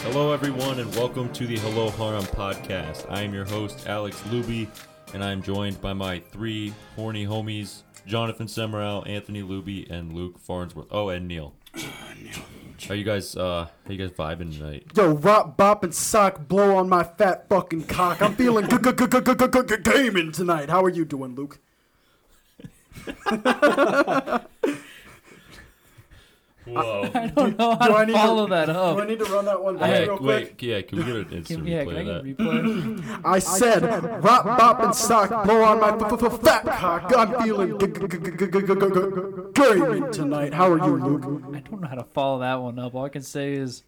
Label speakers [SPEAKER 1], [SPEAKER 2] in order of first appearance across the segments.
[SPEAKER 1] Hello, everyone, and welcome to the Hello Haram podcast. I am your host, Alex Luby, and I'm joined by my three horny homies, Jonathan Semrau, Anthony Luby, and Luke Farnsworth. Oh, and Neil.
[SPEAKER 2] Ah,
[SPEAKER 1] Are you guys? Uh, are you guys vibing tonight?
[SPEAKER 2] Yo, rock, bop, and sock, blow on my fat fucking cock. I'm feeling g- g- g- g- g- g- g- gaming tonight. How are you doing, Luke?
[SPEAKER 1] Whoa!
[SPEAKER 3] I don't know how
[SPEAKER 2] do
[SPEAKER 3] to
[SPEAKER 2] I need to-
[SPEAKER 3] follow that
[SPEAKER 2] Do I
[SPEAKER 3] up.
[SPEAKER 2] need to run that one back
[SPEAKER 1] yeah,
[SPEAKER 2] real
[SPEAKER 1] wait,
[SPEAKER 2] quick?
[SPEAKER 1] yeah. Can we get an instant
[SPEAKER 3] Can, yeah,
[SPEAKER 1] replay
[SPEAKER 3] can I
[SPEAKER 1] of
[SPEAKER 3] get
[SPEAKER 1] that?
[SPEAKER 3] replay?
[SPEAKER 2] I said, rock, bop, and sock, blow on my f- f- f- fat cock. I'm feeling g- g- g- g- g- g- g- g- gaming tonight. How are you, Luke?
[SPEAKER 3] I don't know how to follow that one up. All I can say is,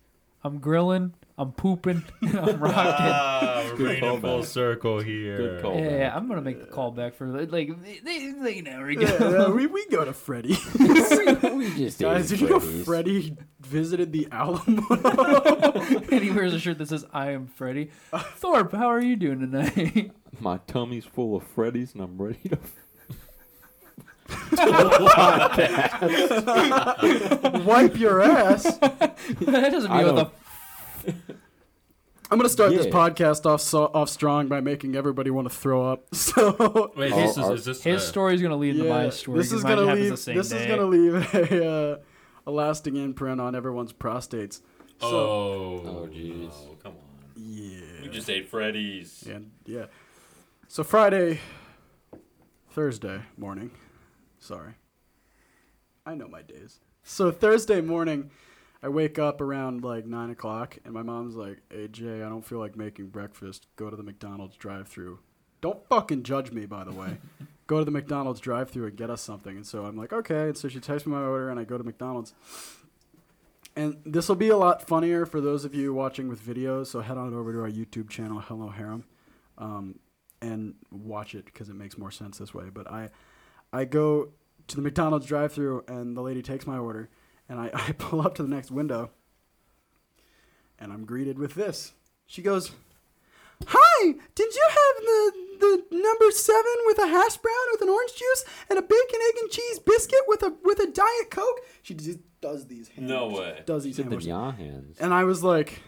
[SPEAKER 3] I'm grilling, I'm pooping, and I'm rocking.
[SPEAKER 1] Ah, we're bringing it
[SPEAKER 4] callback.
[SPEAKER 1] full circle here.
[SPEAKER 4] Good call.
[SPEAKER 3] Yeah, yeah, I'm gonna make the call back for like they, they, they know we
[SPEAKER 2] Yeah,
[SPEAKER 3] go.
[SPEAKER 2] yeah, we, we go to Freddy.
[SPEAKER 4] we just
[SPEAKER 2] Guys,
[SPEAKER 4] ate
[SPEAKER 2] did you know
[SPEAKER 4] Freddy's.
[SPEAKER 2] Freddy visited the Alamo?
[SPEAKER 3] and he wears a shirt that says "I am Freddy." Thorpe, how are you doing tonight?
[SPEAKER 4] My tummy's full of Freddy's, and I'm ready to.
[SPEAKER 2] Wipe your ass.
[SPEAKER 3] that doesn't
[SPEAKER 4] I
[SPEAKER 3] mean what the
[SPEAKER 4] don't-
[SPEAKER 2] I'm gonna start this
[SPEAKER 4] Yeah.
[SPEAKER 2] podcast off so, off strong by making everybody want to throw up. So
[SPEAKER 1] Wait,
[SPEAKER 4] Oh,
[SPEAKER 1] this is,
[SPEAKER 4] our-
[SPEAKER 1] is this
[SPEAKER 3] his
[SPEAKER 1] uh,
[SPEAKER 3] story's gonna lead into my story.
[SPEAKER 2] this
[SPEAKER 3] 'cause
[SPEAKER 2] is
[SPEAKER 3] mine
[SPEAKER 2] gonna
[SPEAKER 3] happens
[SPEAKER 2] leave.
[SPEAKER 3] the same
[SPEAKER 2] This
[SPEAKER 3] day.
[SPEAKER 2] is gonna leave a, uh, a lasting imprint on everyone's prostates. So
[SPEAKER 1] Oh,
[SPEAKER 4] Oh, jeez.
[SPEAKER 1] no, come on.
[SPEAKER 2] yeah,
[SPEAKER 1] We just ate Freddy's.
[SPEAKER 2] and yeah. So Friday, Thursday morning. Sorry, I know my days. So Thursday morning, I wake up around like nine o'clock, and my mom's like, "Hey Jay, I don't feel like making breakfast. Go to the McDonald's drive-through. Don't fucking judge me, by the way. go to the McDonald's drive-through and get us something." And so I'm like, "Okay." And so she texts me my order, and I go to McDonald's. And this will be a lot funnier for those of you watching with video. So head on over to our YouTube channel, Hello Harem, um, and watch it because it makes more sense this way. But I, I go to the McDonald's drive-through, and the lady takes my order, and I, I pull up to the next window, and I'm greeted with this. She goes, "Hi, did you have the the number seven with a hash brown with an orange juice and a bacon, egg, and cheese biscuit with a with a diet coke?" She just does these. Hands,
[SPEAKER 1] No way.
[SPEAKER 2] Does
[SPEAKER 4] You
[SPEAKER 2] these
[SPEAKER 4] said the
[SPEAKER 2] hands?
[SPEAKER 4] yaw hands.
[SPEAKER 2] And I was like,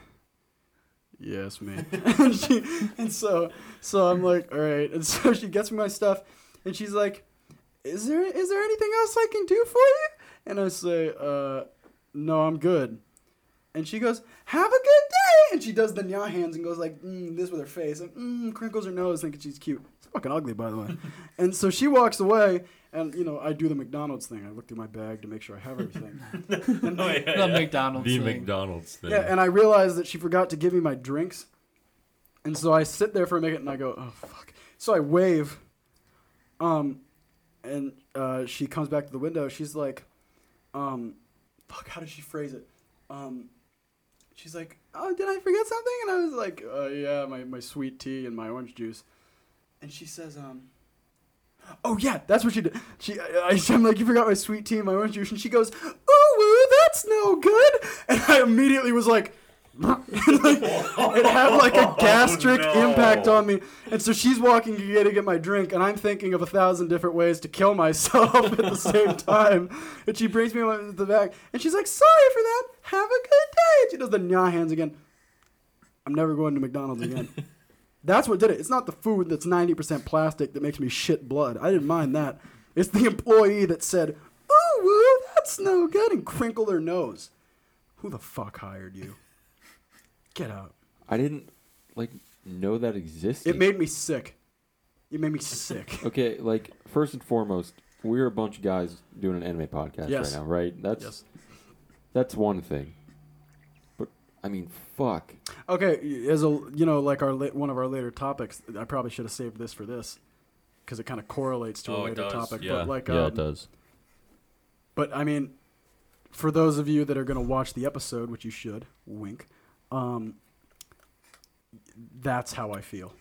[SPEAKER 2] "Yes, man." and, she, and so, so I'm like, "All right." And so she gets me my stuff, and she's like, "Is there is there anything else I can do for you?" And I say, "Uh, no, I'm good." And she goes, "Have a good day." And she does the nya hands and goes like mm, this with her face and mm, crinkles her nose, thinking she's cute. It's fucking ugly, by the way. and so she walks away, and you know I do the McDonald's thing. I look through my bag to make sure I have everything.
[SPEAKER 1] Oh, yeah,
[SPEAKER 3] the
[SPEAKER 1] yeah.
[SPEAKER 3] McDonald's
[SPEAKER 1] The
[SPEAKER 3] thing.
[SPEAKER 1] McDonald's thing.
[SPEAKER 2] Yeah, and I realized that she forgot to give me my drinks. And so I sit there for a minute and I go, oh, fuck. So I wave. Um, and uh, she comes back to the window. She's like, um, fuck, how did she phrase it? Um, she's like, oh, did I forget something? And I was like, uh, yeah, my, my sweet tea and my orange juice. And she says, um, oh, yeah, that's what she did. She, I, I, am like, you forgot my sweet tea and my orange juice. And she goes, ooh, woo, that's no good. And I immediately was like, it had like a gastric
[SPEAKER 1] no.
[SPEAKER 2] impact on me. And so she's walking to get, to get my drink, and I'm thinking of a thousand different ways to kill myself at the same time. And she brings me to the back, and she's like, sorry for that. Have a good day. And she does the nya hands again. I'm never going to McDonald's again. That's what did it. It's not the food that's 90% plastic that makes me shit blood. I didn't mind that. It's the employee that said, ooh, woo, that's no good, and crinkled her nose. Who the fuck hired you? Get out.
[SPEAKER 4] I didn't like know that existed.
[SPEAKER 2] It made me sick. It made me sick.
[SPEAKER 4] okay, like first and foremost, we're a bunch of guys doing an anime podcast
[SPEAKER 2] Yes.
[SPEAKER 4] right now, right? That's
[SPEAKER 2] yes.
[SPEAKER 4] that's one thing. But I mean, fuck.
[SPEAKER 2] Okay, as a you know, like our la- one of our later topics, I probably should have saved this for this because it kind of correlates to a
[SPEAKER 1] Oh, it
[SPEAKER 2] later
[SPEAKER 1] does,
[SPEAKER 2] topic.
[SPEAKER 1] yeah.
[SPEAKER 2] But like,
[SPEAKER 4] yeah,
[SPEAKER 2] um,
[SPEAKER 4] it does.
[SPEAKER 2] But I mean, for those of you that are going to watch the episode, which you should, wink. Um, that's how I feel.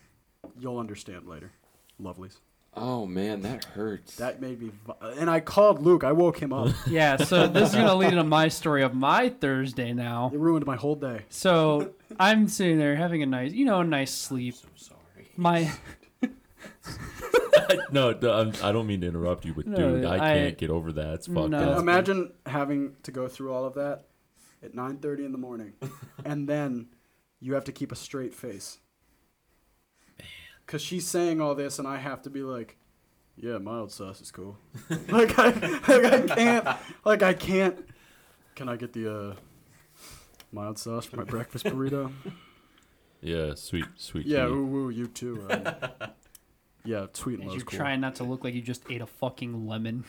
[SPEAKER 2] You'll understand later, lovelies.
[SPEAKER 4] Oh man, that hurts.
[SPEAKER 2] That made me, vi- and I called Luke. I woke him up.
[SPEAKER 3] Yeah, so this is gonna lead into my story of my Thursday now.
[SPEAKER 2] it ruined my whole day.
[SPEAKER 3] So I'm sitting there having a nice, you know, a nice sleep.
[SPEAKER 1] Sorry.
[SPEAKER 3] My
[SPEAKER 1] no, d- I'm, I don't mean to interrupt you, but
[SPEAKER 3] No,
[SPEAKER 1] dude, I,
[SPEAKER 3] I-
[SPEAKER 1] can't get over that. It's fucked
[SPEAKER 3] No.
[SPEAKER 1] up.
[SPEAKER 2] Imagine having to go through all of that at 9:30 in the morning, and then you have to keep a straight face. Because she's saying all this, and I have to be like, yeah, mild sauce is cool. like, I, like, I can't, like, I can't. Can I get the uh, mild sauce for my breakfast burrito?
[SPEAKER 1] Yeah, sweet, sweet.
[SPEAKER 2] yeah,
[SPEAKER 1] kitty.
[SPEAKER 2] ooh, ooh, you too. uh, yeah, tweet
[SPEAKER 3] As
[SPEAKER 2] was
[SPEAKER 3] you're
[SPEAKER 2] cool.
[SPEAKER 3] trying not to look like you just ate a fucking lemon.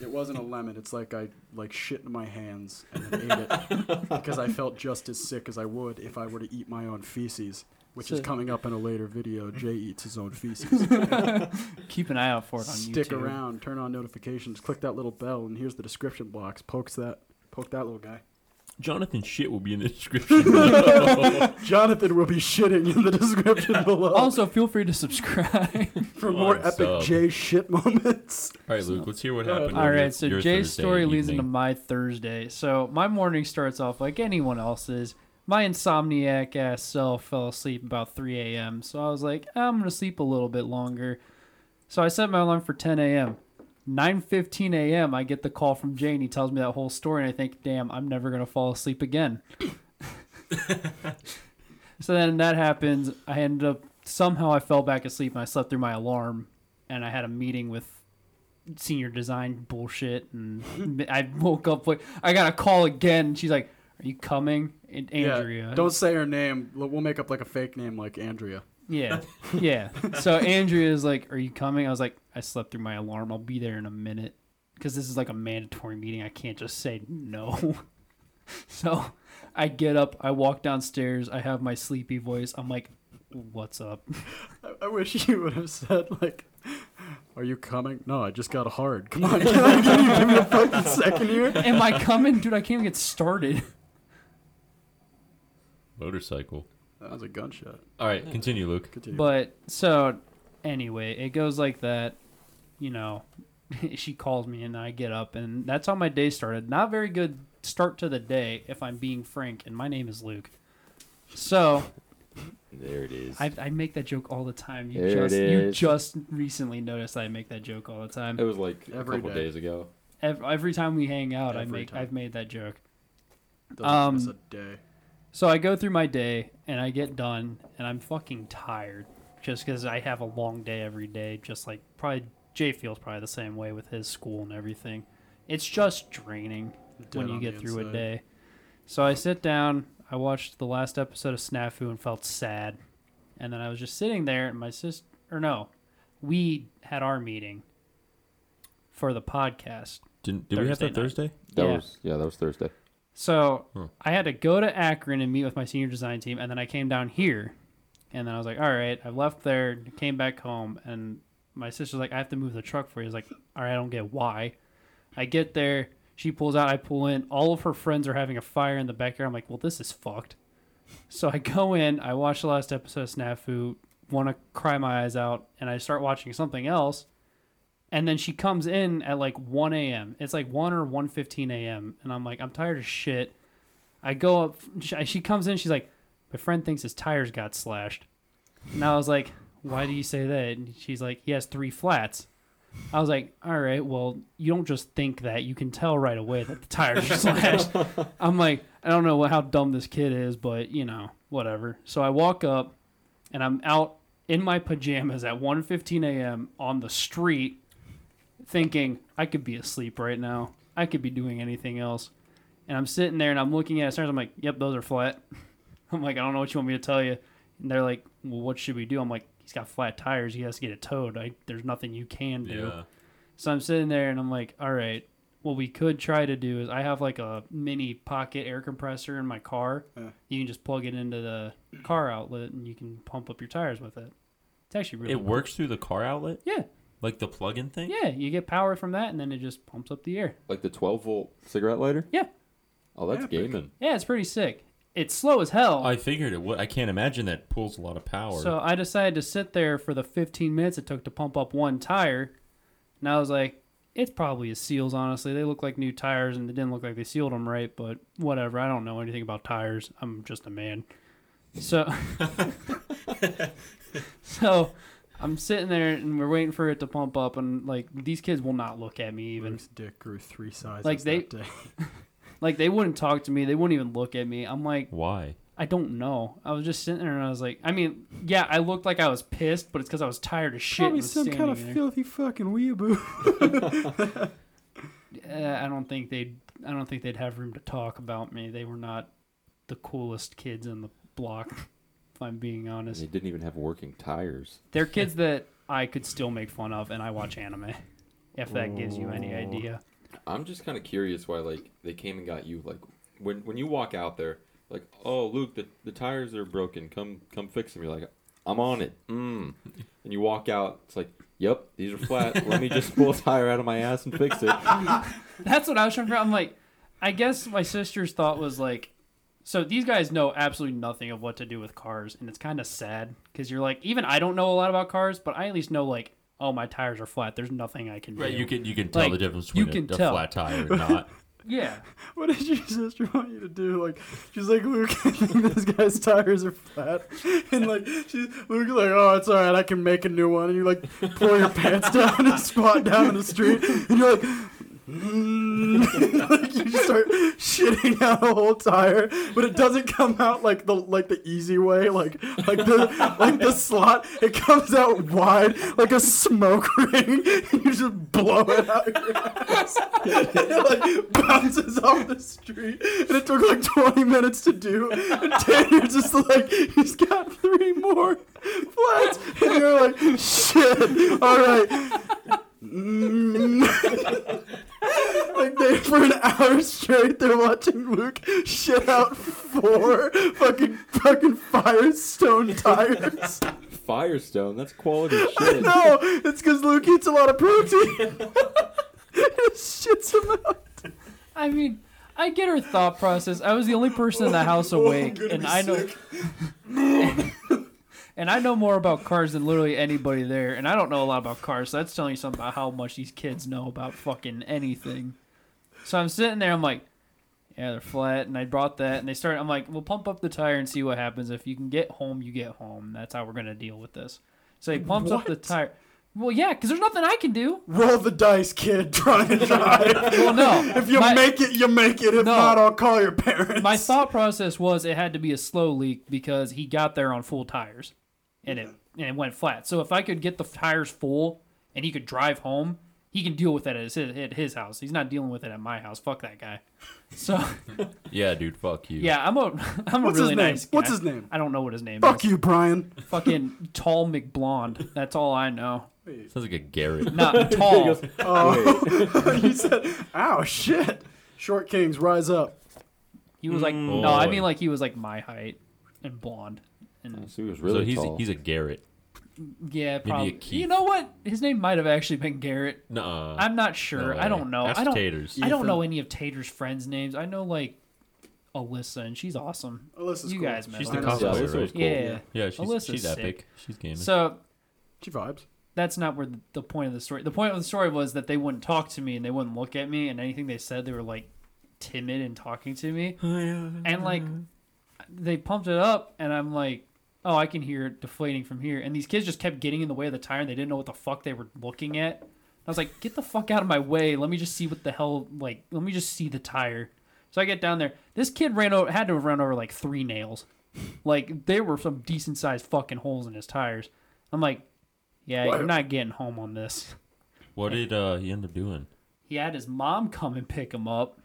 [SPEAKER 2] It wasn't a lemon. It's like I like shit in my hands and then ate it because I felt just as sick as I would if I were to eat my own feces, which is
[SPEAKER 3] So-
[SPEAKER 2] coming up in a later video. Jay eats his own feces.
[SPEAKER 3] Keep an eye out for it on
[SPEAKER 2] Stick
[SPEAKER 3] YouTube.
[SPEAKER 2] around, turn on notifications, click that little bell, and here's the description box. Pokes that, poke that little guy.
[SPEAKER 1] Jonathan shit will be in the description.
[SPEAKER 2] Jonathan will be shitting in the description below
[SPEAKER 3] Also, feel free to subscribe.
[SPEAKER 2] for more
[SPEAKER 1] What's
[SPEAKER 2] epic
[SPEAKER 1] up?
[SPEAKER 2] Jay shit moments.
[SPEAKER 1] All right, Luke, let's hear what
[SPEAKER 2] Go ahead.
[SPEAKER 1] happened.
[SPEAKER 3] All
[SPEAKER 1] on your-
[SPEAKER 3] right, so
[SPEAKER 1] your
[SPEAKER 3] Jay's
[SPEAKER 1] Thursday
[SPEAKER 3] story leads
[SPEAKER 1] evening.
[SPEAKER 3] into my Thursday. So my morning starts off like anyone else's. My insomniac ass self fell asleep about 3 a.m. So I was like, "Ah, I'm gonna sleep a little bit longer. So I set my alarm for 10 a.m. 9:15 a.m. I get the call from Jay, and he tells me that whole story, and I think, damn, I'm never gonna fall asleep again. so then that happens. I ended up somehow I fell back asleep, and I slept through my alarm, and I had a meeting with senior design bullshit, and I woke up like I got a call again. and She's like, "Are you coming, and Andrea?"
[SPEAKER 2] Yeah, don't say her name. We'll we'll make up like a fake name like Andrea.
[SPEAKER 3] Yeah, yeah. So Andrea is like, "Are you coming?" I was like, "I slept through my alarm. I'll be there in a minute." Because this is like a mandatory meeting. I can't just say no. so I get up. I walk downstairs. I have my sleepy voice. I'm like, "What's up?"
[SPEAKER 2] I- I wish you would have said like, "Are you coming?" No, I just got hard. Come on, can, I, can you give me a fucking second here?
[SPEAKER 3] Am I coming, dude? I can't even get started.
[SPEAKER 1] motorcycle.
[SPEAKER 2] That was a gunshot.
[SPEAKER 1] All right, continue, Luke.
[SPEAKER 2] Continue.
[SPEAKER 3] But so anyway, it goes like that. You know, she calls me and I get up and that's how my day started. Not very good start to the day if I'm being frank and my name is Luke. So
[SPEAKER 5] There it is.
[SPEAKER 3] I, I make that joke all the time. You
[SPEAKER 4] There it
[SPEAKER 3] just you
[SPEAKER 4] is. Oh.
[SPEAKER 3] just recently noticed I make that joke all the
[SPEAKER 4] It
[SPEAKER 3] time.
[SPEAKER 4] was like
[SPEAKER 2] Every
[SPEAKER 4] a couple
[SPEAKER 2] day.
[SPEAKER 4] days ago.
[SPEAKER 3] Ev- Every time we hang out, I
[SPEAKER 2] Every
[SPEAKER 3] make
[SPEAKER 2] time.
[SPEAKER 3] I've made that joke.
[SPEAKER 2] Doesn't
[SPEAKER 3] um,
[SPEAKER 2] miss a day.
[SPEAKER 3] So I go through my day and I get done and I'm fucking tired just because I have a long day every day. Just like probably Jay feels probably the same way with his school and everything. It's just draining
[SPEAKER 2] Dead
[SPEAKER 3] when you
[SPEAKER 2] on
[SPEAKER 3] get
[SPEAKER 2] the
[SPEAKER 3] through a
[SPEAKER 2] inside.
[SPEAKER 3] day. So I sit down, I watched the last episode of Snafu and felt sad. And then I was just sitting there and my sister, or no, we had our meeting for the podcast.
[SPEAKER 1] Didn't, did we have that
[SPEAKER 3] Thursday
[SPEAKER 1] Thursday?
[SPEAKER 4] That
[SPEAKER 3] Yeah.
[SPEAKER 4] was yeah, that was Thursday.
[SPEAKER 3] So
[SPEAKER 1] Huh.
[SPEAKER 3] I had to go to Akron and meet with my senior design team, and then I came down here, and then I was like, "All right," I left there, came back home, and my sister's like, "I have to move the truck for you." I was like, "All right," I don't get why. I get there, she pulls out, I pull in. All of her friends are having a fire in the backyard. I'm like, "Well, this is fucked." So I go in, I watch the last episode of Snafu, want to cry my eyes out, and I start watching something else. And then she comes in at like 1 a.m. It's like 1 or 1.15 a.m. And I'm like, I'm tired as shit. I go up. sh- She comes in. She's like, my friend thinks his tires got slashed. And I was like, why do you say that? And she's like, he has three flats. I was like, all right, well, you don't just think that. You can tell right away that the tires are slashed. I'm like, I don't know how dumb this kid is, but, you know, whatever. So I walk up and I'm out in my pajamas at 1.15 a.m. on the street thinking I could be asleep right now. I could be doing anything else. And I'm sitting there and I'm looking at it. Starts, I'm like, yep, those are flat. I'm like, I don't know what you want me to tell you. And they're like, well, what should we do? I'm like, he's got flat tires. He has to get it towed. I, there's nothing you can do. So I'm sitting there and I'm like, all right, what we could try to do is I have like a mini pocket air compressor in my car.
[SPEAKER 2] Yeah.
[SPEAKER 3] You can just plug it into the car outlet and you can pump up your tires with it. It's actually really
[SPEAKER 1] It works through the car outlet,
[SPEAKER 3] Yeah.
[SPEAKER 1] like the plug-in thing.
[SPEAKER 3] Yeah. You get power from that and then it just pumps up the air.
[SPEAKER 4] Like the 12 volt cigarette lighter.
[SPEAKER 3] Yeah.
[SPEAKER 4] Oh, that's
[SPEAKER 2] Yeah, pretty
[SPEAKER 4] gaming.
[SPEAKER 3] Yeah, it's pretty sick. It's slow as hell.
[SPEAKER 1] I figured it would. I can't imagine that pulls a lot of power.
[SPEAKER 3] So I decided to sit there for the 15 minutes it took to pump up one tire. And I was like, it's probably a seals, honestly. They look like new tires and they didn't look like they sealed them right, but whatever. I don't know anything about tires. I'm just a man. So So I'm sitting there and we're waiting for it to pump up and like these kids will not look at me even.
[SPEAKER 2] Luke's dick grew three sizes
[SPEAKER 3] Like, they-
[SPEAKER 2] that day.
[SPEAKER 3] Like they wouldn't talk to me. They wouldn't even look at me. I'm like
[SPEAKER 1] Why?
[SPEAKER 3] I don't know. I was just sitting there and I was like, I mean, yeah, I looked like I was pissed, but it's because I was tired of shit. and
[SPEAKER 2] Probably
[SPEAKER 3] was
[SPEAKER 2] some kind of
[SPEAKER 3] standing there.
[SPEAKER 2] filthy fucking weeaboo.
[SPEAKER 3] Uh, I don't think they. I don't think they'd have room to talk about me. They were not the coolest kids in the block. If I'm being
[SPEAKER 4] And
[SPEAKER 3] honest,
[SPEAKER 4] they didn't even have working tires.
[SPEAKER 3] they're kids that I could still make fun of, and I watch anime. If that gives you any idea,
[SPEAKER 4] I'm just kind of curious why like they came and got you like when when you walk out there like oh Luke the, the tires are broken come come fix them you're like I'm on it mm. and you walk out it's like yep these are flat let me just pull a tire out of my ass and fix it
[SPEAKER 3] that's what I was trying to. figure out. I'm like, I guess my sister's thought was like, so these guys know absolutely nothing of what to do with cars, and it's kind of sad because you're like, even I don't know a lot about cars, but I at least know like, oh my tires are flat. There's nothing I can do.
[SPEAKER 1] Right, you can you can tell
[SPEAKER 3] Like,
[SPEAKER 1] the difference
[SPEAKER 3] you
[SPEAKER 1] between a-
[SPEAKER 3] can
[SPEAKER 1] a,
[SPEAKER 3] tell.
[SPEAKER 1] flat tire and not.
[SPEAKER 3] yeah.
[SPEAKER 2] What did your sister want you to do? Like, she's like, Luke, I think this guy's tires are flat. And, like, she's, Luke's like, oh, it's all right, I can make a new one. And you, like, pull your pants down and squat down in the street. And you're like, mm. like, you just start shitting out a whole tire. But it doesn't come out, like, the like the easy way, like like the, like the slot. It comes out wide, like a smoke ring. And you just blow it out your ass and it like bounces off the street. And it took like 20 minutes to do. And Tanner's just like, he's got three more flats. And you're like, shit, all right. Mm. like they for an hour straight, they're watching Luke shit out four fucking fucking Firestone tires.
[SPEAKER 4] Firestone that's quality shit
[SPEAKER 2] no, it's because Luke eats a lot of protein. it shits him out.
[SPEAKER 3] I mean, I get her thought process. I was the only person in the house
[SPEAKER 2] Oh,
[SPEAKER 3] awake, and I know. and I know more about cars than literally anybody there, and I don't know a lot about cars. So that's telling you something about how much these kids know about fucking anything. So I'm sitting there, I'm like, yeah, they're flat, and I brought that, and they started. I'm like, we'll pump up the tire and see what happens. If you can get home, you get home. That's how we're gonna deal with this. So he pumps up the
[SPEAKER 2] What?
[SPEAKER 3] tire. Well, yeah, because there's nothing I can do.
[SPEAKER 2] Roll the dice, kid. Try and drive.
[SPEAKER 3] Well, no.
[SPEAKER 2] If you
[SPEAKER 3] My-
[SPEAKER 2] make it, you make it. If
[SPEAKER 3] No.
[SPEAKER 2] not, I'll call your parents.
[SPEAKER 3] my thought process was it had to be a slow leak because he got there on full tires and it and it went flat. So if I could get the tires full and he could drive home, he can deal with that at his, at his house. He's not dealing with it at my house. Fuck that guy. So
[SPEAKER 1] Yeah, dude, fuck you.
[SPEAKER 3] yeah, I'm a I'm a
[SPEAKER 2] What's
[SPEAKER 3] really
[SPEAKER 2] his name?
[SPEAKER 3] nice. Guy.
[SPEAKER 2] What's his name?
[SPEAKER 3] I don't know what his name
[SPEAKER 2] Fuck
[SPEAKER 3] is.
[SPEAKER 2] you, Brian.
[SPEAKER 3] Fucking tall McBlonde. That's all I know.
[SPEAKER 1] sounds like a Garrett.
[SPEAKER 3] Not tall.
[SPEAKER 2] Oh, you said, "Ow, shit." Short kings, rise up.
[SPEAKER 3] He was like no, I
[SPEAKER 1] boy.
[SPEAKER 3] mean like he was like my height and blonde. And
[SPEAKER 4] so he was really
[SPEAKER 1] so he's
[SPEAKER 4] tall
[SPEAKER 1] he's a Garrett.
[SPEAKER 3] yeah,
[SPEAKER 1] a
[SPEAKER 3] probably. You
[SPEAKER 1] Keith.
[SPEAKER 3] know what? His name might have actually been Garrett.
[SPEAKER 1] Nuh-uh.
[SPEAKER 3] I'm not
[SPEAKER 1] No
[SPEAKER 3] sure. I
[SPEAKER 1] way.
[SPEAKER 3] don't know.
[SPEAKER 1] Ask
[SPEAKER 3] I don't.
[SPEAKER 1] Taters.
[SPEAKER 3] I don't
[SPEAKER 2] Ethan.
[SPEAKER 3] know any of Tater's friends' names. I know like Alyssa, and she's awesome.
[SPEAKER 2] Alyssa's
[SPEAKER 3] you
[SPEAKER 2] Oh, cool.
[SPEAKER 3] guys met.
[SPEAKER 1] She's the
[SPEAKER 3] her.
[SPEAKER 2] Yeah,
[SPEAKER 4] yeah,
[SPEAKER 1] cosplayer,
[SPEAKER 4] this was
[SPEAKER 1] right?
[SPEAKER 4] cool.
[SPEAKER 3] yeah.
[SPEAKER 1] Yeah, she's,
[SPEAKER 3] Alyssa's
[SPEAKER 1] she's
[SPEAKER 3] sick.
[SPEAKER 1] epic. She's gaming.
[SPEAKER 3] So
[SPEAKER 2] She vibes.
[SPEAKER 3] that's not where the, the point of the story. The point of the story was that they wouldn't talk to me and they wouldn't look at me, and anything they said, they were like timid in talking to me.
[SPEAKER 2] Oh,
[SPEAKER 3] and like they pumped it up, and I'm like, oh, I can hear it deflating from here. And these kids just kept getting in the way of the tire, and they didn't know what the fuck they were looking at. I was like, get the fuck out of my way. Let me just see what the hell. Like, let me just see the tire. So I get down there. This kid ran over, had to have run over like three nails. Like there were some decent sized fucking holes in his tires. I'm like, yeah,
[SPEAKER 2] What?
[SPEAKER 3] you're not getting home on this.
[SPEAKER 1] what did uh, he end up doing?
[SPEAKER 3] He had his mom come and pick him up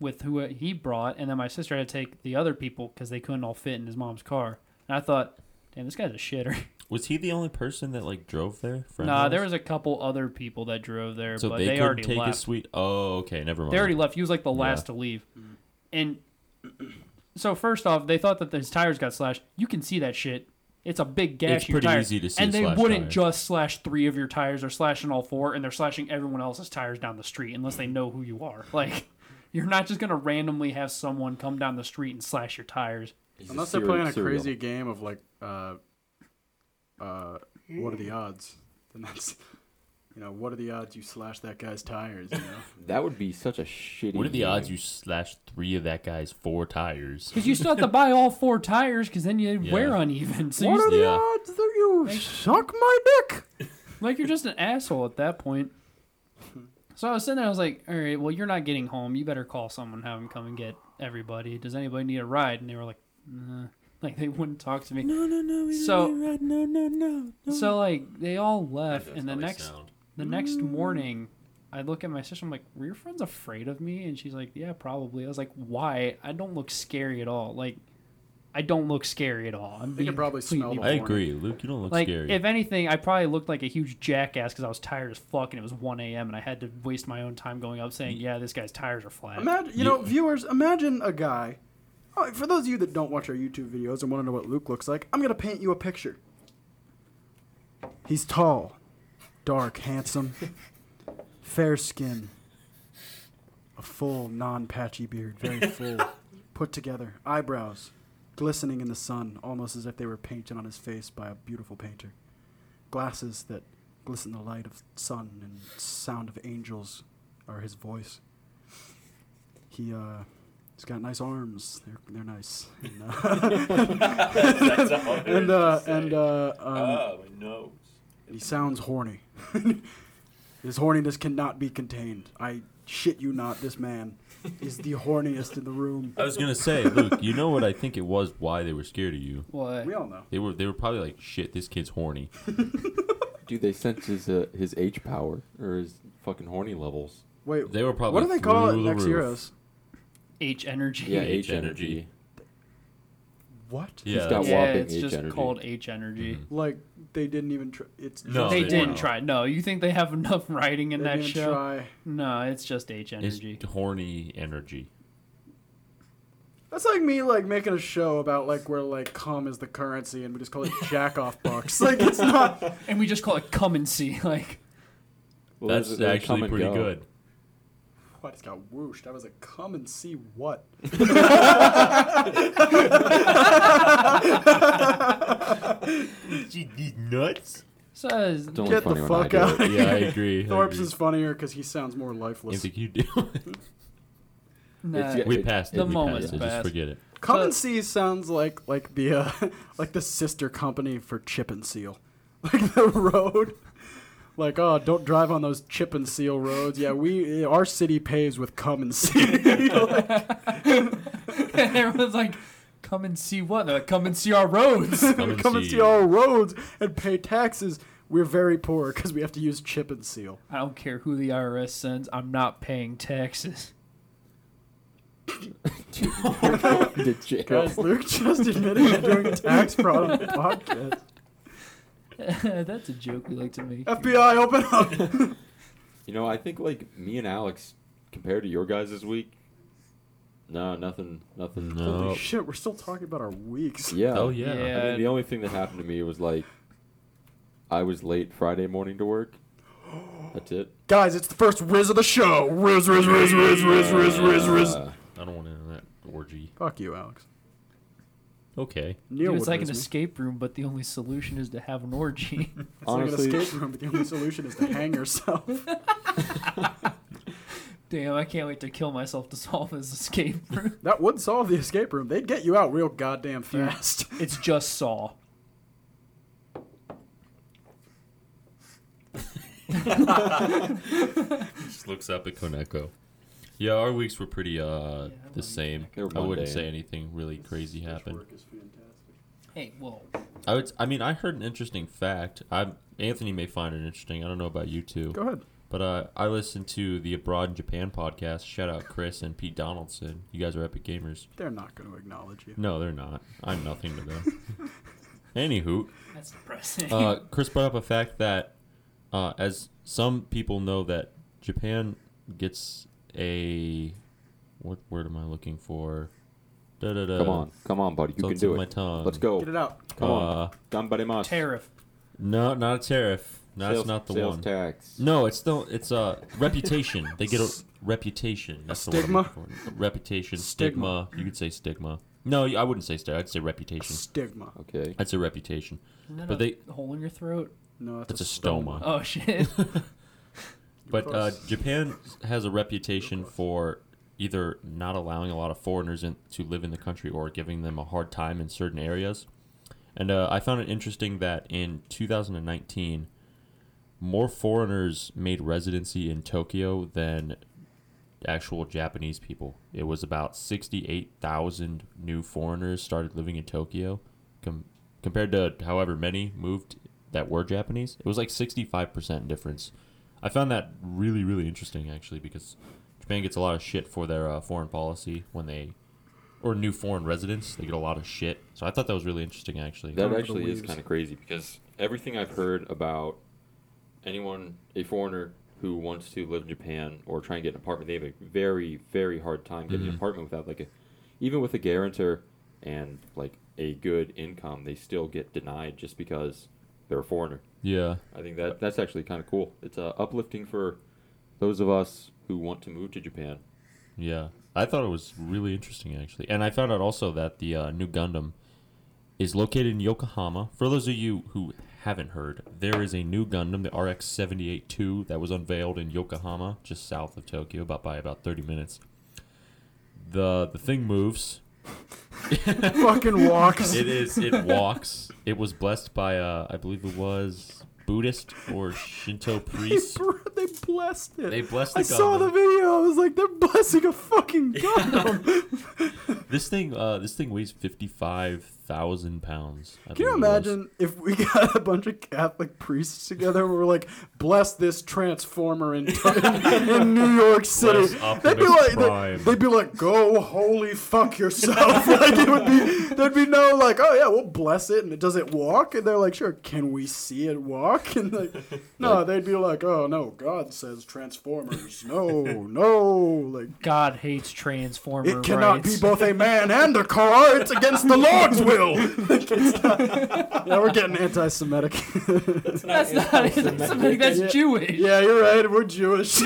[SPEAKER 3] with who he brought, and then my sister had to take the other people because they couldn't all fit in his mom's car. And I thought, damn, this guy's a shitter.
[SPEAKER 1] Was he the only person that like drove there? Friend
[SPEAKER 3] nah,
[SPEAKER 1] wise?
[SPEAKER 3] there was a couple other people that drove there,
[SPEAKER 1] so
[SPEAKER 3] but
[SPEAKER 1] they,
[SPEAKER 3] they,
[SPEAKER 1] couldn't
[SPEAKER 3] already
[SPEAKER 1] take
[SPEAKER 3] left.
[SPEAKER 1] his sweet. Oh, okay, never mind.
[SPEAKER 3] They already left. He was like the last
[SPEAKER 1] Yeah.
[SPEAKER 3] to leave. And so first off, they thought that his tires got slashed. You can see that shit. It's a big gash
[SPEAKER 1] It's
[SPEAKER 3] in your
[SPEAKER 1] pretty
[SPEAKER 3] tire.
[SPEAKER 1] easy to see
[SPEAKER 3] and
[SPEAKER 1] a
[SPEAKER 3] they
[SPEAKER 1] slashed
[SPEAKER 3] wouldn't
[SPEAKER 1] tire.
[SPEAKER 3] just slash three of your tires. They're slashing all four, and they're slashing everyone else's tires down the street unless they know who you are. Like, you're not just gonna randomly have someone come down the street and slash your tires.
[SPEAKER 4] He's a
[SPEAKER 2] Unless they're
[SPEAKER 4] serial-
[SPEAKER 2] playing a
[SPEAKER 4] serial.
[SPEAKER 2] crazy game of like, uh, uh, what are the odds? Then that's, you know, what are the odds you slash that guy's tires? You know,
[SPEAKER 4] that would be such a shitty
[SPEAKER 1] What are the
[SPEAKER 4] game.
[SPEAKER 1] odds you slash three of that guy's four tires?
[SPEAKER 3] Because you still have to buy all four tires, because then you
[SPEAKER 1] Yeah.
[SPEAKER 3] wear uneven. So
[SPEAKER 2] what
[SPEAKER 3] you,
[SPEAKER 2] are the
[SPEAKER 1] Yeah.
[SPEAKER 2] odds that you suck my dick?
[SPEAKER 3] like you're just an asshole at that point. So I was sitting there, I was like, all right, well, you're not getting home. You better call someone, have them come and get everybody. Does anybody need a ride? And they were like, nah. like they wouldn't talk to me.
[SPEAKER 5] No, no, no.
[SPEAKER 3] we So- didn't
[SPEAKER 5] right. No, no, no.
[SPEAKER 3] So like they all left,
[SPEAKER 1] That's
[SPEAKER 3] and the
[SPEAKER 1] how they
[SPEAKER 3] next
[SPEAKER 1] sound.
[SPEAKER 3] the next morning, I look at my sister. I'm like, "Were your friends afraid of me?" And she's like, "Yeah, probably." I was like, "Why? I don't look scary at all. Like, I don't look scary at all." I'm
[SPEAKER 2] They could probably smell
[SPEAKER 3] completely-
[SPEAKER 1] I agree, Luke. You don't look
[SPEAKER 3] Like,
[SPEAKER 1] scary.
[SPEAKER 3] if anything, I probably looked like a huge jackass because I was tired as fuck, and it was 1 a.m. and I had to waste my own time going up
[SPEAKER 4] Mm.
[SPEAKER 3] saying, "Yeah, this guy's tires are flat."
[SPEAKER 2] Imagine, you know, viewers, imagine a guy. Oh, for those of you that don't watch our YouTube videos and want to know what Luke looks like, I'm going to paint you a picture. He's tall, dark, handsome, fair skin, a full, non patchy beard, very full, put together, eyebrows glistening in the sun, almost as if they were painted on his face by a beautiful painter, glasses that glisten the light of sun and sound of angels are his voice. He uh, he's got nice arms. They're they're nice. And uh, and uh, and, uh, um,
[SPEAKER 1] Oh. no.
[SPEAKER 2] he sounds horny. His horniness cannot be contained. I shit you not. This man is the horniest in the room.
[SPEAKER 1] I was gonna say, Luke. You know what I think it was? Why they were scared of you?
[SPEAKER 3] What?
[SPEAKER 2] We all know.
[SPEAKER 1] They were they were probably like, shit, this kid's horny.
[SPEAKER 4] Dude, they sense his uh, his age power or his fucking horny levels.
[SPEAKER 2] Wait,
[SPEAKER 1] They were probably
[SPEAKER 2] what do they call it?
[SPEAKER 1] through the
[SPEAKER 2] Next
[SPEAKER 1] roof.
[SPEAKER 2] Heroes.
[SPEAKER 3] H energy.
[SPEAKER 4] Yeah,
[SPEAKER 1] H
[SPEAKER 4] H, energy.
[SPEAKER 1] energy.
[SPEAKER 2] What?
[SPEAKER 1] Yeah,
[SPEAKER 4] He's got
[SPEAKER 1] that's-
[SPEAKER 3] Yeah,
[SPEAKER 4] whopping
[SPEAKER 3] it's
[SPEAKER 4] H
[SPEAKER 3] just
[SPEAKER 4] energy. Mm-hmm.
[SPEAKER 3] called H energy.
[SPEAKER 2] Like they didn't even. Tr- it's
[SPEAKER 1] No,
[SPEAKER 3] they
[SPEAKER 1] they
[SPEAKER 3] didn't
[SPEAKER 1] don't.
[SPEAKER 3] try. No, you think they have enough writing in
[SPEAKER 2] They
[SPEAKER 3] that
[SPEAKER 2] didn't
[SPEAKER 3] show?
[SPEAKER 2] try.
[SPEAKER 3] No, it's just H energy.
[SPEAKER 1] It's horny energy.
[SPEAKER 2] That's like me like making a show about like where like cum is the currency and we just call it jack off bucks. Like it's not
[SPEAKER 3] and we just call it come and see. Like,
[SPEAKER 4] Well,
[SPEAKER 1] that's
[SPEAKER 4] there's- there's
[SPEAKER 1] actually
[SPEAKER 4] come and
[SPEAKER 1] pretty
[SPEAKER 4] go.
[SPEAKER 1] good.
[SPEAKER 2] what it's got whooshed. I was like, come and see what.
[SPEAKER 1] She nuts.
[SPEAKER 3] so it's-
[SPEAKER 4] It's only
[SPEAKER 2] Get
[SPEAKER 4] funny
[SPEAKER 2] the
[SPEAKER 4] when I
[SPEAKER 2] fuck
[SPEAKER 4] do
[SPEAKER 2] out.
[SPEAKER 4] it.
[SPEAKER 1] Yeah, I agree. I
[SPEAKER 2] Thorpe's
[SPEAKER 1] agree.
[SPEAKER 2] is funnier because he sounds more
[SPEAKER 1] I
[SPEAKER 2] lifeless.
[SPEAKER 1] think you do.
[SPEAKER 3] nah.
[SPEAKER 4] It's-
[SPEAKER 1] we
[SPEAKER 4] It-
[SPEAKER 1] passed it.
[SPEAKER 3] the
[SPEAKER 1] we
[SPEAKER 3] moment's
[SPEAKER 1] passed it. Just
[SPEAKER 3] passed.
[SPEAKER 1] forget it.
[SPEAKER 2] Come
[SPEAKER 3] So-
[SPEAKER 2] and see sounds like like the uh, like the sister company for Chip and Seal, like the road. Like oh, don't drive on those chip and seal roads. Yeah, we eh, our city pays with come and seal.
[SPEAKER 3] everyone's like, come and see what? They're like, come and see our roads.
[SPEAKER 1] Come and
[SPEAKER 2] come and
[SPEAKER 1] see.
[SPEAKER 2] see our roads and pay taxes. We're very poor because we have to use chip and seal.
[SPEAKER 3] I don't care who the IRS sends. I'm not paying taxes.
[SPEAKER 4] The jail.
[SPEAKER 2] Guys, Luke just admitted to doing tax fraud on the podcast.
[SPEAKER 3] That's a joke we like to make.
[SPEAKER 2] FBI, open up.
[SPEAKER 4] You know, I think like me and Alex, compared to your guys this week, no, nothing, nothing.
[SPEAKER 1] No.
[SPEAKER 2] Holy shit, we're still talking about our weeks.
[SPEAKER 4] Yeah.
[SPEAKER 1] Oh yeah.
[SPEAKER 4] I mean, the only thing that happened to me was like, I was late Friday morning to work. That's it.
[SPEAKER 2] Guys, it's the first Riz of the show. Riz, Riz, Riz, Riz, Riz, Riz, Riz, Riz.
[SPEAKER 4] Uh,
[SPEAKER 1] I don't want to that orgy.
[SPEAKER 2] Fuck you, Alex.
[SPEAKER 1] Okay.
[SPEAKER 2] Neil
[SPEAKER 3] Dude,
[SPEAKER 2] would
[SPEAKER 3] it's like an
[SPEAKER 2] Riz me.
[SPEAKER 3] escape room, but the only solution is to have an orgy.
[SPEAKER 2] It's
[SPEAKER 4] honestly,
[SPEAKER 2] like an escape room, but the only solution is to hang yourself.
[SPEAKER 3] Damn, I can't wait to kill myself to solve this escape room.
[SPEAKER 2] that would solve the escape room. They'd get you out real goddamn fast.
[SPEAKER 3] It's just Saw.
[SPEAKER 1] Just looks up at Koneko. Yeah, our weeks were pretty uh the same.
[SPEAKER 4] They were
[SPEAKER 1] I wouldn't
[SPEAKER 4] mundane.
[SPEAKER 1] say anything really crazy happened.
[SPEAKER 3] Hey, well,
[SPEAKER 1] I would, I mean, I heard an interesting fact. I Anthony may find it interesting. I don't know about you two,
[SPEAKER 2] Go ahead.
[SPEAKER 1] but uh, I listened to the Abroad in Japan podcast. Shout out Chris and Pete Donaldson. You guys are epic gamers.
[SPEAKER 2] They're not going to acknowledge you.
[SPEAKER 1] No, they're not. I'm nothing to them. Anywho,
[SPEAKER 3] that's depressing.
[SPEAKER 1] uh, Chris brought up a fact that, uh, as some people know, that Japan gets a what word am I looking for? Da, da, da.
[SPEAKER 4] come on, come on, buddy,
[SPEAKER 1] It's
[SPEAKER 4] you
[SPEAKER 1] on
[SPEAKER 4] can
[SPEAKER 1] the tip of
[SPEAKER 4] do
[SPEAKER 1] my
[SPEAKER 4] it.
[SPEAKER 1] tongue.
[SPEAKER 4] Let's go.
[SPEAKER 2] Get it out.
[SPEAKER 4] Come on,
[SPEAKER 1] Uh,
[SPEAKER 4] Gambare mas.
[SPEAKER 3] Tariff.
[SPEAKER 1] No, not a tariff. No,
[SPEAKER 4] Sales-
[SPEAKER 1] That's not the
[SPEAKER 4] sales
[SPEAKER 1] one.
[SPEAKER 4] tax.
[SPEAKER 1] No, it's the it's uh reputation. They get a reputation. That's
[SPEAKER 2] Stigma?
[SPEAKER 1] The word I'm looking for. Reputation.
[SPEAKER 2] Stigma.
[SPEAKER 1] Stigma. You could say stigma. No, I wouldn't say stigma. I'd say reputation.
[SPEAKER 2] Stigma.
[SPEAKER 4] Okay.
[SPEAKER 1] I'd say reputation.
[SPEAKER 3] Isn't that
[SPEAKER 1] But
[SPEAKER 3] a
[SPEAKER 1] they-
[SPEAKER 3] hole in your throat?
[SPEAKER 2] No, that's,
[SPEAKER 1] That's a stoma.
[SPEAKER 3] Oh shit.
[SPEAKER 1] But uh,
[SPEAKER 2] Gross.
[SPEAKER 1] Japan has a reputation for either not allowing a lot of foreigners in, to live in the country or giving them a hard time in certain areas. And uh, I found it interesting that in 2019, more foreigners made residency in Tokyo than actual Japanese people. It was about 68,000 new foreigners started living in Tokyo com- compared to however many moved that were Japanese. It was like 65% difference. I found that really, really interesting actually because Japan gets a lot of shit for their uh, foreign policy when they, or new foreign residents, they get a lot of shit. So I thought that was really interesting actually.
[SPEAKER 4] That
[SPEAKER 2] Over the
[SPEAKER 4] actually is
[SPEAKER 2] waves.
[SPEAKER 4] kind of crazy because everything I've heard about anyone, a foreigner who wants to live in Japan or try and get an apartment, they have a very, very hard time getting
[SPEAKER 1] Mm-hmm.
[SPEAKER 4] an apartment without like a, even with a guarantor and like a good income, they still get denied just because they're a foreigner.
[SPEAKER 1] yeah.
[SPEAKER 4] I think that that's actually kind of cool. It's uh, uplifting for those of us who want to move to Japan.
[SPEAKER 1] Yeah, I thought it was really interesting actually, and I found out also that the uh, new Gundam is located in Yokohama. For those of you who haven't heard, there is a new Gundam, the RX seventy eight two, that was unveiled in Yokohama, just south of Tokyo, about by about thirty minutes. the The thing moves.
[SPEAKER 2] Fucking walks.
[SPEAKER 1] It is. It walks. It was blessed by, uh, I believe it was Buddhist or Shinto
[SPEAKER 2] They
[SPEAKER 1] priest.
[SPEAKER 2] br- they blessed it.
[SPEAKER 1] They blessed the
[SPEAKER 2] I saw
[SPEAKER 1] Gundam.
[SPEAKER 2] the video. I was like, they're blessing a fucking Gundam.
[SPEAKER 1] This thing, uh, this thing weighs fifty five thousand pounds. I
[SPEAKER 2] Can you
[SPEAKER 1] believe it was.
[SPEAKER 2] imagine if we got a bunch of Catholic priests together and we were like, bless this transformer in, in New York City?
[SPEAKER 1] Bless
[SPEAKER 2] They'd be
[SPEAKER 1] Optimus
[SPEAKER 2] like, they,
[SPEAKER 1] Prime.
[SPEAKER 2] would be like, go holy fuck yourself. like it would be, there'd be no like, oh yeah, we'll bless it and it does it walk? And they're like, sure, can we see it walk? And like, no, they'd be like, oh no, God says transformers, no, no, like.
[SPEAKER 3] God hates transformer
[SPEAKER 2] It cannot
[SPEAKER 3] rights.
[SPEAKER 2] be both a man and a car. It's against the Lord's will. yeah, we're getting anti-Semitic.
[SPEAKER 3] That's not anti-Semitic. That's
[SPEAKER 2] Yeah.
[SPEAKER 3] Jewish.
[SPEAKER 2] yeah, you're right. We're Jewish.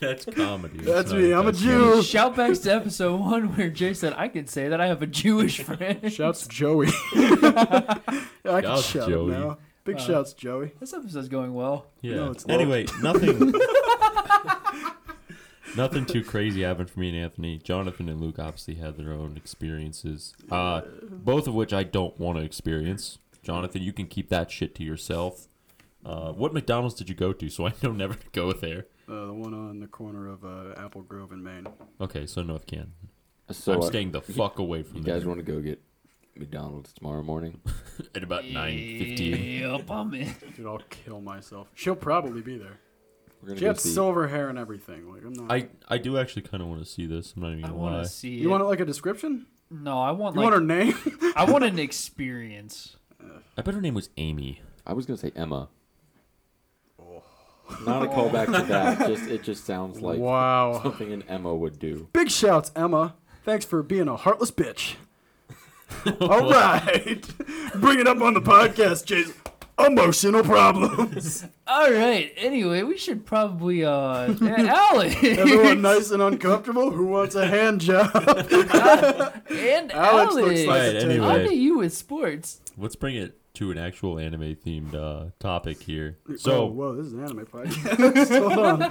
[SPEAKER 1] That's comedy.
[SPEAKER 2] That's
[SPEAKER 1] not-
[SPEAKER 2] me. I'm a
[SPEAKER 1] that's
[SPEAKER 2] Jew.
[SPEAKER 3] Shout back to episode one where Jay said, "I can say that I have a Jewish friend."
[SPEAKER 2] Shouts Joey. I can
[SPEAKER 1] Shouts
[SPEAKER 2] shout
[SPEAKER 1] Joey.
[SPEAKER 2] him now. Big
[SPEAKER 3] Uh,
[SPEAKER 2] shouts Joey.
[SPEAKER 3] this episode's going well.
[SPEAKER 1] Yeah.
[SPEAKER 2] No, it's not.
[SPEAKER 1] anyway, nothing. nothing too crazy happened for me and Anthony. Jonathan and Luke obviously had their own experiences, uh, both of which I don't want to experience. Jonathan, you can keep that shit to yourself. Uh, what McDonald's did you go to? So I know never to go there.
[SPEAKER 2] Uh, the one on the corner of uh, Apple Grove in Maine.
[SPEAKER 1] Okay, so North Canton.
[SPEAKER 4] So
[SPEAKER 1] I'm
[SPEAKER 4] uh,
[SPEAKER 1] staying the fuck away from
[SPEAKER 4] you
[SPEAKER 1] there
[SPEAKER 4] guys want to go get McDonald's tomorrow morning?
[SPEAKER 1] at about nine fifteen.
[SPEAKER 3] Yep, I'm in.
[SPEAKER 2] Dude, I'll kill myself. She'll probably be there.
[SPEAKER 4] We're gonna
[SPEAKER 2] She
[SPEAKER 4] go
[SPEAKER 2] had
[SPEAKER 4] see.
[SPEAKER 2] silver hair and everything. Like I'm not.
[SPEAKER 1] I I do actually kind of want to see this. I'm not even
[SPEAKER 3] I
[SPEAKER 1] gonna
[SPEAKER 3] want
[SPEAKER 1] lie.
[SPEAKER 3] to see.
[SPEAKER 2] you
[SPEAKER 3] it.
[SPEAKER 2] want like a description?
[SPEAKER 3] No, I want
[SPEAKER 2] You
[SPEAKER 3] like
[SPEAKER 2] want her name?
[SPEAKER 3] I want an experience.
[SPEAKER 1] I bet her name was Amy.
[SPEAKER 4] I was gonna say Emma. Not a callback to that. Just it just sounds like
[SPEAKER 2] wow.
[SPEAKER 4] something an Emma would do.
[SPEAKER 2] Big shouts, Emma. Thanks for being a heartless bitch. All right. Bring it up on the podcast, Jason. Emotional problems.
[SPEAKER 3] All right. Anyway, we should probably uh, Alex
[SPEAKER 2] Everyone nice and uncomfortable. Who wants a hand job?
[SPEAKER 3] and
[SPEAKER 2] Alex
[SPEAKER 3] Alex.
[SPEAKER 2] looks like
[SPEAKER 1] Alright,
[SPEAKER 2] a
[SPEAKER 1] anyway.
[SPEAKER 2] tank.
[SPEAKER 3] On to you with sports.
[SPEAKER 1] Let's bring it to an actual anime themed uh, topic here.
[SPEAKER 2] oh,
[SPEAKER 1] So
[SPEAKER 2] whoa, this is an anime podcast. Hold on.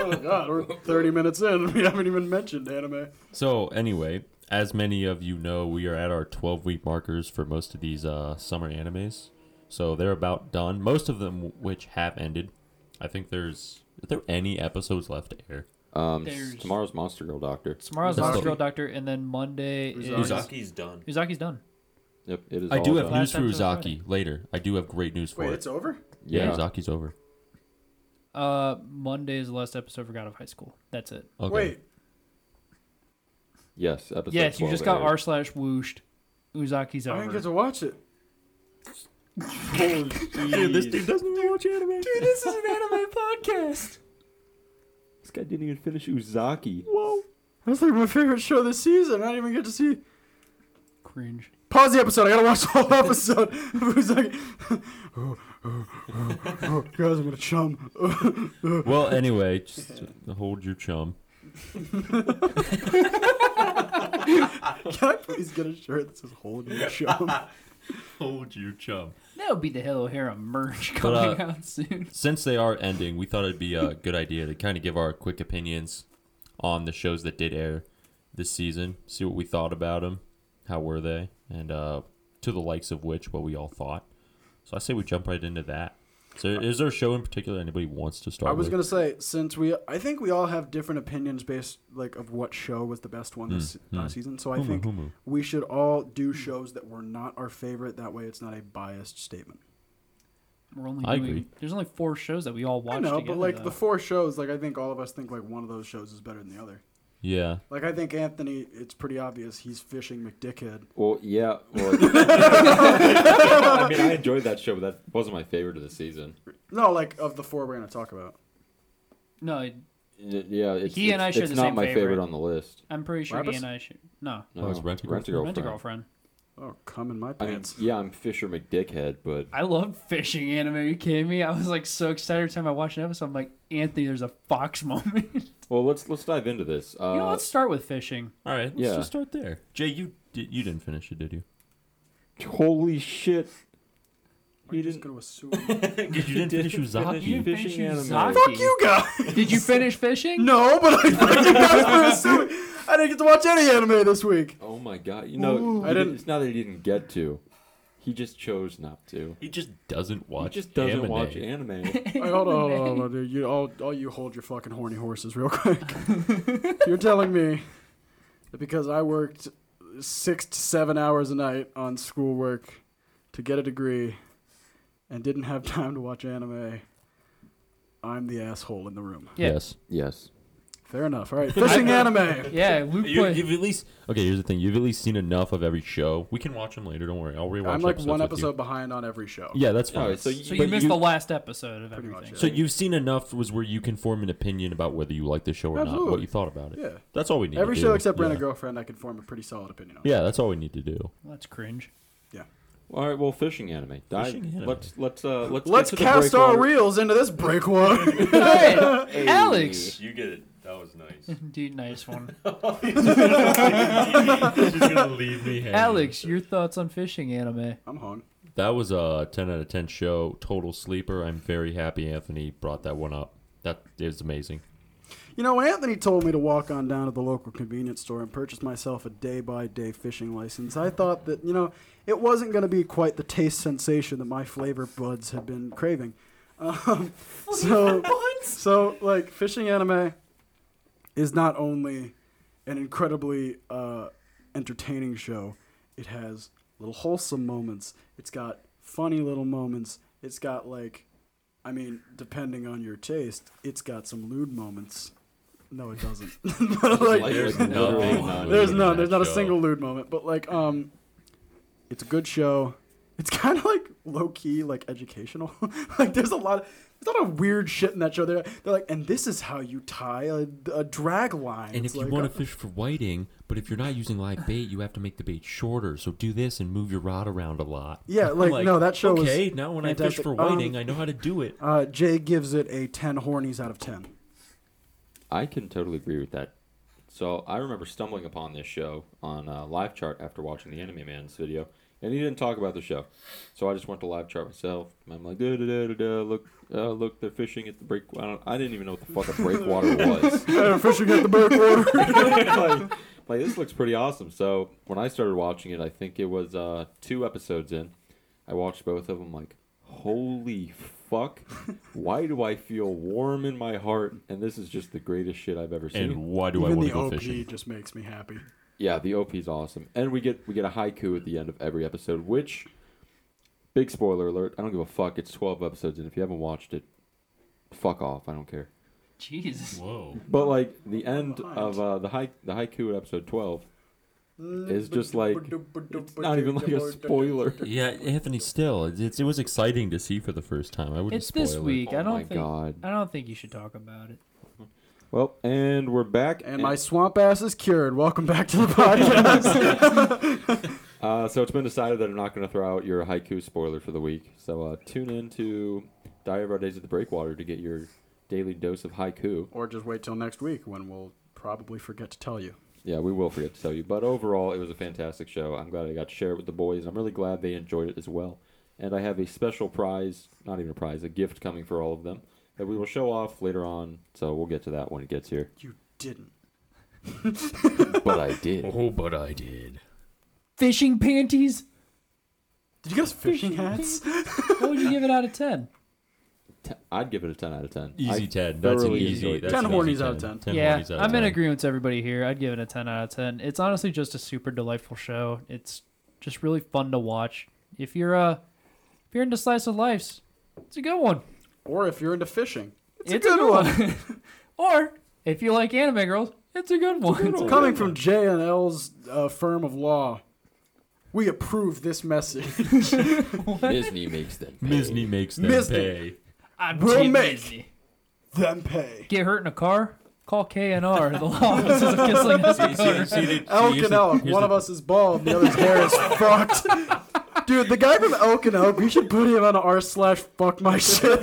[SPEAKER 2] Oh, God, we're 30 minutes in. We haven't even mentioned anime.
[SPEAKER 1] So anyway, as many of you know, we are at our 12 week markers for most of these uh, summer animes. So they're about done. Most of them which have ended. I think there's are there any episodes left to air?
[SPEAKER 4] Um, s-
[SPEAKER 3] There's-
[SPEAKER 4] tomorrow's Monster Girl Doctor.
[SPEAKER 3] Tomorrow's
[SPEAKER 1] That's
[SPEAKER 3] Monster
[SPEAKER 1] dope.
[SPEAKER 3] Girl Doctor, and then Monday is
[SPEAKER 2] Uzaki.
[SPEAKER 5] Uzaki's done.
[SPEAKER 3] Uzaki's done.
[SPEAKER 4] Yep, it is.
[SPEAKER 1] I
[SPEAKER 4] all
[SPEAKER 1] do have
[SPEAKER 4] done.
[SPEAKER 1] news
[SPEAKER 3] Last
[SPEAKER 1] for
[SPEAKER 3] episode
[SPEAKER 1] Uzaki later. I do have great news for
[SPEAKER 2] Wait,
[SPEAKER 1] it.
[SPEAKER 2] it's over?
[SPEAKER 1] Yeah,
[SPEAKER 4] Yeah,
[SPEAKER 1] Uzaki's over.
[SPEAKER 3] Uh, Monday is the last episode for God of High School. That's it.
[SPEAKER 1] Okay.
[SPEAKER 2] Wait.
[SPEAKER 4] yes. Episode
[SPEAKER 3] yes, you
[SPEAKER 4] 12
[SPEAKER 3] just got
[SPEAKER 4] aired.
[SPEAKER 3] r slash whooshed. Uzaki's
[SPEAKER 2] I didn't get
[SPEAKER 3] over.
[SPEAKER 2] to watch it.
[SPEAKER 1] Dude, this dude doesn't even watch anime.
[SPEAKER 3] This is an anime podcast.
[SPEAKER 4] This guy didn't even finish Uzaki.
[SPEAKER 2] Whoa. That's like my favorite show this season. I didn't even get to see
[SPEAKER 3] Cringe.
[SPEAKER 2] Pause the episode. I gotta watch the whole episode. It was like, oh, guys, I'm gonna chum. Oh,
[SPEAKER 1] Well, anyway, just hold your chum.
[SPEAKER 2] Can I please get a shirt that says "Hold your chum"?
[SPEAKER 1] Hold your chum.
[SPEAKER 3] That'll be the Hello Hera merch
[SPEAKER 1] But, uh,
[SPEAKER 3] coming out soon.
[SPEAKER 1] since they are ending, we thought it'd be a good idea to kind of give our quick opinions on the shows that did air this season, see what we thought about them, how were they, and uh, to the likes of which, what we all thought. So I say we jump right into that. So, is there a show in particular anybody wants to start?
[SPEAKER 2] I was
[SPEAKER 1] with?
[SPEAKER 2] gonna say since we, I think we all have different opinions based like of what show was the best one this
[SPEAKER 1] Mm,
[SPEAKER 2] uh,
[SPEAKER 1] mm.
[SPEAKER 2] season. So I
[SPEAKER 3] Mm-hmm.
[SPEAKER 1] Humu,
[SPEAKER 2] think
[SPEAKER 1] humu.
[SPEAKER 2] we should all do shows that were not our favorite. That way, it's not a biased statement.
[SPEAKER 3] We're only
[SPEAKER 1] I
[SPEAKER 3] doing,
[SPEAKER 1] agree.
[SPEAKER 3] There's only four shows that we all watched.
[SPEAKER 2] I know,
[SPEAKER 3] together,
[SPEAKER 2] but like
[SPEAKER 3] though.
[SPEAKER 2] the four shows, like I think all of us think like one of those shows is better than the other.
[SPEAKER 1] Yeah.
[SPEAKER 2] Like I think Anthony, it's pretty obvious he's fishing McDickhead.
[SPEAKER 4] Well, yeah. Well, I mean, I enjoyed that show, but that wasn't my favorite of the season.
[SPEAKER 2] No, like of the four we're gonna talk about.
[SPEAKER 3] no, it-
[SPEAKER 4] Y- Yeah, it's,
[SPEAKER 3] He and
[SPEAKER 4] it's-
[SPEAKER 3] I share
[SPEAKER 4] it's
[SPEAKER 3] the
[SPEAKER 4] not
[SPEAKER 3] same
[SPEAKER 4] my favorite.
[SPEAKER 3] favorite.
[SPEAKER 4] on the list.
[SPEAKER 3] I'm pretty sure he
[SPEAKER 2] Rabbits?
[SPEAKER 3] and I should. No,
[SPEAKER 4] No,
[SPEAKER 1] it's Rent a
[SPEAKER 4] Girlfriend.
[SPEAKER 3] rent a girlfriend.
[SPEAKER 2] Oh, come in my
[SPEAKER 4] I mean,
[SPEAKER 2] pants.
[SPEAKER 4] yeah, I'm Fisher McDickhead, but
[SPEAKER 3] I love fishing anime. Are you kidding me? I was like so excited every time I watched an episode. I'm like, Anthony, there's a fox moment. you
[SPEAKER 4] well, let's let's dive into this. Uh,
[SPEAKER 3] know, let's start with fishing.
[SPEAKER 1] All right. Let's
[SPEAKER 4] Yeah.
[SPEAKER 1] just start there. Jay, you did, you didn't finish it, did you?
[SPEAKER 4] holy shit!
[SPEAKER 2] Are you
[SPEAKER 4] He
[SPEAKER 2] just
[SPEAKER 4] didn't-
[SPEAKER 2] gonna assume?
[SPEAKER 1] You didn't finish Uzaki.
[SPEAKER 3] You
[SPEAKER 4] Fishing anime.
[SPEAKER 3] Uzaki.
[SPEAKER 2] Fuck you guys.
[SPEAKER 3] Did you finish fishing?
[SPEAKER 2] No, but I thank you guys for assuming. I didn't get to watch any anime this week.
[SPEAKER 4] Oh my god! You know,
[SPEAKER 2] I
[SPEAKER 4] I
[SPEAKER 2] didn't-
[SPEAKER 4] didn't. It's not that he didn't get to. He just chose not to.
[SPEAKER 1] He just doesn't watch.
[SPEAKER 4] he just doesn't
[SPEAKER 1] anime.
[SPEAKER 4] watch anime.
[SPEAKER 2] Hey, hold on, hold on, hold on, dude. You all, all you hold your fucking horny horses real quick. You're telling me that because I worked six to seven hours a night on schoolwork to get a degree and didn't have time to watch anime, I'm the asshole in the room.
[SPEAKER 3] Yeah.
[SPEAKER 1] Yes.
[SPEAKER 4] yes.
[SPEAKER 2] Fair enough. All right, fishing anime.
[SPEAKER 3] Yeah, Luke
[SPEAKER 1] You,
[SPEAKER 3] put.
[SPEAKER 1] have at least okay. Here's the thing. You've at least seen enough of every show. We can watch them later. Don't worry. I'll rewatch.
[SPEAKER 2] I'm like
[SPEAKER 1] episodes
[SPEAKER 2] one
[SPEAKER 1] with you.
[SPEAKER 2] episode behind on every show.
[SPEAKER 1] Yeah, that's fine.
[SPEAKER 4] All right, so you,
[SPEAKER 3] So
[SPEAKER 4] but
[SPEAKER 3] you missed
[SPEAKER 4] you-
[SPEAKER 3] the last episode of
[SPEAKER 2] Pretty much,
[SPEAKER 3] everything.
[SPEAKER 2] yeah.
[SPEAKER 1] So you've seen enough was where you can form an opinion about whether you like the show or not, what
[SPEAKER 2] Absolutely.
[SPEAKER 1] you thought about it.
[SPEAKER 2] Yeah.
[SPEAKER 1] That's all we need.
[SPEAKER 2] Every
[SPEAKER 1] to
[SPEAKER 2] show
[SPEAKER 1] do.
[SPEAKER 2] except
[SPEAKER 1] yeah.
[SPEAKER 2] Rent a Girlfriend, I can form a pretty solid opinion on.
[SPEAKER 1] Yeah, that's all we need to do.
[SPEAKER 3] Well, that's cringe.
[SPEAKER 4] All right, well, fishing anime. Dive,
[SPEAKER 1] Fishing anime.
[SPEAKER 4] Let's let's uh let's get
[SPEAKER 2] Let's
[SPEAKER 4] to the
[SPEAKER 2] cast our
[SPEAKER 4] breakwater.
[SPEAKER 2] reels into this breakwater.
[SPEAKER 3] Hey, Alex.
[SPEAKER 1] You get it. That was nice.
[SPEAKER 3] Dude, nice one.
[SPEAKER 1] She's gonna leave me hanging.
[SPEAKER 3] Alex, your thoughts on fishing anime?
[SPEAKER 2] I'm hung.
[SPEAKER 1] That was a 10 out of 10 show. Total sleeper. I'm very happy Anthony brought that one up. That is amazing.
[SPEAKER 2] You know, when Anthony told me to walk on down to the local convenience store and purchase myself a day by day fishing license, I thought that, you know, it wasn't going to be quite the taste sensation that my flavor buds had been craving. Um, so, so, like, fishing anime is not only an incredibly uh, entertaining show, it has little wholesome moments, it's got funny little moments, it's got, like, I mean, depending on your taste, it's got some lewd moments. No, it doesn't. But, like,
[SPEAKER 4] Like,
[SPEAKER 1] There's
[SPEAKER 4] like,
[SPEAKER 1] nothing
[SPEAKER 4] literally
[SPEAKER 1] wrong with
[SPEAKER 2] there's
[SPEAKER 1] in
[SPEAKER 2] none.
[SPEAKER 1] that
[SPEAKER 2] There's not a
[SPEAKER 1] show.
[SPEAKER 2] single lewd moment. But like, um, it's a good show. It's kind of like low key, like educational. like, there's a lot. Of, there's a lot of weird shit in that show. They're, they're like, and this is how you tie a, a drag line.
[SPEAKER 1] And
[SPEAKER 2] It's
[SPEAKER 1] if you
[SPEAKER 2] like,
[SPEAKER 1] want
[SPEAKER 2] uh,
[SPEAKER 1] to fish for whiting, but if you're not using live bait, you have to make the bait shorter. So do this and move your rod around a lot.
[SPEAKER 2] Yeah,
[SPEAKER 1] I'm
[SPEAKER 2] like, no, that show was
[SPEAKER 1] Okay, now when I fish
[SPEAKER 2] fantastic.
[SPEAKER 1] for
[SPEAKER 2] Um,
[SPEAKER 1] whiting, I know how to do it.
[SPEAKER 2] uh, Jay gives it a ten hornies out of ten.
[SPEAKER 4] I can totally agree with that. So I remember stumbling upon this show on uh, Live Chart after watching the Anime Man's video, and he didn't talk about the show. So I just went to Live Chart myself. And I'm like, da da da da da. Look, uh, look, they're fishing at the break. I, don't, I didn't even know what the fuck a breakwater was.
[SPEAKER 2] Uh, fishing at the breakwater.
[SPEAKER 4] like, like, this looks pretty awesome. So when I started watching it, I think it was uh, two episodes in. I watched both of them. Like, holy fuck! Why do I feel warm in my heart? And this is just the greatest shit I've ever seen.
[SPEAKER 1] And why do I
[SPEAKER 2] Even
[SPEAKER 1] want
[SPEAKER 2] the
[SPEAKER 1] to go
[SPEAKER 2] OP
[SPEAKER 1] fishing?
[SPEAKER 2] just makes me happy.
[SPEAKER 4] Yeah, the OP is awesome, and we get we get a haiku at the end of every episode. Which, big spoiler alert! I don't give a fuck. It's twelve episodes, and if you haven't watched it, fuck off. I don't care.
[SPEAKER 3] Jesus.
[SPEAKER 1] Whoa.
[SPEAKER 4] But like the end of uh, the haiku, the haiku at episode twelve is just like it's not even like a spoiler.
[SPEAKER 1] Yeah, Anthony. Still, it's, it was exciting to see for the first time. I wouldn't
[SPEAKER 3] It's
[SPEAKER 1] spoil
[SPEAKER 3] this
[SPEAKER 1] it.
[SPEAKER 3] week. I
[SPEAKER 4] Oh
[SPEAKER 3] don't
[SPEAKER 4] my
[SPEAKER 3] think.
[SPEAKER 4] God.
[SPEAKER 3] I don't think you should talk about it.
[SPEAKER 4] Well, and we're back.
[SPEAKER 2] And my swamp ass is cured. Welcome back to the podcast.
[SPEAKER 4] uh, so it's been decided that I'm not going to throw out your haiku spoiler for the week. So uh, tune in to Diary of Our Days at the Breakwater to get your daily dose of haiku.
[SPEAKER 2] or just wait till next week when we'll probably forget to tell you.
[SPEAKER 4] Yeah, we will forget to tell you. But overall, it was a fantastic show. I'm glad I got to share it with the boys. I'm really glad they enjoyed it as well. And I have a special prize, not even a prize, a gift coming for all of them that we will show off later on. So we'll get to that when it gets here.
[SPEAKER 2] You didn't.
[SPEAKER 4] But I did.
[SPEAKER 1] Oh, but I did.
[SPEAKER 3] Fishing panties.
[SPEAKER 2] Did you guys fishing hats?
[SPEAKER 3] What would you give it out of ten?
[SPEAKER 4] t- I'd give it a ten out of ten.
[SPEAKER 1] Easy
[SPEAKER 4] I
[SPEAKER 1] ten. That's an
[SPEAKER 4] thoroughly
[SPEAKER 1] easy.
[SPEAKER 4] enjoyed
[SPEAKER 1] That's
[SPEAKER 4] it.
[SPEAKER 2] Ten
[SPEAKER 1] an
[SPEAKER 2] hornies
[SPEAKER 1] easy
[SPEAKER 2] out of ten.
[SPEAKER 3] yeah,
[SPEAKER 1] hornies out of
[SPEAKER 3] I'm in
[SPEAKER 1] 10.
[SPEAKER 3] agreement with everybody here. I'd give it a 10 out of 10. It's honestly just a super delightful show. It's just really fun to watch. If you're uh, if you're into slice of lives, it's a good one.
[SPEAKER 2] Or if you're into fishing, it's,
[SPEAKER 3] It's
[SPEAKER 2] a good one.
[SPEAKER 3] Or if you like anime girls, it's a good one.
[SPEAKER 2] Coming from J and L's uh, firm of law, we approve this message.
[SPEAKER 4] Disney makes them. pay.
[SPEAKER 1] Misney makes them
[SPEAKER 2] Misney.
[SPEAKER 1] pay.
[SPEAKER 3] I'm
[SPEAKER 2] We'll
[SPEAKER 3] Team
[SPEAKER 2] make-
[SPEAKER 3] Disney.
[SPEAKER 2] then pay.
[SPEAKER 3] Get hurt in a car? Call K and R. The law offices of Kissling Hills,
[SPEAKER 1] See, see,
[SPEAKER 3] Dakota.
[SPEAKER 1] see, the- see,
[SPEAKER 2] Elk
[SPEAKER 1] here's
[SPEAKER 2] and
[SPEAKER 1] the-
[SPEAKER 2] Elk.
[SPEAKER 1] here's
[SPEAKER 2] One
[SPEAKER 1] the-
[SPEAKER 2] of us is bald, the other's hair is fucked. Dude, the guy from Elk and Elk, we should put him on r slash fuck my shit.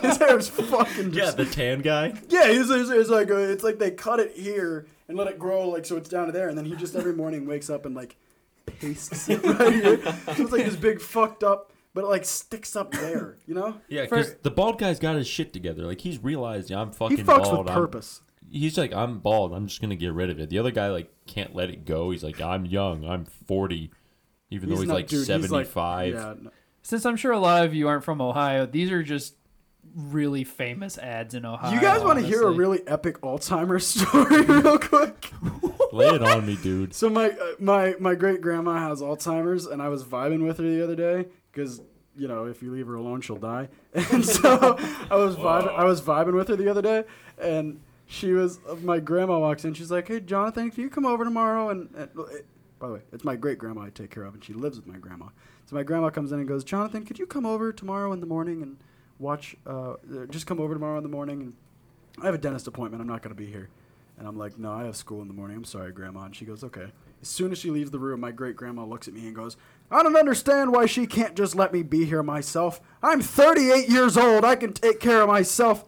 [SPEAKER 2] His hair is fucking.
[SPEAKER 1] Yeah,
[SPEAKER 2] Just,
[SPEAKER 1] the tan guy.
[SPEAKER 2] yeah, his, his, his like uh, it's like they cut it here and let it grow like so it's down to there, and then he just every morning wakes up and like pastes it right here. So it's like this big fucked up, but it like sticks up there, you know.
[SPEAKER 1] Yeah,
[SPEAKER 3] For-
[SPEAKER 1] because the bald guy's got his shit together. Like he's realized, yeah, I'm
[SPEAKER 2] He
[SPEAKER 1] fucking
[SPEAKER 2] fucks
[SPEAKER 1] bald.
[SPEAKER 2] with
[SPEAKER 1] I'm-
[SPEAKER 2] purpose.
[SPEAKER 1] he's like, I'm bald. I'm just gonna get rid of it. The other guy like can't let it go. He's like, I'm young. I'm 40, even though he's
[SPEAKER 2] not-
[SPEAKER 1] like
[SPEAKER 2] dude, he's, like-
[SPEAKER 1] 75.
[SPEAKER 2] yeah, no-
[SPEAKER 3] Since I'm sure a lot of you aren't from Ohio, these are just really famous ads in Ohio.
[SPEAKER 2] You guys want to hear a
[SPEAKER 3] honestly.
[SPEAKER 2] really epic Alzheimer's story, real quick?
[SPEAKER 1] Lay it on me, dude.
[SPEAKER 2] So my uh, my my great grandma has Alzheimer's, and I was vibing with her the other day because you know if you leave her alone, she'll die. And so I was vibing I was vibing with her the other day, and she was my grandma walks in, she's like, "Hey, Jonathan, can you come over tomorrow?" And, and by the way, it's my great grandma I take care of, and she lives with my grandma. So my grandma comes in and goes, "Jonathan, could you come over tomorrow in the morning and watch? Uh, uh, just come over tomorrow in the morning and." I have a dentist appointment. I'm not going to be here. And I'm like, no, I have school in the morning. I'm sorry, Grandma. And she goes, okay. As soon as she leaves the room, my great grandma looks at me and goes, I don't understand why she can't just let me be here myself. I'm 38 years old. I can take care of myself.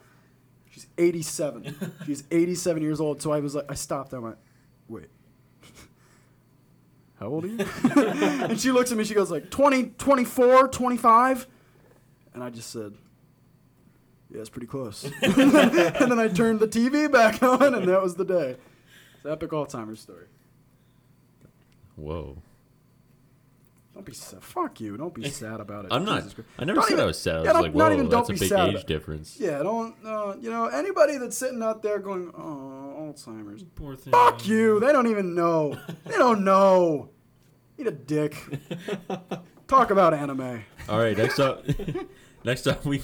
[SPEAKER 2] She's 87. She's 87 years old. So I was like, I stopped. I went, wait. How old are you? and she looks at me. She goes like 20, 24, 25. And I just said, yeah, it's pretty close. and then I turned the TV back on, and that was the day. It's an epic Alzheimer's story.
[SPEAKER 1] Whoa.
[SPEAKER 2] Don't be sad. Fuck you. Don't be sad about it.
[SPEAKER 1] I'm not.
[SPEAKER 2] Jesus Christ.
[SPEAKER 1] I never
[SPEAKER 2] Not
[SPEAKER 1] said
[SPEAKER 2] even-
[SPEAKER 1] I was sad. I was
[SPEAKER 2] yeah, don't-
[SPEAKER 1] like,
[SPEAKER 2] not
[SPEAKER 1] whoa,
[SPEAKER 2] even don't
[SPEAKER 1] that's a
[SPEAKER 2] be
[SPEAKER 1] big
[SPEAKER 2] sad.
[SPEAKER 1] age difference.
[SPEAKER 2] Yeah, don't. Uh, you know, anybody that's sitting out there going, "Oh, Alzheimer's."
[SPEAKER 1] Poor thing.
[SPEAKER 2] Fuck you. They don't even know. They don't know. Eat a dick. Talk about anime.
[SPEAKER 1] All right, next up. next up, we.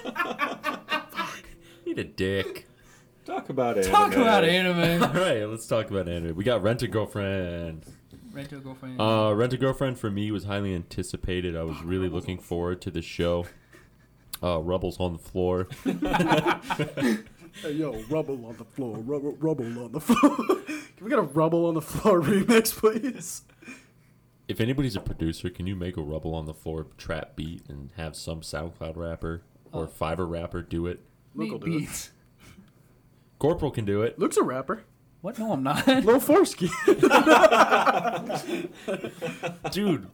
[SPEAKER 1] Need a dick.
[SPEAKER 4] Talk about it.
[SPEAKER 3] talk about
[SPEAKER 1] All
[SPEAKER 3] anime.
[SPEAKER 1] right, let's talk about anime. We got Rent a Girlfriend.
[SPEAKER 3] Rent a girlfriend.
[SPEAKER 1] Uh, Rent a Girlfriend for me was highly anticipated. I was really looking forward to the show. Uh, Rebels on the floor.
[SPEAKER 2] Hey, yo, rubble on the floor. Rubble, rubble on the floor. Can we get a rubble on the floor remix, please?
[SPEAKER 1] If anybody's a producer, can you make a Rubble on the floor trap beat and have some SoundCloud rapper or Fiverr rapper do it?
[SPEAKER 2] Luke will
[SPEAKER 3] Meat
[SPEAKER 2] do it.
[SPEAKER 3] beats.
[SPEAKER 1] Corporal can do it.
[SPEAKER 2] Luke's a rapper.
[SPEAKER 3] What? No, I'm not.
[SPEAKER 2] Lil Forsky.
[SPEAKER 1] Dude,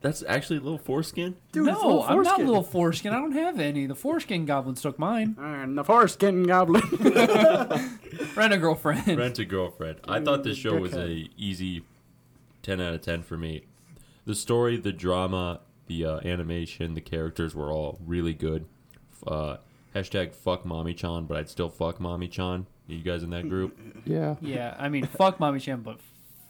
[SPEAKER 1] that's actually a little foreskin.
[SPEAKER 2] Dude, it's
[SPEAKER 3] no,
[SPEAKER 2] Lil
[SPEAKER 3] I'm not
[SPEAKER 2] Foreskin.
[SPEAKER 3] little foreskin. I don't have any. The foreskin goblins took mine.
[SPEAKER 2] And the foreskin goblin.
[SPEAKER 3] Rent a girlfriend.
[SPEAKER 1] Rent a Girlfriend. I thought this show was a
[SPEAKER 2] Dickhead.
[SPEAKER 1] easy 10 out of 10 for me. The story, the drama, the uh, animation, the characters were all really good. F- Uh, hashtag fuck mommy chan, but I'd still fuck mommy chan. You guys in that group?
[SPEAKER 4] Yeah.
[SPEAKER 3] Yeah, I mean, fuck mommy chan, but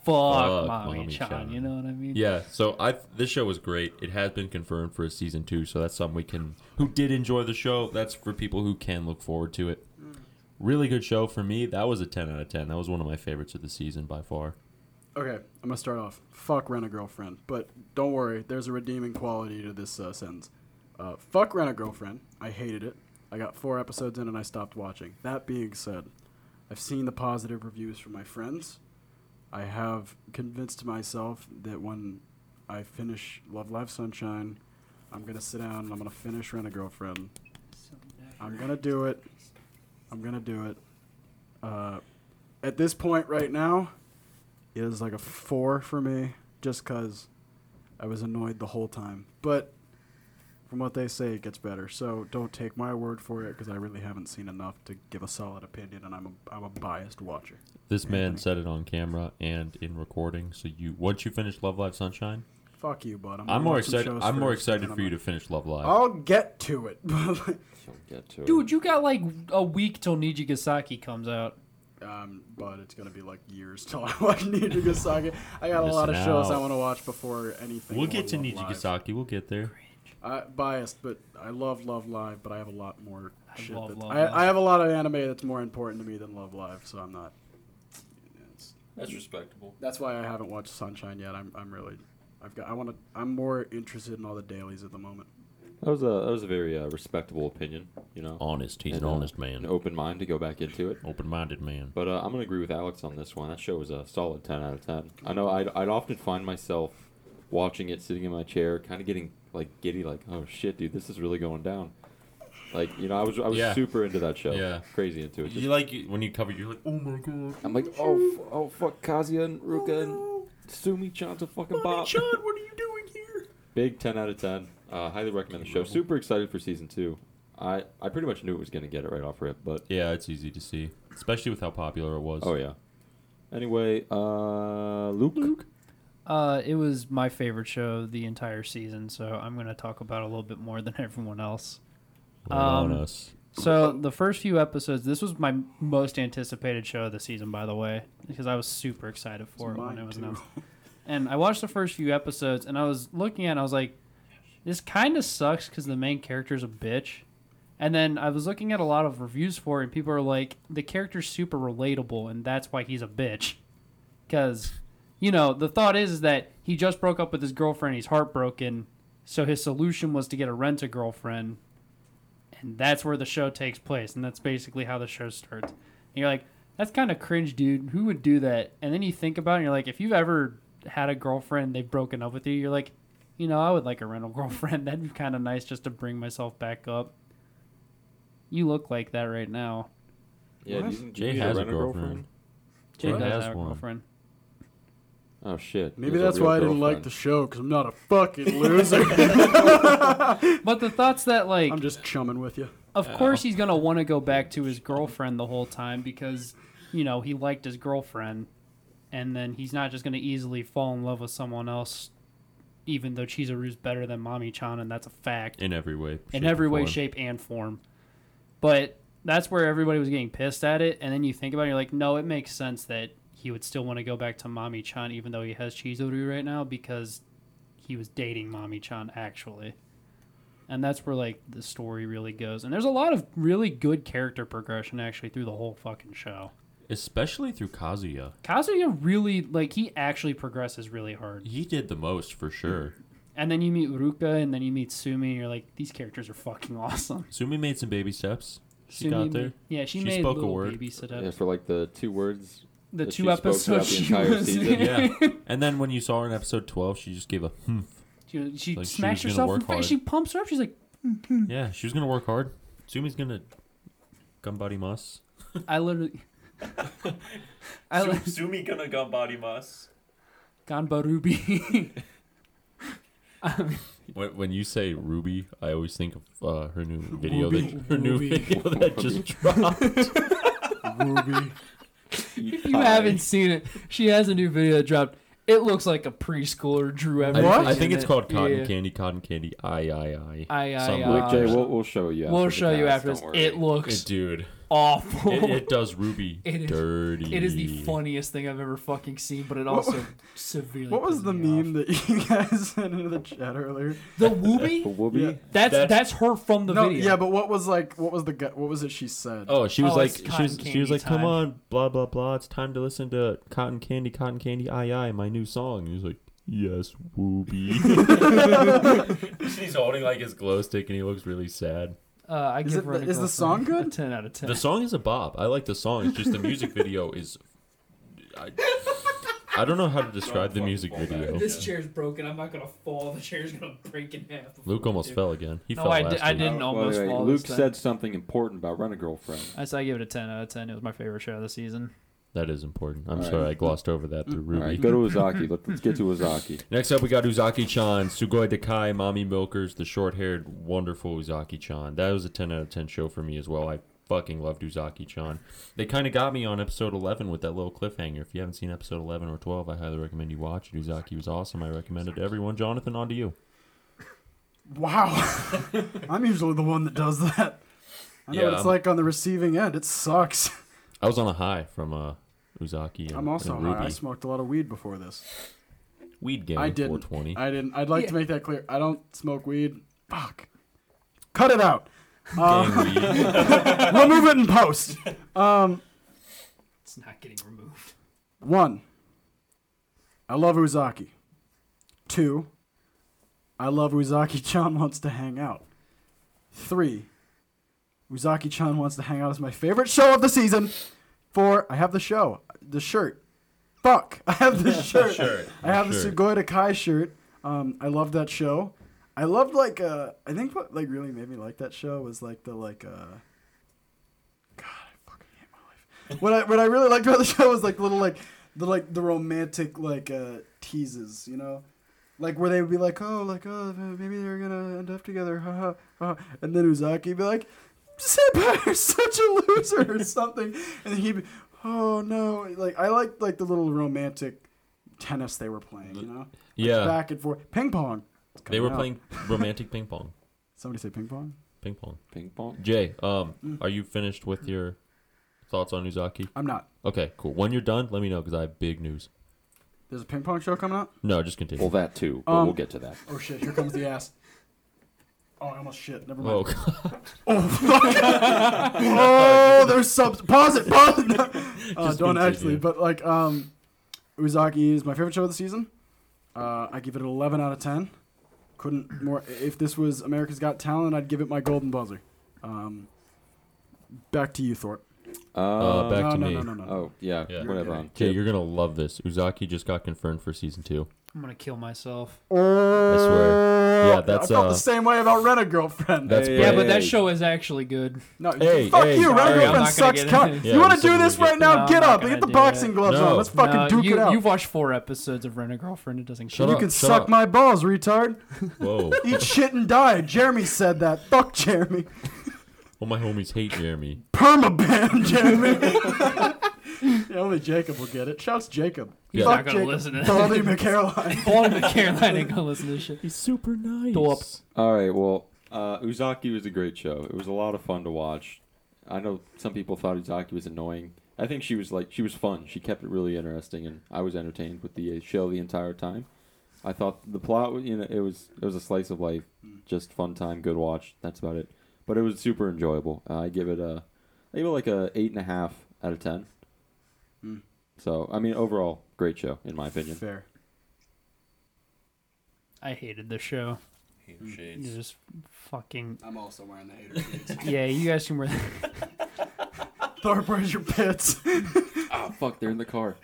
[SPEAKER 3] fuck, mommy,
[SPEAKER 1] Mommy
[SPEAKER 3] chan,
[SPEAKER 1] Chan.
[SPEAKER 3] You know what I mean?
[SPEAKER 1] Yeah. So I this show was great. It has been confirmed for a season two, so that's something we can who did enjoy the show. That's for people who can look forward to it. Really good show for me. That was a ten out of ten. That was one of my favorites of the season by far.
[SPEAKER 2] okay, I'm gonna start off. Fuck rent a girlfriend, but don't worry, there's a redeeming quality to this uh, sentence. Uh, fuck rent a girlfriend. I hated it. I got four episodes in and I stopped watching. That being said, I've seen the positive reviews from my friends. I have convinced myself that when I finish Love Live Sunshine, I'm gonna sit down and I'm gonna finish Rent a Girlfriend. I'm gonna do it. I'm gonna do it. Uh, at this point right now, it is like a four for me, just cause I was annoyed the whole time. But from what they say, it gets better. So don't take my word for it, cause I really haven't seen enough to give a solid opinion, and I'm a, I'm a biased watcher.
[SPEAKER 1] This man said it on camera and in recording. So you once you finish Love Live Sunshine,
[SPEAKER 2] Fuck you, bud.
[SPEAKER 1] I'm more excited. I'm more excited for you to finish Love Live.
[SPEAKER 2] I'll get to it. but, like,
[SPEAKER 4] She'll get to it.
[SPEAKER 3] Dude, you got like a week till Niji Gasaki comes out.
[SPEAKER 2] um, but it's gonna be like years till I watch Nijigasaki. I got a lot of
[SPEAKER 1] Missing
[SPEAKER 2] shows I
[SPEAKER 1] out.
[SPEAKER 2] want to watch before anything.
[SPEAKER 1] we'll
[SPEAKER 2] on
[SPEAKER 1] get to
[SPEAKER 2] Love Live.
[SPEAKER 1] Nijigasaki. We'll get there.
[SPEAKER 2] I biased, but I love Love Live, but I have a lot more
[SPEAKER 3] I
[SPEAKER 2] shit.
[SPEAKER 3] love
[SPEAKER 2] that's,
[SPEAKER 3] Love
[SPEAKER 2] I,
[SPEAKER 3] Live.
[SPEAKER 2] I have a lot of anime that's more important to me than Love Live, so I'm not. it's-
[SPEAKER 4] That's respectable.
[SPEAKER 2] that's why I haven't watched Sunshine yet. I'm, I'm really, I've got, I want to, I'm more interested in all the dailies at the moment.
[SPEAKER 4] That was a that was a very uh, respectable opinion. You know,
[SPEAKER 1] Honest. He's
[SPEAKER 4] And,
[SPEAKER 1] an
[SPEAKER 4] uh,
[SPEAKER 1] honest
[SPEAKER 4] an
[SPEAKER 1] man.
[SPEAKER 4] open mind to go back into it.
[SPEAKER 1] Open-minded man.
[SPEAKER 4] But uh, I'm gonna agree with Alex on this one. That show was a solid 10 out of 10. I know I'd, I'd often find myself watching it, sitting in my chair, kind of getting like giddy, like oh shit, dude, this is really going down. Like you know, I was I was
[SPEAKER 1] Yeah.
[SPEAKER 4] super into that show.
[SPEAKER 1] Yeah.
[SPEAKER 4] crazy into it.
[SPEAKER 1] You like when you cover, you're like, oh my god. Oh,
[SPEAKER 4] I'm like, oh, f- oh, fuck, Kazuya and Ruka and Sumi Chan's a fucking bop.
[SPEAKER 1] what are you doing here?
[SPEAKER 4] Big 10 out of 10. Uh, highly recommend the show. Super excited for season two. I, I pretty much knew it was going to get it right off rip, but
[SPEAKER 1] Yeah, it's easy to see, especially with how popular it was.
[SPEAKER 4] oh yeah. Anyway, uh, Luke.
[SPEAKER 3] Uh, it was my favorite show the entire season, so I'm going to talk about it a little bit more than everyone else.
[SPEAKER 1] Lean on
[SPEAKER 3] Um,
[SPEAKER 1] us.
[SPEAKER 3] So the first few episodes, this was my most anticipated show of the season, by the way, because I was super excited for
[SPEAKER 2] It's
[SPEAKER 3] it when
[SPEAKER 2] mine,
[SPEAKER 3] it was
[SPEAKER 2] too.
[SPEAKER 3] announced. And I watched the first few episodes, and I was looking at, it, and I was like, this kind of sucks because the main character's a bitch. And then I was looking at a lot of reviews for it, and people are like, the character's super relatable, and that's why he's a bitch. Because, you know, the thought is, is that he just broke up with his girlfriend, he's heartbroken, so his solution was to get a rent a girlfriend, and that's where the show takes place, and that's basically how the show starts. And you're like, that's kind of cringe, dude. Who would do that? And then you think about it, and you're like, if you've ever had a girlfriend, they've broken up with you, you're like, you know, I would like a rental girlfriend. That'd be kind of nice just to bring myself back up. You look like that right now.
[SPEAKER 4] Yeah,
[SPEAKER 2] What?
[SPEAKER 4] do you- do you
[SPEAKER 1] Jay
[SPEAKER 4] need
[SPEAKER 1] has a
[SPEAKER 4] renter
[SPEAKER 1] girlfriend.
[SPEAKER 3] Jay
[SPEAKER 1] Well,
[SPEAKER 3] does
[SPEAKER 1] has
[SPEAKER 3] have a
[SPEAKER 1] one.
[SPEAKER 3] girlfriend.
[SPEAKER 4] Oh shit.
[SPEAKER 2] Maybe
[SPEAKER 4] There's a
[SPEAKER 2] that's
[SPEAKER 4] real
[SPEAKER 2] why I didn't like the
[SPEAKER 4] girlfriend.
[SPEAKER 2] show because I'm not a fucking loser.
[SPEAKER 3] But the thoughts that like,
[SPEAKER 2] I'm just chumming with you.
[SPEAKER 3] of course he's gonna want to go back to his girlfriend the whole time because, you know, he liked his girlfriend, and then he's not just gonna easily fall in love with someone else, even though Chizaru's better than Mommy Chan, and that's a fact.
[SPEAKER 1] in every way.
[SPEAKER 3] in
[SPEAKER 1] shape, or
[SPEAKER 3] every way,
[SPEAKER 1] form.
[SPEAKER 3] shape, and form. But that's where everybody was getting pissed at it. And then you think about it, you're like, no, it makes sense that he would still want to go back to Mommy Chan, even though he has Chizuru right now, because he was dating Mommy Chan actually. And that's where like the story really goes. And there's a lot of really good character progression actually through the whole fucking show.
[SPEAKER 1] especially through Kazuya.
[SPEAKER 3] Kazuya really like he actually progresses really hard.
[SPEAKER 1] He did the most for sure.
[SPEAKER 3] And then you meet Uruka and then you meet Sumi and you're like, these characters are fucking awesome.
[SPEAKER 1] Sumi made some baby steps. She
[SPEAKER 3] Sumi
[SPEAKER 1] got
[SPEAKER 3] ma-
[SPEAKER 1] there.
[SPEAKER 3] yeah, she,
[SPEAKER 1] She
[SPEAKER 3] made
[SPEAKER 1] spoke a
[SPEAKER 3] little
[SPEAKER 1] word.
[SPEAKER 3] baby sit-ups.
[SPEAKER 4] Yeah, for like the two words.
[SPEAKER 3] the
[SPEAKER 4] that
[SPEAKER 3] two
[SPEAKER 4] she spoke throughout
[SPEAKER 3] episodes
[SPEAKER 4] the
[SPEAKER 3] she
[SPEAKER 4] entire
[SPEAKER 3] was
[SPEAKER 4] season.
[SPEAKER 3] in.
[SPEAKER 1] Yeah. And then when you saw her in episode 12, she just gave a hmm.
[SPEAKER 3] She, she
[SPEAKER 1] Like, she
[SPEAKER 3] smacks
[SPEAKER 1] was gonna
[SPEAKER 3] herself in
[SPEAKER 1] work
[SPEAKER 3] the face.
[SPEAKER 1] hard.
[SPEAKER 3] She pumps her up. She's like,
[SPEAKER 1] Yeah, she was going to work hard. Sumi's going to gun body mas.
[SPEAKER 3] I literally. I li-
[SPEAKER 1] Sumi going to gun body mas.
[SPEAKER 3] Ganba Ruby.
[SPEAKER 1] When, when you say Ruby, I always think of uh, her new video
[SPEAKER 2] Ruby,
[SPEAKER 1] that her new
[SPEAKER 2] Ruby.
[SPEAKER 1] video that just dropped.
[SPEAKER 2] Ruby.
[SPEAKER 3] if you haven't seen it, she has a new video that dropped. It looks like a preschooler drew
[SPEAKER 1] I,
[SPEAKER 3] everything.
[SPEAKER 1] I
[SPEAKER 3] in
[SPEAKER 1] think it's
[SPEAKER 3] it.
[SPEAKER 1] called Cotton
[SPEAKER 3] Yeah.
[SPEAKER 1] Candy, Cotton Candy. I I I.
[SPEAKER 3] I, I,
[SPEAKER 1] Something
[SPEAKER 3] I.
[SPEAKER 1] like
[SPEAKER 4] Luke, Jay,
[SPEAKER 1] that.
[SPEAKER 4] we'll, we'll show you.
[SPEAKER 3] we'll
[SPEAKER 4] after the
[SPEAKER 3] show you
[SPEAKER 4] cast,
[SPEAKER 3] after this.
[SPEAKER 4] don't worry.
[SPEAKER 3] It looks
[SPEAKER 1] Dude,
[SPEAKER 3] awful.
[SPEAKER 1] it, it does Ruby
[SPEAKER 3] It is-
[SPEAKER 1] dirty.
[SPEAKER 3] it is the funniest thing I've ever fucking seen, but it also severely.
[SPEAKER 2] What was
[SPEAKER 3] pissed
[SPEAKER 2] the
[SPEAKER 3] me
[SPEAKER 2] meme
[SPEAKER 3] off.
[SPEAKER 2] that you guys sent into the chat earlier?
[SPEAKER 3] The Wooby?
[SPEAKER 4] But we'll be.
[SPEAKER 2] Yeah.
[SPEAKER 3] That's,
[SPEAKER 1] That's-
[SPEAKER 3] that's her from the
[SPEAKER 2] no,
[SPEAKER 3] video.
[SPEAKER 2] yeah, but what was like? What was the gu- what was it she said?
[SPEAKER 1] Oh, she was
[SPEAKER 3] Oh,
[SPEAKER 1] like,
[SPEAKER 3] it's
[SPEAKER 1] she
[SPEAKER 3] cotton
[SPEAKER 1] was, she was
[SPEAKER 3] candy
[SPEAKER 1] like, come
[SPEAKER 3] time."
[SPEAKER 1] on, blah blah blah. It's time to listen to Cotton Candy, Cotton Candy, aye aye, my new song. And he was like, yes, whoopie. He's holding like his glow stick, and he looks really sad.
[SPEAKER 3] Uh, I
[SPEAKER 2] Is
[SPEAKER 3] give
[SPEAKER 2] it
[SPEAKER 3] her
[SPEAKER 2] the-
[SPEAKER 3] Renegade
[SPEAKER 2] is the
[SPEAKER 3] Girlfriend
[SPEAKER 2] song good?
[SPEAKER 3] A Ten out of ten.
[SPEAKER 1] The song is a bop. I like the song. It's just the music video is. I, I don't know how to describe the music video.
[SPEAKER 3] This chair's broken. I'm not gonna fall. The chair's gonna break in half.
[SPEAKER 1] Luke almost fell again. He
[SPEAKER 3] No,
[SPEAKER 1] fell
[SPEAKER 3] I
[SPEAKER 1] last
[SPEAKER 3] di- I
[SPEAKER 1] week.
[SPEAKER 3] didn't
[SPEAKER 4] Oh, wait,
[SPEAKER 3] almost
[SPEAKER 4] wait,
[SPEAKER 3] fall this
[SPEAKER 4] Luke
[SPEAKER 3] time.
[SPEAKER 4] said something important about Rent a Girlfriend.
[SPEAKER 3] I said I give it a ten out of ten. It was my favorite show of the season.
[SPEAKER 1] That is important. I'm
[SPEAKER 4] All
[SPEAKER 1] sorry,
[SPEAKER 4] right.
[SPEAKER 1] I glossed over that through
[SPEAKER 4] All
[SPEAKER 1] Ruby.
[SPEAKER 4] right, go to Ozaki. Let, let's get to Ozaki.
[SPEAKER 1] Next up, we got Uzaki Chan, Sugoi Dakai, Mommy Milkers, the short haired, wonderful Uzaki Chan. That was a 10 out of 10 show for me as well. I fucking love Duzaki Chan. They kind of got me on episode 11 with that little cliffhanger. If you haven't seen episode 11 or 12, I highly recommend you watch. Duzaki was awesome. I recommend it to everyone. Jonathan, on to you.
[SPEAKER 2] Wow. I'm usually the one that does that. I know
[SPEAKER 1] Yeah,
[SPEAKER 2] what it's
[SPEAKER 1] I'm-
[SPEAKER 2] like on the receiving end. It sucks.
[SPEAKER 1] I was on a high from uh, Uzaki and,
[SPEAKER 2] I'm also
[SPEAKER 1] and
[SPEAKER 2] high. I
[SPEAKER 1] Ruby.
[SPEAKER 2] smoked a lot of weed before this.
[SPEAKER 1] Weed game,
[SPEAKER 2] I didn't.
[SPEAKER 1] 420.
[SPEAKER 2] I didn't. I'd like to make that clear. I don't smoke weed. Fuck. Cut it out. Uh,
[SPEAKER 1] Gang weed.
[SPEAKER 2] remove it in post. Um,
[SPEAKER 3] It's not getting removed.
[SPEAKER 2] one. I love Uzaki. Two. I love Uzaki Chan wants to hang out. Three. Uzaki Chan wants to hang out is my favorite show of the season. Four. I have the show, the shirt. Fuck. I have the shirt. I have the
[SPEAKER 1] Sure.
[SPEAKER 2] Sugoi Kai shirt. Um, I love that show. I loved like uh, I think what like really made me like that show was like the like uh, God, I fucking hate my life. What I what I really liked about the show was like the little like the like the romantic like uh teases, you know. Like where they would be like, oh, like oh, maybe they're gonna end up together, haha, haha. and then Uzaki would be like, Senpai, you're such a loser or something, and he'd be, oh no, like I liked like the little romantic tennis they were playing, you know,
[SPEAKER 1] yeah,
[SPEAKER 2] back and forth, ping pong. It's
[SPEAKER 1] they
[SPEAKER 2] coming
[SPEAKER 1] were
[SPEAKER 2] out.
[SPEAKER 1] playing romantic ping pong.
[SPEAKER 2] Somebody say ping pong.
[SPEAKER 1] Ping pong.
[SPEAKER 4] Ping pong.
[SPEAKER 1] Jay, um,
[SPEAKER 2] Mm.
[SPEAKER 1] are you finished with your thoughts on Uzaki?
[SPEAKER 2] I'm not.
[SPEAKER 1] Okay, cool. When you're done, let me know because I have big news.
[SPEAKER 2] There's a ping pong show coming out.
[SPEAKER 1] No, just continue.
[SPEAKER 4] Well, that too. But
[SPEAKER 2] Um,
[SPEAKER 4] we'll get to that.
[SPEAKER 2] Oh shit! Here comes the ass. Oh, I almost shit. Never mind.
[SPEAKER 1] Oh, God.
[SPEAKER 2] Oh, there's subs. Pause it. Pause it. Uh,
[SPEAKER 1] Just
[SPEAKER 2] don't
[SPEAKER 1] continue.
[SPEAKER 2] actually, but like, um, Uzaki is my favorite show of the season. Uh, I give it an 11 out of 10. Couldn't more. If this was America's Got Talent, I'd give it my golden buzzer. Um, back to you, Thorpe.
[SPEAKER 1] Uh, back
[SPEAKER 2] no,
[SPEAKER 1] to
[SPEAKER 2] no,
[SPEAKER 1] me.
[SPEAKER 2] no, no, no, no.
[SPEAKER 4] Oh yeah,
[SPEAKER 1] Yeah.
[SPEAKER 4] whatever.
[SPEAKER 2] You're
[SPEAKER 4] On.
[SPEAKER 1] Jay, you're gonna love this. Uzaki just got confirmed for season two.
[SPEAKER 3] I'm gonna kill myself.
[SPEAKER 1] I swear. Yeah,
[SPEAKER 2] I
[SPEAKER 1] that's
[SPEAKER 2] felt
[SPEAKER 1] uh.
[SPEAKER 2] the same way about Rent a Girlfriend.
[SPEAKER 1] That's
[SPEAKER 4] Hey,
[SPEAKER 1] bra-
[SPEAKER 3] Yeah, but that
[SPEAKER 4] Hey.
[SPEAKER 3] show is actually good.
[SPEAKER 2] no,
[SPEAKER 1] hey,
[SPEAKER 2] fuck
[SPEAKER 1] hey,
[SPEAKER 2] you. Rent
[SPEAKER 1] sorry,
[SPEAKER 2] a
[SPEAKER 1] I'm
[SPEAKER 2] Girlfriend
[SPEAKER 3] not gonna
[SPEAKER 2] sucks.
[SPEAKER 3] get
[SPEAKER 2] cock.
[SPEAKER 3] into this.
[SPEAKER 1] Yeah,
[SPEAKER 2] you want
[SPEAKER 1] this
[SPEAKER 2] to do
[SPEAKER 1] is
[SPEAKER 2] this
[SPEAKER 1] gonna
[SPEAKER 2] right
[SPEAKER 1] get-
[SPEAKER 3] No,
[SPEAKER 2] now?
[SPEAKER 3] I'm
[SPEAKER 2] get
[SPEAKER 3] not
[SPEAKER 2] up and
[SPEAKER 3] gonna
[SPEAKER 2] get the
[SPEAKER 3] do
[SPEAKER 2] boxing
[SPEAKER 3] that.
[SPEAKER 2] gloves on.
[SPEAKER 1] No.
[SPEAKER 2] Let's fucking
[SPEAKER 3] No,
[SPEAKER 2] duke
[SPEAKER 3] you,
[SPEAKER 2] it out.
[SPEAKER 3] You've watched four episodes of Rent a Girlfriend. It doesn't
[SPEAKER 1] Shut
[SPEAKER 3] count.
[SPEAKER 2] you
[SPEAKER 1] up,
[SPEAKER 2] can suck
[SPEAKER 1] up.
[SPEAKER 2] my balls, retard.
[SPEAKER 1] whoa.
[SPEAKER 2] Eat shit and die. Jeremy said that. Fuck Jeremy.
[SPEAKER 1] All my homies hate Jeremy.
[SPEAKER 2] Permaban, Jeremy. yeah, only Jacob will get it. Shouts Jacob.
[SPEAKER 3] He's
[SPEAKER 1] Yeah.
[SPEAKER 3] not gonna listen to
[SPEAKER 2] Follow
[SPEAKER 3] this.
[SPEAKER 2] me, McCaroline.
[SPEAKER 3] Blonde and Caroline ain't gonna listen to this shit.
[SPEAKER 1] He's super nice.
[SPEAKER 3] Dope.
[SPEAKER 4] All right. Well, uh, Uzaki was a great show. It was a lot of fun to watch. I know some people thought Uzaki was annoying. I think she was like she was fun. She kept it really interesting, and I was entertained with the uh, show the entire time. I thought the plot, was you know, it was it was a slice of life, just fun time, good watch. That's about it. But it was super enjoyable. Uh, I give it a, I give it like a eight and a half out of ten.
[SPEAKER 2] Hmm.
[SPEAKER 4] So I mean, overall, great show in my opinion.
[SPEAKER 2] Fair.
[SPEAKER 3] I hated the show. You just fucking
[SPEAKER 2] I'm also wearing the hater.
[SPEAKER 3] yeah. You guys can wear.
[SPEAKER 2] Thorpe, where's your pits?
[SPEAKER 4] Oh fuck, they're in the car.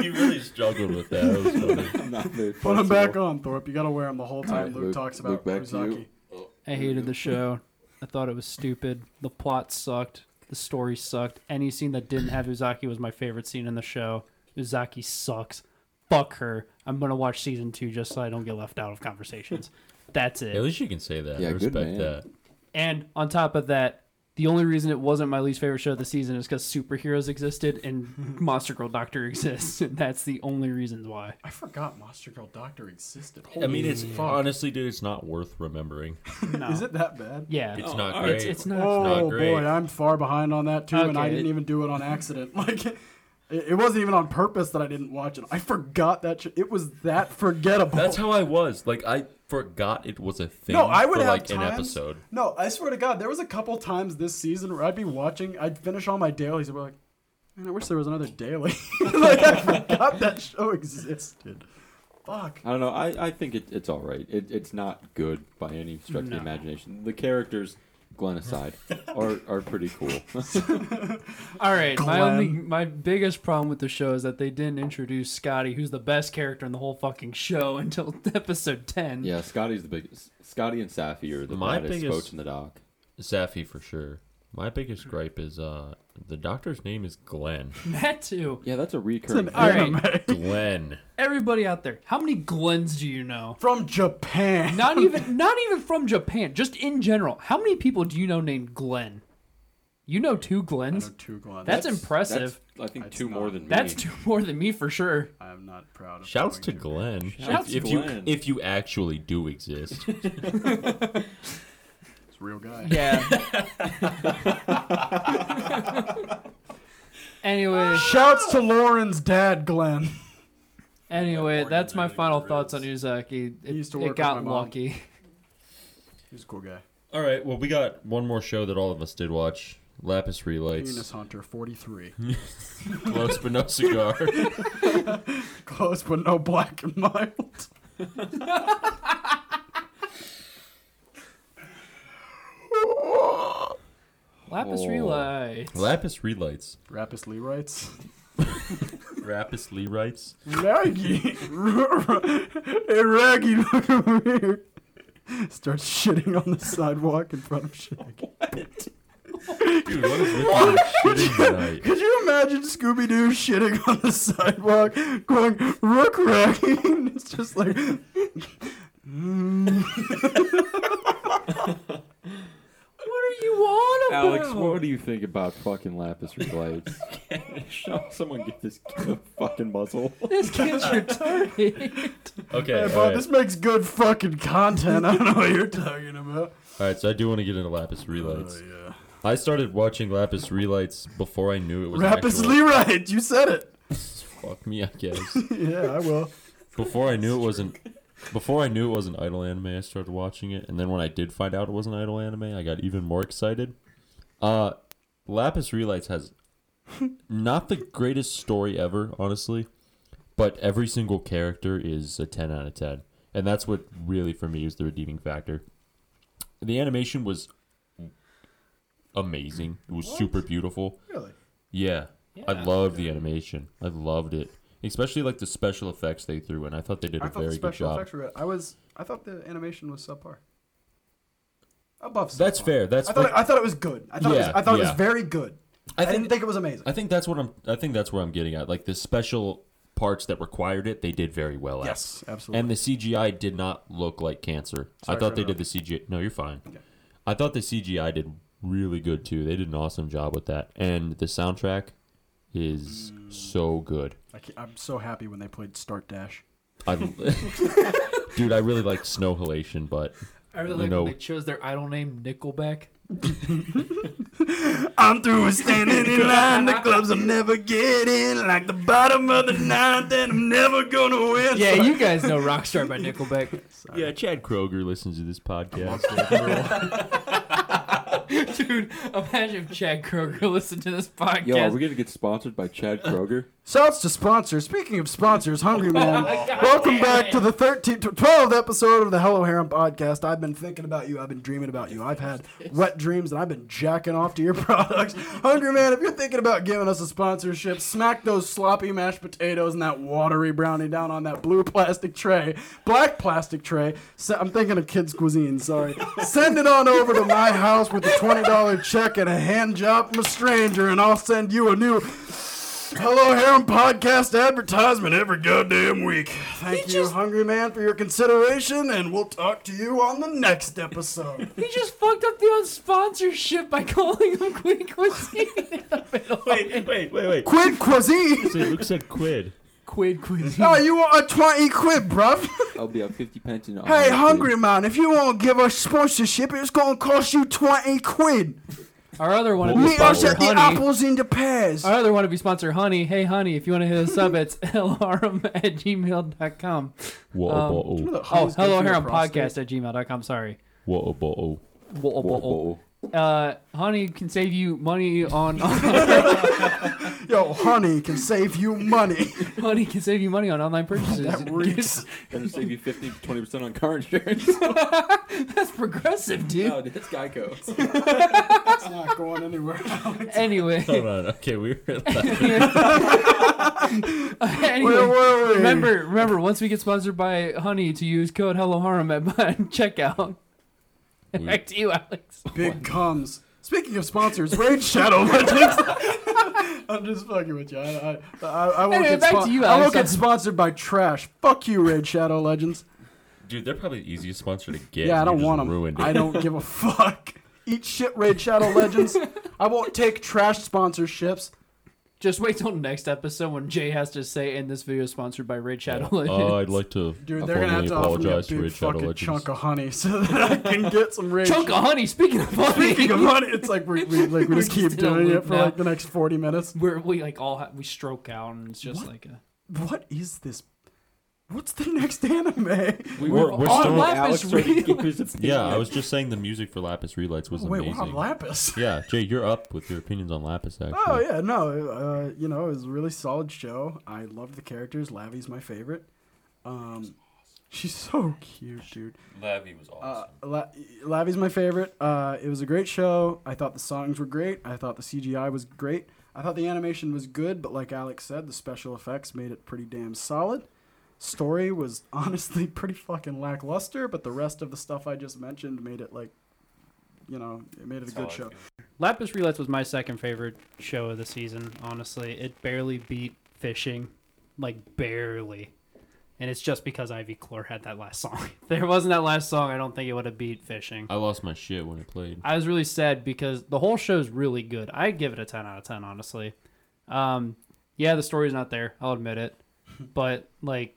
[SPEAKER 1] You really struggled with that. That was funny.
[SPEAKER 2] Put them back on, Thorpe. You gotta wear them the whole time
[SPEAKER 4] right,
[SPEAKER 2] Luke,
[SPEAKER 4] Luke-
[SPEAKER 2] talks
[SPEAKER 4] Luke,
[SPEAKER 2] about
[SPEAKER 4] back to you.
[SPEAKER 2] Uzaki.
[SPEAKER 3] I hated the show. I thought it was stupid. The plot sucked. The story sucked. Any scene that didn't have Uzaki was my favorite scene in the show. Uzaki sucks. Fuck her. I'm gonna watch season two just so I don't get left out of conversations. That's
[SPEAKER 1] At
[SPEAKER 3] it.
[SPEAKER 1] least you can say that.
[SPEAKER 4] Yeah,
[SPEAKER 1] I
[SPEAKER 4] good
[SPEAKER 1] respect
[SPEAKER 4] man.
[SPEAKER 1] that.
[SPEAKER 3] And on top of that, the only reason it wasn't my least favorite show of the season is because superheroes existed and Monster Girl Doctor exists. And that's the only reason why.
[SPEAKER 2] I forgot Monster Girl Doctor existed.
[SPEAKER 1] I mean, it's honestly, dude, it's not worth remembering.
[SPEAKER 3] No.
[SPEAKER 2] Is it that bad?
[SPEAKER 3] Yeah.
[SPEAKER 1] It's not great.
[SPEAKER 3] It's, it's not.
[SPEAKER 1] not
[SPEAKER 2] Oh
[SPEAKER 1] great.
[SPEAKER 2] boy, I'm far behind on that too, and I
[SPEAKER 3] Okay.
[SPEAKER 2] didn't even do it on accident. Like, it, it wasn't even on purpose that I didn't watch it. I forgot that shit. It was that forgettable.
[SPEAKER 1] That's how I was. Like I forgot it was a thing.
[SPEAKER 2] no, I would
[SPEAKER 1] for
[SPEAKER 2] have
[SPEAKER 1] like an
[SPEAKER 2] times-
[SPEAKER 1] episode.
[SPEAKER 2] No, I swear to God, there was a couple times this season where I'd be watching, I'd finish all my dailies and be like, man, I wish there was another daily. like I forgot that show existed. Fuck.
[SPEAKER 4] I don't know. I, I think it, it's all right. It, it's not good by any stretch of the
[SPEAKER 3] No.
[SPEAKER 4] imagination. The characters, Glenn aside, are, are pretty cool.
[SPEAKER 3] All right, my
[SPEAKER 2] Glenn.
[SPEAKER 3] only, my biggest problem with the show is that they didn't introduce Scotty, who's the best character in the whole fucking show, until episode ten.
[SPEAKER 4] yeah, Scotty's the biggest. Scotty and Safi are the
[SPEAKER 1] My
[SPEAKER 4] baddest
[SPEAKER 1] biggest-
[SPEAKER 4] boats in the dock.
[SPEAKER 1] Safi for sure. My biggest gripe is uh the doctor's name is Glenn.
[SPEAKER 3] That too.
[SPEAKER 4] Yeah, that's a
[SPEAKER 2] It's an
[SPEAKER 4] recurring.
[SPEAKER 3] All right.
[SPEAKER 2] anime
[SPEAKER 1] Glenn.
[SPEAKER 3] Everybody out there, how many Glens do you know?
[SPEAKER 2] from Japan.
[SPEAKER 3] Not even not even from Japan, just in general. How many people do you know named Glenn? You know two
[SPEAKER 2] I know
[SPEAKER 3] Glens.
[SPEAKER 2] two Glens.
[SPEAKER 3] That's impressive.
[SPEAKER 4] That's, I think
[SPEAKER 2] That's
[SPEAKER 4] two more
[SPEAKER 2] not-
[SPEAKER 4] than me.
[SPEAKER 3] That's two more than me for sure.
[SPEAKER 2] I'm not proud of.
[SPEAKER 1] Shouts to
[SPEAKER 2] going
[SPEAKER 1] Glenn.
[SPEAKER 4] Shouts
[SPEAKER 1] if, if
[SPEAKER 4] Glenn.
[SPEAKER 1] you if you actually do exist.
[SPEAKER 2] It's a real guy.
[SPEAKER 3] Yeah. anyway,
[SPEAKER 2] Shouts to Lauren's dad, Glenn.
[SPEAKER 3] anyway,
[SPEAKER 1] Morgan
[SPEAKER 3] that's my
[SPEAKER 1] really
[SPEAKER 3] final
[SPEAKER 1] good
[SPEAKER 3] thoughts on
[SPEAKER 1] ribs.
[SPEAKER 3] Uzaki. It,
[SPEAKER 2] used to
[SPEAKER 3] it
[SPEAKER 2] work with my
[SPEAKER 3] got
[SPEAKER 2] mom.
[SPEAKER 3] lucky.
[SPEAKER 2] He's a cool guy.
[SPEAKER 1] all right, well we got one more show that all of us did watch. Lapis
[SPEAKER 2] Penis
[SPEAKER 1] Relights.
[SPEAKER 2] Hunter, 43.
[SPEAKER 1] Close but no cigar.
[SPEAKER 2] Close, but no black and mild.
[SPEAKER 3] Lapis
[SPEAKER 4] Oh.
[SPEAKER 3] Relights.
[SPEAKER 1] Lapis Relights.
[SPEAKER 2] Rapis Lee writes.
[SPEAKER 1] Lapis Relights.
[SPEAKER 2] Raggy. hey, Raggy, look over here. Starts shitting on the sidewalk in front of Shaggy.
[SPEAKER 1] Dude, what is with you shitting tonight?
[SPEAKER 2] Could you imagine Scooby Doo shitting on the sidewalk, going, Rook Raggy? And it's just like. "Mm,
[SPEAKER 3] What are you on about?
[SPEAKER 4] Alex, what do you think about fucking lapis relights? Shall someone get this kid a fucking muzzle?
[SPEAKER 3] This kid's retarded.
[SPEAKER 1] Okay.
[SPEAKER 2] Hey,
[SPEAKER 1] all
[SPEAKER 2] bud,
[SPEAKER 1] right.
[SPEAKER 2] this makes good fucking content. I don't know what you're talking about.
[SPEAKER 1] All right, so I do want to get into Lapis Relights.
[SPEAKER 2] Oh,
[SPEAKER 1] I started watching Lapis Relights before I knew it
[SPEAKER 2] yeah.
[SPEAKER 1] was an
[SPEAKER 2] Rapis
[SPEAKER 1] actual-
[SPEAKER 2] Lee right. You said it.
[SPEAKER 1] Fuck me, I guess.
[SPEAKER 2] Yeah, I will.
[SPEAKER 1] Before I knew it wasn't. Before I knew it was an idol anime, I started watching it, and then when I did find out it was an idol anime, I got even more excited. Uh, Lapis Relights has not the greatest story ever, honestly, but every single character is a ten out of ten, and that's what really for me is the redeeming factor. The animation was amazing; it was super beautiful.
[SPEAKER 2] Really?
[SPEAKER 1] Yeah. I
[SPEAKER 3] Yeah.
[SPEAKER 1] loved the animation. I loved it. Especially like the special effects they threw in. I thought they did a
[SPEAKER 2] I thought the
[SPEAKER 1] very good
[SPEAKER 2] special
[SPEAKER 1] job.
[SPEAKER 2] effects were good. I was I thought the animation was subpar. Above subpar.
[SPEAKER 1] That's fair. That's
[SPEAKER 2] I thought
[SPEAKER 1] fair.
[SPEAKER 2] it, I thought it was good. I thought it was,
[SPEAKER 1] Yeah,
[SPEAKER 2] I thought it
[SPEAKER 1] yeah.
[SPEAKER 2] was very good. I,
[SPEAKER 1] I think
[SPEAKER 2] didn't think it was amazing.
[SPEAKER 1] I think that's what I'm I think that's where I'm getting at. Like the special parts that required it, they did very well at.
[SPEAKER 2] yes, absolutely.
[SPEAKER 1] And the CGI did not look like cancer. I
[SPEAKER 2] Sorry for
[SPEAKER 1] thought they did the CGI. No, you're fine.
[SPEAKER 2] Okay.
[SPEAKER 1] I thought the CGI did really good too. They did an awesome job with that. And the soundtrack is so good.
[SPEAKER 2] I ca- I'm so happy when they played Start Dash.
[SPEAKER 1] I, dude, I really liked Snow Halation, but
[SPEAKER 3] I really
[SPEAKER 1] You
[SPEAKER 3] like
[SPEAKER 1] know-
[SPEAKER 3] when they chose their idol name Nickelback.
[SPEAKER 2] I'm through with standing in line. The clubs I'm never getting. Like the bottom of the ninth, and I'm never gonna win.
[SPEAKER 3] Yeah, you guys know Rockstar by Nickelback.
[SPEAKER 1] Yeah, Chad Kroger listens to this podcast.
[SPEAKER 3] Dude, imagine if Chad Kroger listened to this podcast.
[SPEAKER 4] Yo, are we gonna get sponsored by Chad Kroger?
[SPEAKER 2] Shouts to sponsors. Speaking of sponsors, Hungry Man, welcome back to the 13th, to 12th episode of the Hello Harem podcast. I've been thinking about you. I've been dreaming about you. I've had wet dreams and I've been jacking off to your products. Hungry Man, if you're thinking about giving us a sponsorship, smack those sloppy mashed potatoes and that watery brownie down on that blue plastic tray, black plastic tray. Se- I'm thinking of kids' cuisine, sorry. Send it on over to my house with a $20 check and a hand job from a stranger, and I'll send you a new Hello Harem podcast advertisement every goddamn week. Thank you, Hungry Man, for your consideration, and we'll talk to you on the next episode.
[SPEAKER 3] He just fucked up the old sponsorship by calling him Queen Cuisine.
[SPEAKER 1] wait, wait, wait, wait.
[SPEAKER 2] quid cuisine?
[SPEAKER 1] Luke said quid.
[SPEAKER 3] Quid Cuisine.
[SPEAKER 2] No, you want a 20 quid, bruv.
[SPEAKER 4] I'll be at fifty pence an hour.
[SPEAKER 2] Hey, Hungry Man, if you want to give us sponsorship, it's going to cost you 20 quid.
[SPEAKER 3] Our other one
[SPEAKER 1] What
[SPEAKER 3] would be
[SPEAKER 1] was
[SPEAKER 2] Meet us
[SPEAKER 3] sponsor
[SPEAKER 2] at the
[SPEAKER 3] Honey. Oh,
[SPEAKER 2] apples and the pears.
[SPEAKER 3] Our other one would be sponsor Honey. Hey, Honey, if you want to hit us up, it's lrm at gmail.com.
[SPEAKER 1] Whoa,
[SPEAKER 3] Um,
[SPEAKER 1] whoa, whoa,
[SPEAKER 3] Oh, hello, harem podcast at gmail.com. Sorry.
[SPEAKER 1] whoa, whoa, whoa.
[SPEAKER 3] Whoa, whoa, whoa. Uh, honey can save you money on
[SPEAKER 2] Yo, honey can save you money.
[SPEAKER 3] honey can save you money on online purchases.
[SPEAKER 2] that reeks.
[SPEAKER 4] Gonna save you 50 20 percent on car insurance. Oh,
[SPEAKER 3] That's progressive, dude.
[SPEAKER 4] no, that's Geico.
[SPEAKER 2] That's not going anywhere.
[SPEAKER 3] Anyway,
[SPEAKER 1] Hold on. Okay, we were.
[SPEAKER 2] Where
[SPEAKER 3] anyway
[SPEAKER 2] were we?
[SPEAKER 3] remember, remember, once we get sponsored by Honey, to use code HelloHarm at checkout.
[SPEAKER 1] We-
[SPEAKER 3] Back to you, Alex.
[SPEAKER 2] Big comes. Speaking of sponsors, we're in Shadow Legends. I'm just fucking with you. I, I, I, I won't,
[SPEAKER 3] Anyway,
[SPEAKER 2] get,
[SPEAKER 3] back
[SPEAKER 2] spon-
[SPEAKER 3] to you,
[SPEAKER 2] I won't
[SPEAKER 3] Alex.
[SPEAKER 2] get sponsored by trash. Fuck you, Raid Shadow Legends.
[SPEAKER 1] Dude, they're probably the easiest sponsor to get.
[SPEAKER 2] yeah, I
[SPEAKER 1] You
[SPEAKER 2] don't
[SPEAKER 1] just
[SPEAKER 2] want them.
[SPEAKER 1] Ruined it.
[SPEAKER 2] I don't give a fuck. Eat shit, Raid Shadow Legends. I won't take trash sponsorships.
[SPEAKER 3] Just wait till next episode when Jay has to say, "And this video is sponsored by Raid Shadow
[SPEAKER 1] Uh, I'd like to.
[SPEAKER 2] Dude, they're gonna
[SPEAKER 1] formally
[SPEAKER 2] have to offer me a
[SPEAKER 1] apologize to
[SPEAKER 2] big
[SPEAKER 1] Raid Shadow
[SPEAKER 2] fucking
[SPEAKER 1] Legends.
[SPEAKER 2] chunk of honey so that I can get some Raid.
[SPEAKER 3] Chunk of honey. Speaking of honey,
[SPEAKER 2] Speaking of honey, it's like we, we, like, we
[SPEAKER 3] We're
[SPEAKER 2] just keep
[SPEAKER 3] just in a
[SPEAKER 2] doing it
[SPEAKER 3] loop
[SPEAKER 2] for
[SPEAKER 3] now.
[SPEAKER 2] like the next 40 minutes.
[SPEAKER 3] we're, we like all ha- we stroke out, and it's just
[SPEAKER 2] What?
[SPEAKER 3] like a.
[SPEAKER 2] What is this? What's the next anime?
[SPEAKER 4] We
[SPEAKER 1] We're-
[SPEAKER 4] were
[SPEAKER 1] we're
[SPEAKER 4] on
[SPEAKER 1] still-
[SPEAKER 4] Alex
[SPEAKER 3] Lapis
[SPEAKER 4] already
[SPEAKER 3] Reed.
[SPEAKER 4] gave his opinion.
[SPEAKER 1] Yeah, I was just saying the music for Lapis Relights was
[SPEAKER 2] Oh, wait,
[SPEAKER 1] amazing.
[SPEAKER 2] wow, Lapis.
[SPEAKER 1] yeah, Jay, you're up with your opinions on Lapis. Actually,
[SPEAKER 2] Oh yeah, no, uh, you know, it was a really solid show. I love the characters. Lavi's my favorite. Um, she's so cute, dude.
[SPEAKER 1] Lavi was
[SPEAKER 2] Uh, La- Lavi's my favorite. Uh, it was a great show. I thought the songs were great. I thought the CGI was great. I thought the animation was good, but like Alex said, the special effects made it pretty damn solid. Story was honestly pretty fucking lackluster, but the rest of the stuff I just mentioned made it like, you know, it made it a good show.
[SPEAKER 3] Lapis Relights was my second favorite show of the season. Honestly, it barely beat Fishing, like barely, and it's just because Ivy Clore had that last song. if there wasn't that last song, I don't think it would have beat Fishing.
[SPEAKER 1] I lost my shit when it played.
[SPEAKER 3] I was really sad because the whole show is really good. I'd give it a 10 out of 10, honestly. Um, yeah, the story's not there. I'll admit it. But, like,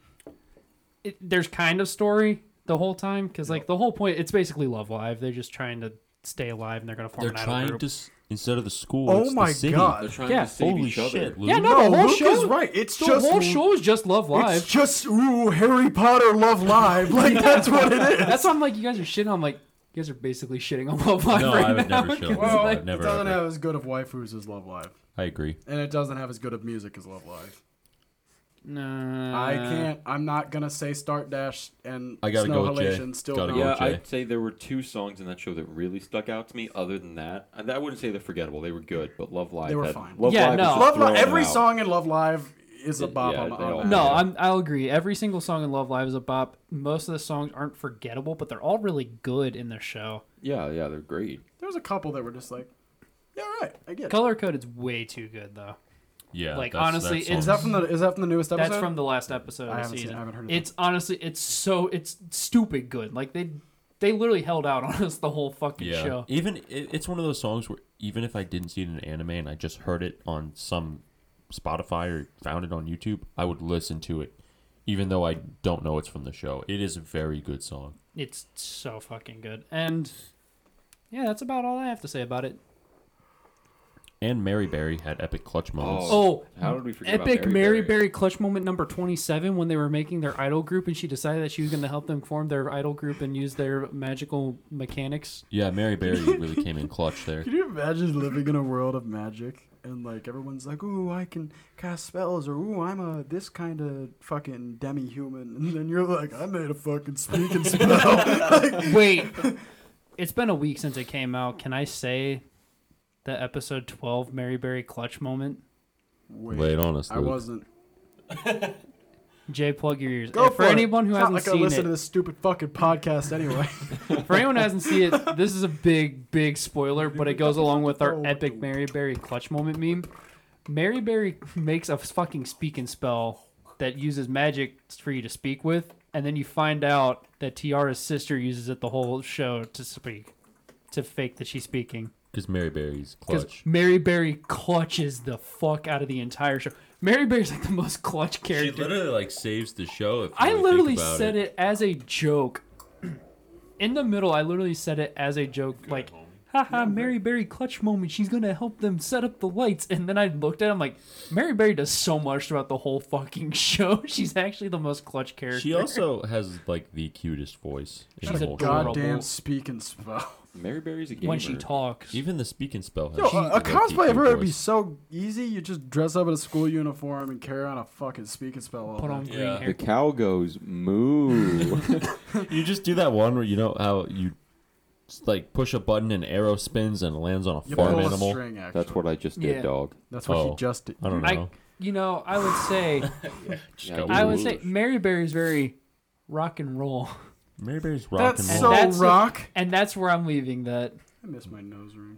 [SPEAKER 3] it, there's kind of story the whole time because, like, the whole point, it's basically Love Live. They're just trying to stay alive and they're going to form
[SPEAKER 1] They're
[SPEAKER 3] an idol
[SPEAKER 1] trying
[SPEAKER 3] group.
[SPEAKER 1] to s- instead of the school.
[SPEAKER 2] Oh
[SPEAKER 1] it's the
[SPEAKER 2] my
[SPEAKER 1] city.
[SPEAKER 2] God.
[SPEAKER 4] They're trying
[SPEAKER 3] Yeah,
[SPEAKER 4] to save
[SPEAKER 1] Holy
[SPEAKER 4] each other.
[SPEAKER 1] shit, Luke.
[SPEAKER 3] yeah, no, the whole
[SPEAKER 2] Luke
[SPEAKER 3] show
[SPEAKER 2] is right. It's
[SPEAKER 3] the
[SPEAKER 2] just
[SPEAKER 3] whole show is just Love
[SPEAKER 2] It's
[SPEAKER 3] Live.
[SPEAKER 2] just ooh Harry Potter love live. Like that's what it is.
[SPEAKER 3] That's why I'm like, you guys are shitting. I'm like, you guys are basically shitting on Love Live
[SPEAKER 1] No,
[SPEAKER 3] right
[SPEAKER 1] I would
[SPEAKER 3] now.
[SPEAKER 1] never show
[SPEAKER 3] 'cause,
[SPEAKER 1] Love Live.
[SPEAKER 3] like,
[SPEAKER 1] Never
[SPEAKER 2] It doesn't
[SPEAKER 1] ever.
[SPEAKER 2] have as good of waifus as Love Live,
[SPEAKER 1] I agree.
[SPEAKER 2] and it doesn't have as good of music as Love Live.
[SPEAKER 3] Nah.
[SPEAKER 2] I can't. I'm not gonna say Start Dash and
[SPEAKER 1] I gotta
[SPEAKER 2] Snow
[SPEAKER 1] go with Jay.
[SPEAKER 2] Halation. Still
[SPEAKER 1] Gotta
[SPEAKER 2] not.
[SPEAKER 1] go
[SPEAKER 4] Yeah,
[SPEAKER 1] with Jay.
[SPEAKER 4] I'd say there were two songs in that show that really stuck out to me. Other than that, and I wouldn't say they're forgettable. They were good, but Love Live.
[SPEAKER 2] They were
[SPEAKER 4] had-
[SPEAKER 2] fine.
[SPEAKER 4] Love
[SPEAKER 3] Yeah,
[SPEAKER 4] Live
[SPEAKER 3] no.
[SPEAKER 4] was just
[SPEAKER 2] Love Live.
[SPEAKER 4] thrown
[SPEAKER 2] Every
[SPEAKER 4] out.
[SPEAKER 2] song in Love Live is a
[SPEAKER 4] It-
[SPEAKER 2] bop.
[SPEAKER 4] yeah,
[SPEAKER 2] on,
[SPEAKER 4] they
[SPEAKER 2] on
[SPEAKER 4] all
[SPEAKER 2] that.
[SPEAKER 4] are.
[SPEAKER 3] No,
[SPEAKER 4] Yeah.
[SPEAKER 3] I'm, I'll agree. Every single song in Love Live is a bop. Most of the songs aren't forgettable, but they're all really good in the show.
[SPEAKER 4] Yeah, yeah, they're great.
[SPEAKER 2] There was a couple that were just like, yeah, all right, I get. it.
[SPEAKER 3] Color Code is way too good, though.
[SPEAKER 1] Yeah,
[SPEAKER 3] Like,
[SPEAKER 1] that's-
[SPEAKER 3] honestly,
[SPEAKER 1] that
[SPEAKER 3] it's-
[SPEAKER 2] Is
[SPEAKER 1] song
[SPEAKER 2] that from the? Is that from the newest episode?
[SPEAKER 3] That's from the last episode
[SPEAKER 2] I
[SPEAKER 3] of
[SPEAKER 2] haven't seen-
[SPEAKER 3] the season.
[SPEAKER 2] I haven't heard of
[SPEAKER 3] it's honestly, it's so, it's stupid good. Like they, they literally held out on us the whole fucking
[SPEAKER 1] Yeah.
[SPEAKER 3] show.
[SPEAKER 1] Even it, it's one of those songs where even if I didn't see it in an anime and I just heard it on some Spotify or found it on YouTube, I would listen to it, even though I don't know it's from the show. It is a very good song.
[SPEAKER 3] It's so fucking good. And yeah, that's about all I have to say about it.
[SPEAKER 1] And Mary Berry had epic clutch moments.
[SPEAKER 3] Oh,
[SPEAKER 4] How did we forget about
[SPEAKER 3] epic
[SPEAKER 4] Mary
[SPEAKER 3] Mary
[SPEAKER 4] Berry?
[SPEAKER 3] Berry clutch moment number 27 when they were making their idol group and she decided that she was going to help them form their idol group and use their magical mechanics.
[SPEAKER 1] Yeah, Mary Berry really came in clutch there.
[SPEAKER 2] Can you imagine living in a world of magic and like everyone's like, "Ooh, I can cast spells," or "Ooh, I'm a this kind of fucking demi-human," and then you're like, "I made a fucking speaking spell." Like,
[SPEAKER 3] Wait. it's been a week since it came out. Can I say the episode 12 Mary Berry clutch moment?
[SPEAKER 2] wait,
[SPEAKER 1] Lay it on us,
[SPEAKER 2] I
[SPEAKER 1] Luke.
[SPEAKER 2] wasn't.
[SPEAKER 3] Jay, plug your ears.
[SPEAKER 2] Go
[SPEAKER 3] And Eh, for, anyone who
[SPEAKER 2] It's
[SPEAKER 3] hasn't
[SPEAKER 2] not like I
[SPEAKER 3] seen
[SPEAKER 2] listen to
[SPEAKER 3] it,
[SPEAKER 2] this stupid fucking podcast anyway.
[SPEAKER 3] for anyone who hasn't seen it, this is a big, big spoiler, but it goes along with
[SPEAKER 2] Oh,
[SPEAKER 3] our
[SPEAKER 2] what
[SPEAKER 3] epic
[SPEAKER 2] the-
[SPEAKER 3] Mary Berry clutch moment meme. Mary Berry makes a fucking speaking spell that uses magic for you to speak with, and then you find out that Tiara's sister uses it the whole show to speak, to fake that she's speaking.
[SPEAKER 1] Because Mary Berry's
[SPEAKER 3] Because
[SPEAKER 1] clutch.
[SPEAKER 3] Mary Berry clutches the fuck out of the entire show. Mary Berry's like the most clutch
[SPEAKER 1] She
[SPEAKER 3] character.
[SPEAKER 1] literally like saves the show. If you
[SPEAKER 3] I
[SPEAKER 1] really
[SPEAKER 3] literally
[SPEAKER 1] think about
[SPEAKER 3] said it. as a joke. In the middle, I literally said it as a joke, like, haha, Mary Berry clutch moment. She's going to help them set up the lights. And then I looked at him like, Mary Berry does so much throughout the whole fucking show. She's actually the most clutch character.
[SPEAKER 1] She also has like the cutest voice. In
[SPEAKER 3] She's
[SPEAKER 1] the whole
[SPEAKER 3] adorable.
[SPEAKER 1] show.
[SPEAKER 2] Goddamn speaking spell.
[SPEAKER 4] Mary Berry's a gamer.
[SPEAKER 3] when she talks.
[SPEAKER 1] Even the speaking spell. Has
[SPEAKER 2] Yo, uh, a, a
[SPEAKER 1] like,
[SPEAKER 2] cosplay of
[SPEAKER 1] deeper
[SPEAKER 2] her would be
[SPEAKER 1] voice.
[SPEAKER 2] so easy. You just dress up in a school uniform and carry on a fucking speaking spell. All
[SPEAKER 3] Put
[SPEAKER 2] day.
[SPEAKER 3] on green
[SPEAKER 1] Yeah.
[SPEAKER 4] The
[SPEAKER 3] hair.
[SPEAKER 4] cow goes moo.
[SPEAKER 1] You just do that one where you know how you just, like push a button and arrow spins and lands on a
[SPEAKER 2] You
[SPEAKER 1] farm
[SPEAKER 2] pull
[SPEAKER 1] animal.
[SPEAKER 2] a string. Actually,
[SPEAKER 4] That's what I just did,
[SPEAKER 3] Yeah.
[SPEAKER 4] dog.
[SPEAKER 2] That's what
[SPEAKER 1] Oh.
[SPEAKER 2] she just did.
[SPEAKER 1] I don't
[SPEAKER 3] I,
[SPEAKER 1] know.
[SPEAKER 3] you know, I would say,
[SPEAKER 4] Yeah,
[SPEAKER 1] go
[SPEAKER 3] I
[SPEAKER 1] with
[SPEAKER 3] would say Mary Berry's very rock and roll.
[SPEAKER 1] Mary Berry's rock
[SPEAKER 2] That's
[SPEAKER 1] and
[SPEAKER 2] so
[SPEAKER 1] roll.
[SPEAKER 3] that's the-
[SPEAKER 2] rock.
[SPEAKER 3] And that's where I'm leaving that.
[SPEAKER 2] I miss my nose ring.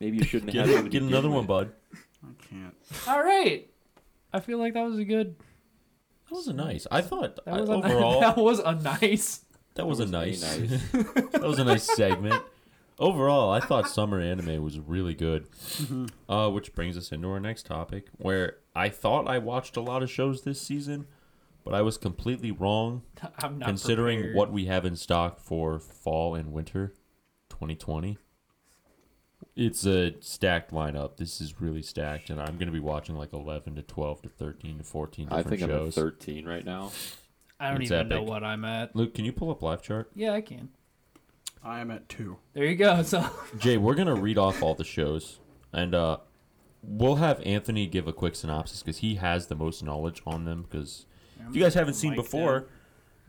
[SPEAKER 4] Maybe you shouldn't
[SPEAKER 1] Get,
[SPEAKER 4] have. it to
[SPEAKER 1] get
[SPEAKER 4] begin
[SPEAKER 1] another
[SPEAKER 4] with.
[SPEAKER 1] one, bud.
[SPEAKER 2] I can't.
[SPEAKER 3] All right. I feel like that was a good.
[SPEAKER 1] That was a nice. I thought
[SPEAKER 3] That was
[SPEAKER 1] I-
[SPEAKER 3] a,
[SPEAKER 1] overall
[SPEAKER 3] that was a nice.
[SPEAKER 1] that was a
[SPEAKER 4] That
[SPEAKER 1] nice.
[SPEAKER 4] was a nice.
[SPEAKER 1] that was a nice segment. Overall, I thought summer anime was really good.
[SPEAKER 2] Mm-hmm.
[SPEAKER 1] Uh, which brings us into our next topic, where I thought I watched a lot of shows this season, but I was completely wrong.
[SPEAKER 3] I'm not
[SPEAKER 1] considering
[SPEAKER 3] prepared.
[SPEAKER 1] what we have in stock for fall and winter 2020 it's a stacked lineup this is really stacked and i'm going to be watching like 11 to 12 to 13 to 14
[SPEAKER 4] I
[SPEAKER 1] different
[SPEAKER 4] think I'm at
[SPEAKER 1] shows
[SPEAKER 4] 13 right now.
[SPEAKER 3] I don't
[SPEAKER 1] it's
[SPEAKER 3] even know
[SPEAKER 1] epic.
[SPEAKER 3] what I'm at.
[SPEAKER 1] luke can you pull up live chart
[SPEAKER 3] Yeah, I can.
[SPEAKER 2] I am at two.
[SPEAKER 3] There you go. So
[SPEAKER 1] jay we're going to read off all the shows and uh we'll have anthony give a quick synopsis because he has the most knowledge on them because if you guys haven't seen
[SPEAKER 3] Mic
[SPEAKER 1] before
[SPEAKER 3] down.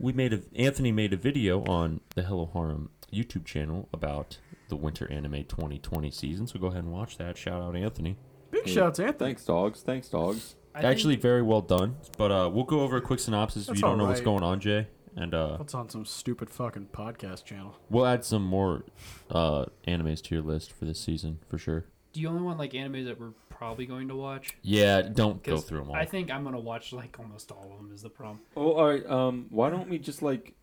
[SPEAKER 1] we made a anthony made a video on the hello harem youtube channel about the winter anime 2020 season so go ahead and watch that shout out anthony
[SPEAKER 2] Big
[SPEAKER 4] Hey,
[SPEAKER 2] shouts, Anthony.
[SPEAKER 4] Thanks, dogs. Thanks, dogs.
[SPEAKER 3] I think-
[SPEAKER 1] actually very well done but uh, we'll go over a quick synopsis if
[SPEAKER 2] That's
[SPEAKER 1] you don't know what's
[SPEAKER 2] alright.
[SPEAKER 1] going on jay and uh,
[SPEAKER 2] That's on some stupid fucking podcast channel.
[SPEAKER 1] we'll add some more uh, animes to your list for this season for sure
[SPEAKER 3] do you only want like animes that we're probably going to watch?
[SPEAKER 1] yeah don't go
[SPEAKER 3] 'Cause
[SPEAKER 1] through them all
[SPEAKER 3] I think I'm gonna watch like almost all of them. Is the problem?
[SPEAKER 4] Oh, all right. Um, why don't we just like,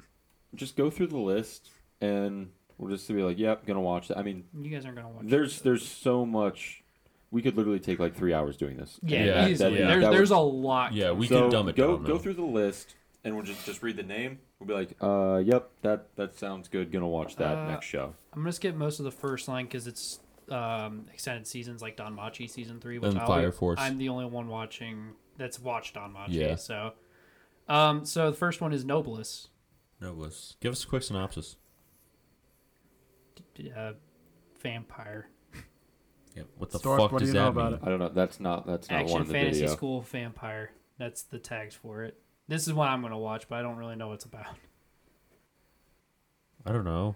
[SPEAKER 4] just go through the list and we'll just be like, yep, gonna watch that. I mean,
[SPEAKER 3] You guys aren't gonna watch.
[SPEAKER 4] there's there's so much. We could literally take like three hours doing this.
[SPEAKER 3] yeah,
[SPEAKER 1] Yeah, that-
[SPEAKER 3] easily.
[SPEAKER 1] yeah.
[SPEAKER 3] there's
[SPEAKER 4] that would-
[SPEAKER 3] there's a lot.
[SPEAKER 1] yeah we
[SPEAKER 4] So
[SPEAKER 1] can dumb it
[SPEAKER 4] go,
[SPEAKER 1] down
[SPEAKER 4] Go
[SPEAKER 1] though.
[SPEAKER 4] through the list, and we'll just just read the name. We'll be like, uh, yep, that that sounds good. Gonna watch that
[SPEAKER 3] Uh,
[SPEAKER 4] next show.
[SPEAKER 3] I'm gonna skip most of the first line because it's um, extended seasons like Don Machi season three, which
[SPEAKER 1] And
[SPEAKER 3] I'll
[SPEAKER 1] Fire Force.
[SPEAKER 3] I'm the only one watching that's watched Don Machi.
[SPEAKER 1] Yeah.
[SPEAKER 3] So, um, so the first one is Nobilis.
[SPEAKER 1] Nobilis. give us a quick synopsis
[SPEAKER 3] uh, vampire
[SPEAKER 1] yeah, what the
[SPEAKER 2] Stark,
[SPEAKER 1] fuck
[SPEAKER 2] what do
[SPEAKER 1] does
[SPEAKER 2] you know
[SPEAKER 1] that
[SPEAKER 2] about
[SPEAKER 1] mean
[SPEAKER 4] I don't know. That's not that's not one
[SPEAKER 3] action
[SPEAKER 4] in the
[SPEAKER 3] fantasy
[SPEAKER 4] video.
[SPEAKER 3] school vampire. That's the tags for it. This is what I'm gonna watch, but I don't really know what it's about.
[SPEAKER 1] i don't know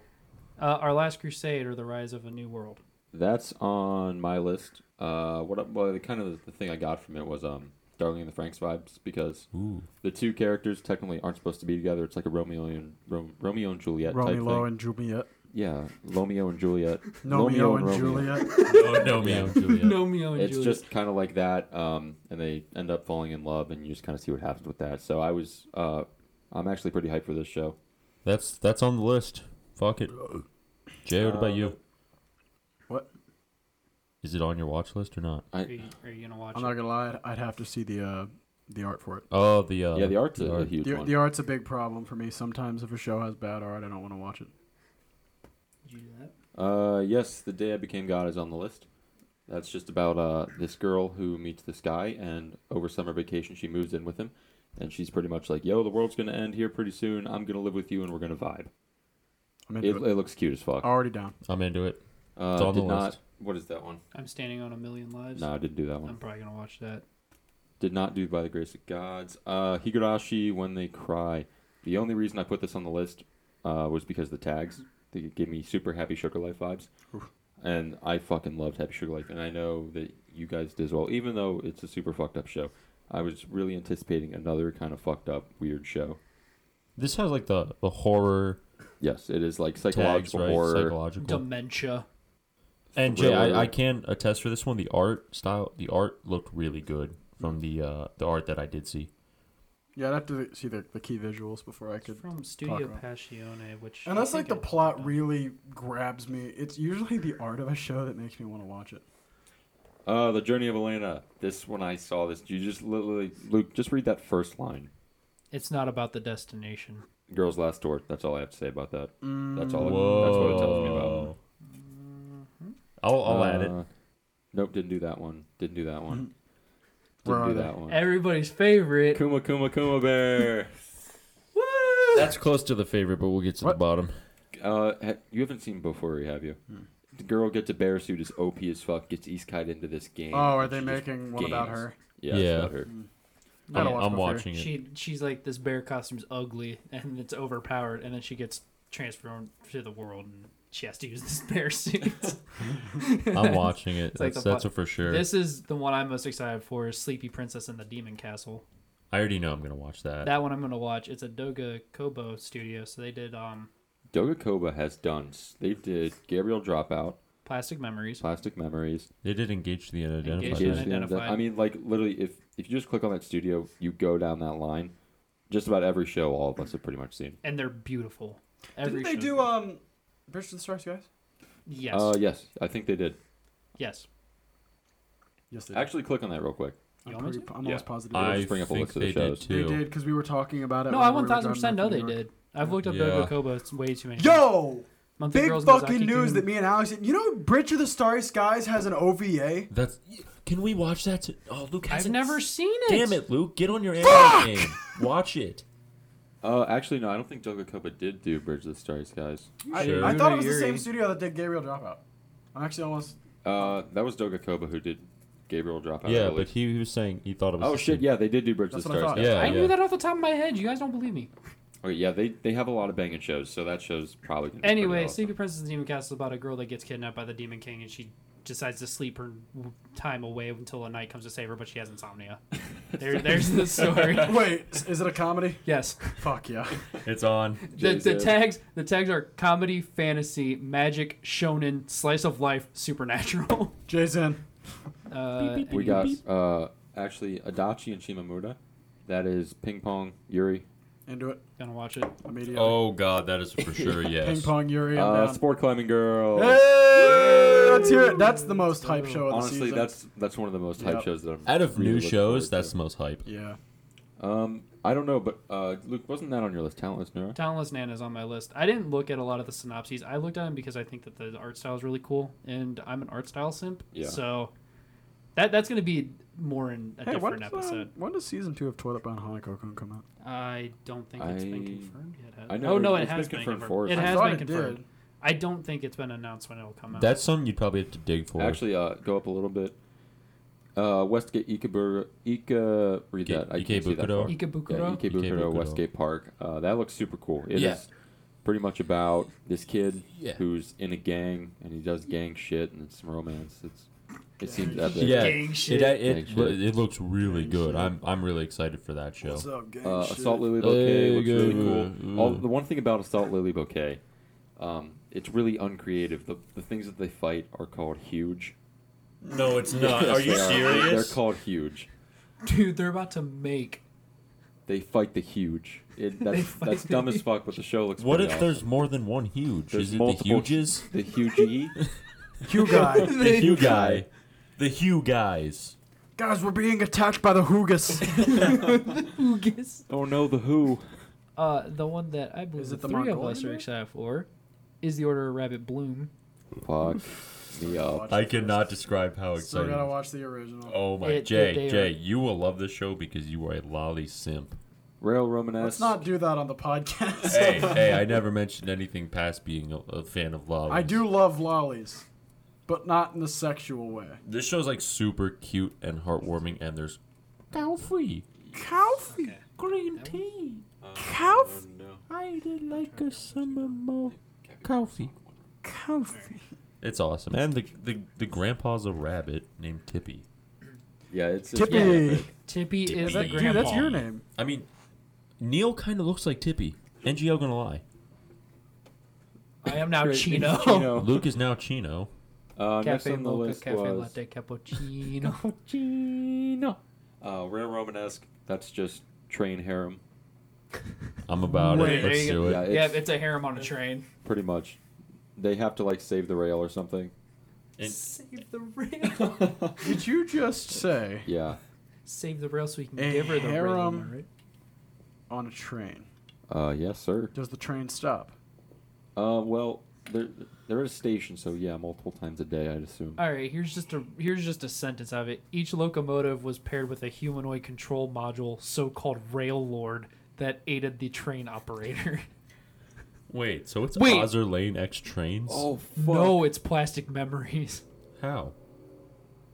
[SPEAKER 3] Uh, Our Last Crusade or The Rise of a New World.
[SPEAKER 4] That's on my list. Uh, what well, the kind of the thing I got from it was um, Darling in the Franks vibes because
[SPEAKER 1] ooh
[SPEAKER 4] the two characters technically aren't supposed to be together. It's like a Romeo and Rom, Romeo and Juliet type
[SPEAKER 2] Romeo
[SPEAKER 4] thing.
[SPEAKER 2] and Juliet.
[SPEAKER 4] yeah, Romeo and Juliet.
[SPEAKER 2] Romeo and
[SPEAKER 4] Romeo.
[SPEAKER 2] Juliet.
[SPEAKER 1] oh no me I'm Juliet.
[SPEAKER 3] Romeo and
[SPEAKER 4] It's
[SPEAKER 3] Juliet.
[SPEAKER 4] just kind of like that, um, and they end up falling in love, and you just kind of see what happens with that. So I was, uh, I'm actually pretty hyped for this show.
[SPEAKER 1] That's that's on the list. Fuck it. Jay, what about
[SPEAKER 4] Uh,
[SPEAKER 1] you?
[SPEAKER 2] What?
[SPEAKER 1] Is it on your watch list or not?
[SPEAKER 3] Are you, are you gonna watch
[SPEAKER 2] I'm
[SPEAKER 3] it?
[SPEAKER 2] not gonna lie. I'd have to see the uh, the art for it.
[SPEAKER 1] Oh, the uh,
[SPEAKER 4] yeah, the art's a, a
[SPEAKER 1] art.
[SPEAKER 4] huge
[SPEAKER 2] The,
[SPEAKER 4] one.
[SPEAKER 2] the art's a big problem for me. Sometimes if a show has bad art, I don't want to watch it.
[SPEAKER 3] Did you do that?
[SPEAKER 4] Uh, yes, the day I became God is on the list. That's just about uh this girl who meets this guy, and over summer vacation she moves in with him, and she's pretty much like, "Yo, the world's gonna end here pretty soon. I'm gonna live with you, and we're gonna vibe."
[SPEAKER 2] I'm
[SPEAKER 4] It,
[SPEAKER 2] into it.
[SPEAKER 4] it looks cute as fuck.
[SPEAKER 2] Already down.
[SPEAKER 1] I'm into it.
[SPEAKER 4] Uh,
[SPEAKER 1] on the
[SPEAKER 4] did not.
[SPEAKER 1] list.
[SPEAKER 4] What is that one?
[SPEAKER 3] I'm standing on a million lives.
[SPEAKER 4] No, I didn't do that one.
[SPEAKER 3] I'm probably gonna watch that.
[SPEAKER 4] Did not do by the grace of gods. Uh, Higurashi when they cry. The only reason I put this on the list uh, was because of the tags. They gave me super happy sugar life vibes, and I fucking loved happy sugar life. And I know that you guys did as well. Even though it's a super fucked up show, I was really anticipating another kind of fucked up weird show.
[SPEAKER 1] This has like the the horror
[SPEAKER 4] Yes, it is like
[SPEAKER 1] tags,
[SPEAKER 4] psychological
[SPEAKER 1] right?
[SPEAKER 4] horror.
[SPEAKER 1] Psychological.
[SPEAKER 3] Dementia.
[SPEAKER 1] and Jay,
[SPEAKER 4] thriller.
[SPEAKER 1] I, I can attest for this one. The art style, the art looked really good from the uh, the art that I did see.
[SPEAKER 2] Yeah, I'd have to see the, the key visuals before I
[SPEAKER 3] It's
[SPEAKER 2] could.
[SPEAKER 3] from Studio
[SPEAKER 2] about-
[SPEAKER 3] Passione, which I
[SPEAKER 2] Unless like
[SPEAKER 3] think
[SPEAKER 2] the
[SPEAKER 3] I-
[SPEAKER 2] plot really grabs me, it's usually the art of a show that makes me want to watch it.
[SPEAKER 4] Uh, the journey of Elena. This one I saw. This you just literally Luke. Just read that first line.
[SPEAKER 3] It's not about the destination.
[SPEAKER 4] Girl's last door. That's all I have to say about that.
[SPEAKER 2] Mm.
[SPEAKER 4] That's
[SPEAKER 2] Oh,
[SPEAKER 4] all.
[SPEAKER 1] Whoa.
[SPEAKER 4] That's what it tells me about.
[SPEAKER 1] I'll, I'll add it.
[SPEAKER 4] Uh, Nope, didn't do that one. Didn't do that one.
[SPEAKER 2] Mm-hmm. Where
[SPEAKER 4] Didn't do
[SPEAKER 2] are they?
[SPEAKER 4] that one.
[SPEAKER 3] Everybody's favorite.
[SPEAKER 4] Kuma Kuma Kuma Bear.
[SPEAKER 1] That's close to the favorite, but we'll get to
[SPEAKER 2] What?
[SPEAKER 1] the bottom.
[SPEAKER 4] uh, ha- you haven't seen before, have you?
[SPEAKER 2] Hmm.
[SPEAKER 4] The girl gets a bear suit, is OP as fuck, gets East Kite into this game.
[SPEAKER 2] Oh, are
[SPEAKER 4] and
[SPEAKER 2] they
[SPEAKER 4] she just
[SPEAKER 2] making Hmm. one about
[SPEAKER 4] games.
[SPEAKER 2] her?
[SPEAKER 4] Yeah, it's
[SPEAKER 1] Yeah.
[SPEAKER 4] about her.
[SPEAKER 2] I don't
[SPEAKER 1] I'm,
[SPEAKER 2] watch
[SPEAKER 1] I'm
[SPEAKER 2] Buffy.
[SPEAKER 1] watching it.
[SPEAKER 3] She she's like this bear costume's ugly and it's overpowered, and then she gets transformed to the world, and she has to use this bear suit.
[SPEAKER 1] I'm watching it.
[SPEAKER 3] It's like
[SPEAKER 1] That's,
[SPEAKER 3] the
[SPEAKER 1] that's
[SPEAKER 3] fu-
[SPEAKER 1] a for sure.
[SPEAKER 3] This is the one I'm most excited for: is Sleepy Princess and the Demon Castle.
[SPEAKER 1] I already know I'm gonna watch that.
[SPEAKER 3] That one I'm gonna watch. It's a Doga Kobo studio, so they did um
[SPEAKER 4] Doga Koba has done. s- They did Gabriel Dropout.
[SPEAKER 3] Plastic memories.
[SPEAKER 4] Plastic memories.
[SPEAKER 1] They did engage to the
[SPEAKER 4] It
[SPEAKER 1] unidentified.
[SPEAKER 3] Engage
[SPEAKER 4] gives
[SPEAKER 3] to
[SPEAKER 1] right?
[SPEAKER 4] you that-
[SPEAKER 3] Identified.
[SPEAKER 4] I mean, like literally, if if you just click on that studio, you go down that line. Just about every show, all of us have pretty much seen.
[SPEAKER 3] And they're beautiful.
[SPEAKER 2] Didn't they
[SPEAKER 3] show's
[SPEAKER 2] do
[SPEAKER 3] good.
[SPEAKER 2] um, Bridge to the Stars, guys?
[SPEAKER 3] Yes.
[SPEAKER 4] Uh, yes, I think they did.
[SPEAKER 3] yes.
[SPEAKER 2] Yes, they
[SPEAKER 4] Actually, click on that real quick.
[SPEAKER 2] did.
[SPEAKER 3] You
[SPEAKER 2] I'm,
[SPEAKER 3] want me
[SPEAKER 2] pretty,
[SPEAKER 3] to?
[SPEAKER 2] I'm
[SPEAKER 4] Yeah.
[SPEAKER 2] almost positive.
[SPEAKER 4] I'll
[SPEAKER 1] I
[SPEAKER 4] just bring up a
[SPEAKER 1] think
[SPEAKER 4] list of
[SPEAKER 1] they
[SPEAKER 4] the
[SPEAKER 1] did
[SPEAKER 4] shows.
[SPEAKER 2] they
[SPEAKER 1] too.
[SPEAKER 2] did because we were talking about it.
[SPEAKER 3] No,
[SPEAKER 2] when
[SPEAKER 3] I
[SPEAKER 2] we were
[SPEAKER 3] one
[SPEAKER 2] driving
[SPEAKER 3] thousand percent
[SPEAKER 2] back
[SPEAKER 3] know
[SPEAKER 2] from
[SPEAKER 3] they
[SPEAKER 2] New York.
[SPEAKER 3] did. I've looked up
[SPEAKER 1] Yeah.
[SPEAKER 3] Boba Koba it's way too many. times.
[SPEAKER 2] Yo,
[SPEAKER 3] Monthly
[SPEAKER 2] big
[SPEAKER 3] Girls,
[SPEAKER 2] fucking
[SPEAKER 3] Miyazaki
[SPEAKER 2] news
[SPEAKER 3] Doom.
[SPEAKER 2] that me and Alex. You know, Bridge to the Starry Skies has an OVA.
[SPEAKER 1] That's. Can we watch that? To, oh, Luke
[SPEAKER 3] I've
[SPEAKER 1] hasn't.
[SPEAKER 3] never seen it.
[SPEAKER 1] Damn it, Luke! Get on your Amazon game. Watch it.
[SPEAKER 4] Uh, actually, no, I don't think Doug Copa did do Bridge of the Starry Skies.
[SPEAKER 2] I,
[SPEAKER 1] Sure.
[SPEAKER 2] I thought it was the
[SPEAKER 3] Yuri.
[SPEAKER 2] same studio that did Gabriel Dropout. I'm actually almost.
[SPEAKER 4] Uh, that was Doga Koba who did Gabriel Dropout. I
[SPEAKER 1] yeah, but
[SPEAKER 4] believe.
[SPEAKER 1] he, he was saying he thought it was.
[SPEAKER 4] oh
[SPEAKER 1] the
[SPEAKER 4] shit,
[SPEAKER 1] same-
[SPEAKER 4] yeah, they did do Bridge of
[SPEAKER 2] That's
[SPEAKER 4] the
[SPEAKER 2] what I
[SPEAKER 4] Stars.
[SPEAKER 2] thought.
[SPEAKER 1] Yeah,
[SPEAKER 3] I
[SPEAKER 1] yeah.
[SPEAKER 3] knew that off the top of my head. You guys don't believe me.
[SPEAKER 4] Okay, yeah, they they have a lot of banging shows, so that show's probably. Gonna be pretty
[SPEAKER 3] Anyway,
[SPEAKER 4] awesome.
[SPEAKER 3] Sleepy Princess and Demon Castle is about a girl that gets kidnapped by the Demon King and she decides to sleep her time away until a knight comes to save her, but she has insomnia. there, there's the story.
[SPEAKER 2] Wait, s- is it a comedy?
[SPEAKER 3] Yes.
[SPEAKER 2] Fuck yeah.
[SPEAKER 1] It's on.
[SPEAKER 3] The, the
[SPEAKER 4] Jesus.
[SPEAKER 3] tags the tags are comedy, fantasy, magic, shonen, slice of life, supernatural.
[SPEAKER 2] Jason.
[SPEAKER 3] Uh, and-
[SPEAKER 4] We got uh actually Adachi and Shimamura. That is Ping Pong, Yuri.
[SPEAKER 2] Into it
[SPEAKER 3] gonna watch it.
[SPEAKER 2] immediately.
[SPEAKER 1] Oh god, that is for sure. Yes.
[SPEAKER 2] Ping pong Yuri. I'm
[SPEAKER 4] Uh,
[SPEAKER 2] down.
[SPEAKER 4] Sport Climbing Girl.
[SPEAKER 2] Hey, let's hear it. That's the most hype show of the
[SPEAKER 4] Honestly,
[SPEAKER 2] season.
[SPEAKER 4] that's that's one of the most hype
[SPEAKER 2] Yep.
[SPEAKER 4] shows that I'm.
[SPEAKER 1] Out of
[SPEAKER 4] really
[SPEAKER 1] new
[SPEAKER 4] looking
[SPEAKER 1] shows,
[SPEAKER 4] forward
[SPEAKER 1] that's
[SPEAKER 4] to.
[SPEAKER 1] the most hype.
[SPEAKER 2] yeah.
[SPEAKER 4] Um, I don't know, but uh, Luke, wasn't that on your list? Talentless Nura.
[SPEAKER 3] Talentless Nana is on my list. I didn't look at a lot of the synopses. I looked at them because I think that the art style is really cool, and I'm an art style simp.
[SPEAKER 4] Yeah.
[SPEAKER 3] So that that's gonna be more in a different
[SPEAKER 4] um,
[SPEAKER 3] episode.
[SPEAKER 2] when does season two of Toilet Bound Hanako come out?
[SPEAKER 3] I don't think it's been
[SPEAKER 4] I-
[SPEAKER 3] confirmed yet. has
[SPEAKER 4] I
[SPEAKER 3] it?
[SPEAKER 4] know
[SPEAKER 3] oh no,
[SPEAKER 4] it-
[SPEAKER 3] it
[SPEAKER 4] it's
[SPEAKER 3] has
[SPEAKER 4] been
[SPEAKER 3] been
[SPEAKER 4] confirmed
[SPEAKER 3] confirmed.
[SPEAKER 4] for us.
[SPEAKER 3] It
[SPEAKER 4] I
[SPEAKER 3] has
[SPEAKER 2] thought
[SPEAKER 3] been
[SPEAKER 2] it did.
[SPEAKER 3] confirmed. I don't think it's been announced when it will come out.
[SPEAKER 1] That's something you'd probably have to dig for.
[SPEAKER 4] Actually, uh, go up a little bit. Uh, Westgate Ikebura, Ika, read
[SPEAKER 1] Ike-
[SPEAKER 4] that. I can't see
[SPEAKER 1] Ikebukuro?
[SPEAKER 4] that far. Yeah,
[SPEAKER 3] Ikebukuro.
[SPEAKER 4] Ikebukuro,
[SPEAKER 1] Ikebukuro.
[SPEAKER 4] Westgate Park. Uh, that looks super cool. It is
[SPEAKER 1] Yeah.
[SPEAKER 4] pretty much about this kid
[SPEAKER 1] Yeah.
[SPEAKER 4] who's in a gang and he does gang shit and it's some romance. It's it seems epic.
[SPEAKER 1] yeah,
[SPEAKER 3] Gang
[SPEAKER 1] it,
[SPEAKER 3] shit.
[SPEAKER 1] it, it,
[SPEAKER 4] Gang
[SPEAKER 1] lo-
[SPEAKER 4] shit.
[SPEAKER 1] it looks really
[SPEAKER 4] Gang
[SPEAKER 1] good.
[SPEAKER 4] shit.
[SPEAKER 1] I'm I'm really excited for that show.
[SPEAKER 2] What's up, gang?
[SPEAKER 4] Uh,
[SPEAKER 2] shit?
[SPEAKER 4] Assault Lily Bouquet
[SPEAKER 1] Hey,
[SPEAKER 4] looks really
[SPEAKER 1] good.
[SPEAKER 4] cool. All,
[SPEAKER 1] Ooh.
[SPEAKER 4] the one thing about Assault Lily Bouquet, um, it's really uncreative. The, the things that they fight are called huge.
[SPEAKER 1] No, it's
[SPEAKER 4] Yes, they They're called huge.
[SPEAKER 3] Dude, they're about to make.
[SPEAKER 4] They fight the huge. It, that's
[SPEAKER 3] fight
[SPEAKER 4] that's
[SPEAKER 3] the
[SPEAKER 4] dumb as fuck, but the show looks.
[SPEAKER 1] What if
[SPEAKER 4] pretty
[SPEAKER 1] there's more than one huge?
[SPEAKER 4] There's
[SPEAKER 1] Is it
[SPEAKER 4] multiple-
[SPEAKER 1] the huges?
[SPEAKER 4] awesome. the huge? E?
[SPEAKER 2] Hugh guy.
[SPEAKER 1] the Hugh guy. The Hugh guys.
[SPEAKER 2] Guys, we're being attacked by the Hugas.
[SPEAKER 3] Ugas.
[SPEAKER 4] oh no, the who?
[SPEAKER 3] Uh, the one that I believe
[SPEAKER 2] Is
[SPEAKER 3] the,
[SPEAKER 2] it the
[SPEAKER 3] three of
[SPEAKER 2] Mongolian
[SPEAKER 3] us are
[SPEAKER 2] one?
[SPEAKER 3] excited for is the Order of Rabbit Bloom.
[SPEAKER 4] Fuck me up.
[SPEAKER 1] I cannot describe how
[SPEAKER 2] Still
[SPEAKER 1] excited.
[SPEAKER 2] gotta watch the original.
[SPEAKER 1] oh my
[SPEAKER 3] It- it-
[SPEAKER 1] Jay,
[SPEAKER 3] they are-
[SPEAKER 1] Jay, you will love this show because you are a lolly simp.
[SPEAKER 4] Rail Romanesque.
[SPEAKER 2] Let's not do that on the podcast.
[SPEAKER 1] hey, hey, I never mentioned anything past being a, a fan of lollies.
[SPEAKER 2] I do love lollies, but not in the sexual way.
[SPEAKER 1] This show's like super cute and heartwarming, and there's coffee,
[SPEAKER 2] Coffee.
[SPEAKER 1] green tea.
[SPEAKER 2] Cow-
[SPEAKER 4] no.
[SPEAKER 1] I'd like a summer more coffee.
[SPEAKER 2] Coffee.
[SPEAKER 1] It's awesome, and the the, the grandpa's a rabbit named Tippy.
[SPEAKER 4] Yeah, it's, it's
[SPEAKER 2] Tippy.
[SPEAKER 4] really epic.
[SPEAKER 3] Tippy is a
[SPEAKER 1] Tippy.
[SPEAKER 3] grandpa.
[SPEAKER 2] Dude, that's your name.
[SPEAKER 1] I mean, Neil kind of looks like Tippy. NGL gonna lie.
[SPEAKER 3] I am now
[SPEAKER 4] Great.
[SPEAKER 3] Chino.
[SPEAKER 4] Chino.
[SPEAKER 1] Luke is now Chino.
[SPEAKER 4] Uh, next
[SPEAKER 3] Cafe
[SPEAKER 4] on the
[SPEAKER 3] mocha,
[SPEAKER 4] list
[SPEAKER 3] cafe
[SPEAKER 4] was
[SPEAKER 3] latte, cappuccino.
[SPEAKER 4] Chino. Uh, Rail Romanesque. That's just train harem,
[SPEAKER 1] I'm about
[SPEAKER 3] Wait,
[SPEAKER 1] it.
[SPEAKER 3] there
[SPEAKER 1] Let's
[SPEAKER 3] you
[SPEAKER 1] do
[SPEAKER 3] go.
[SPEAKER 1] it.
[SPEAKER 4] Yeah.
[SPEAKER 3] yeah,
[SPEAKER 4] It's-
[SPEAKER 3] it's a harem on a train.
[SPEAKER 4] pretty much. They have to like save the rail or something.
[SPEAKER 1] And
[SPEAKER 3] Save the rail.
[SPEAKER 2] Did you just say
[SPEAKER 4] Yeah.
[SPEAKER 3] Save the rail so we can
[SPEAKER 2] A
[SPEAKER 3] give her the rail.
[SPEAKER 2] harem.
[SPEAKER 3] am I right?
[SPEAKER 2] on a train?
[SPEAKER 4] Uh, yes, sir.
[SPEAKER 2] Does the train stop?
[SPEAKER 4] Uh, well, they're they're at a station, so yeah, multiple times a day, I'd assume.
[SPEAKER 3] All right, here's just a here's just a sentence of it. Each locomotive was paired with a humanoid control module, so-called rail lord, that aided the train operator.
[SPEAKER 1] wait, so it's
[SPEAKER 3] Wait.
[SPEAKER 1] Ozer Lane X trains?
[SPEAKER 4] Oh, fuck.
[SPEAKER 3] no, it's plastic memories.
[SPEAKER 1] How?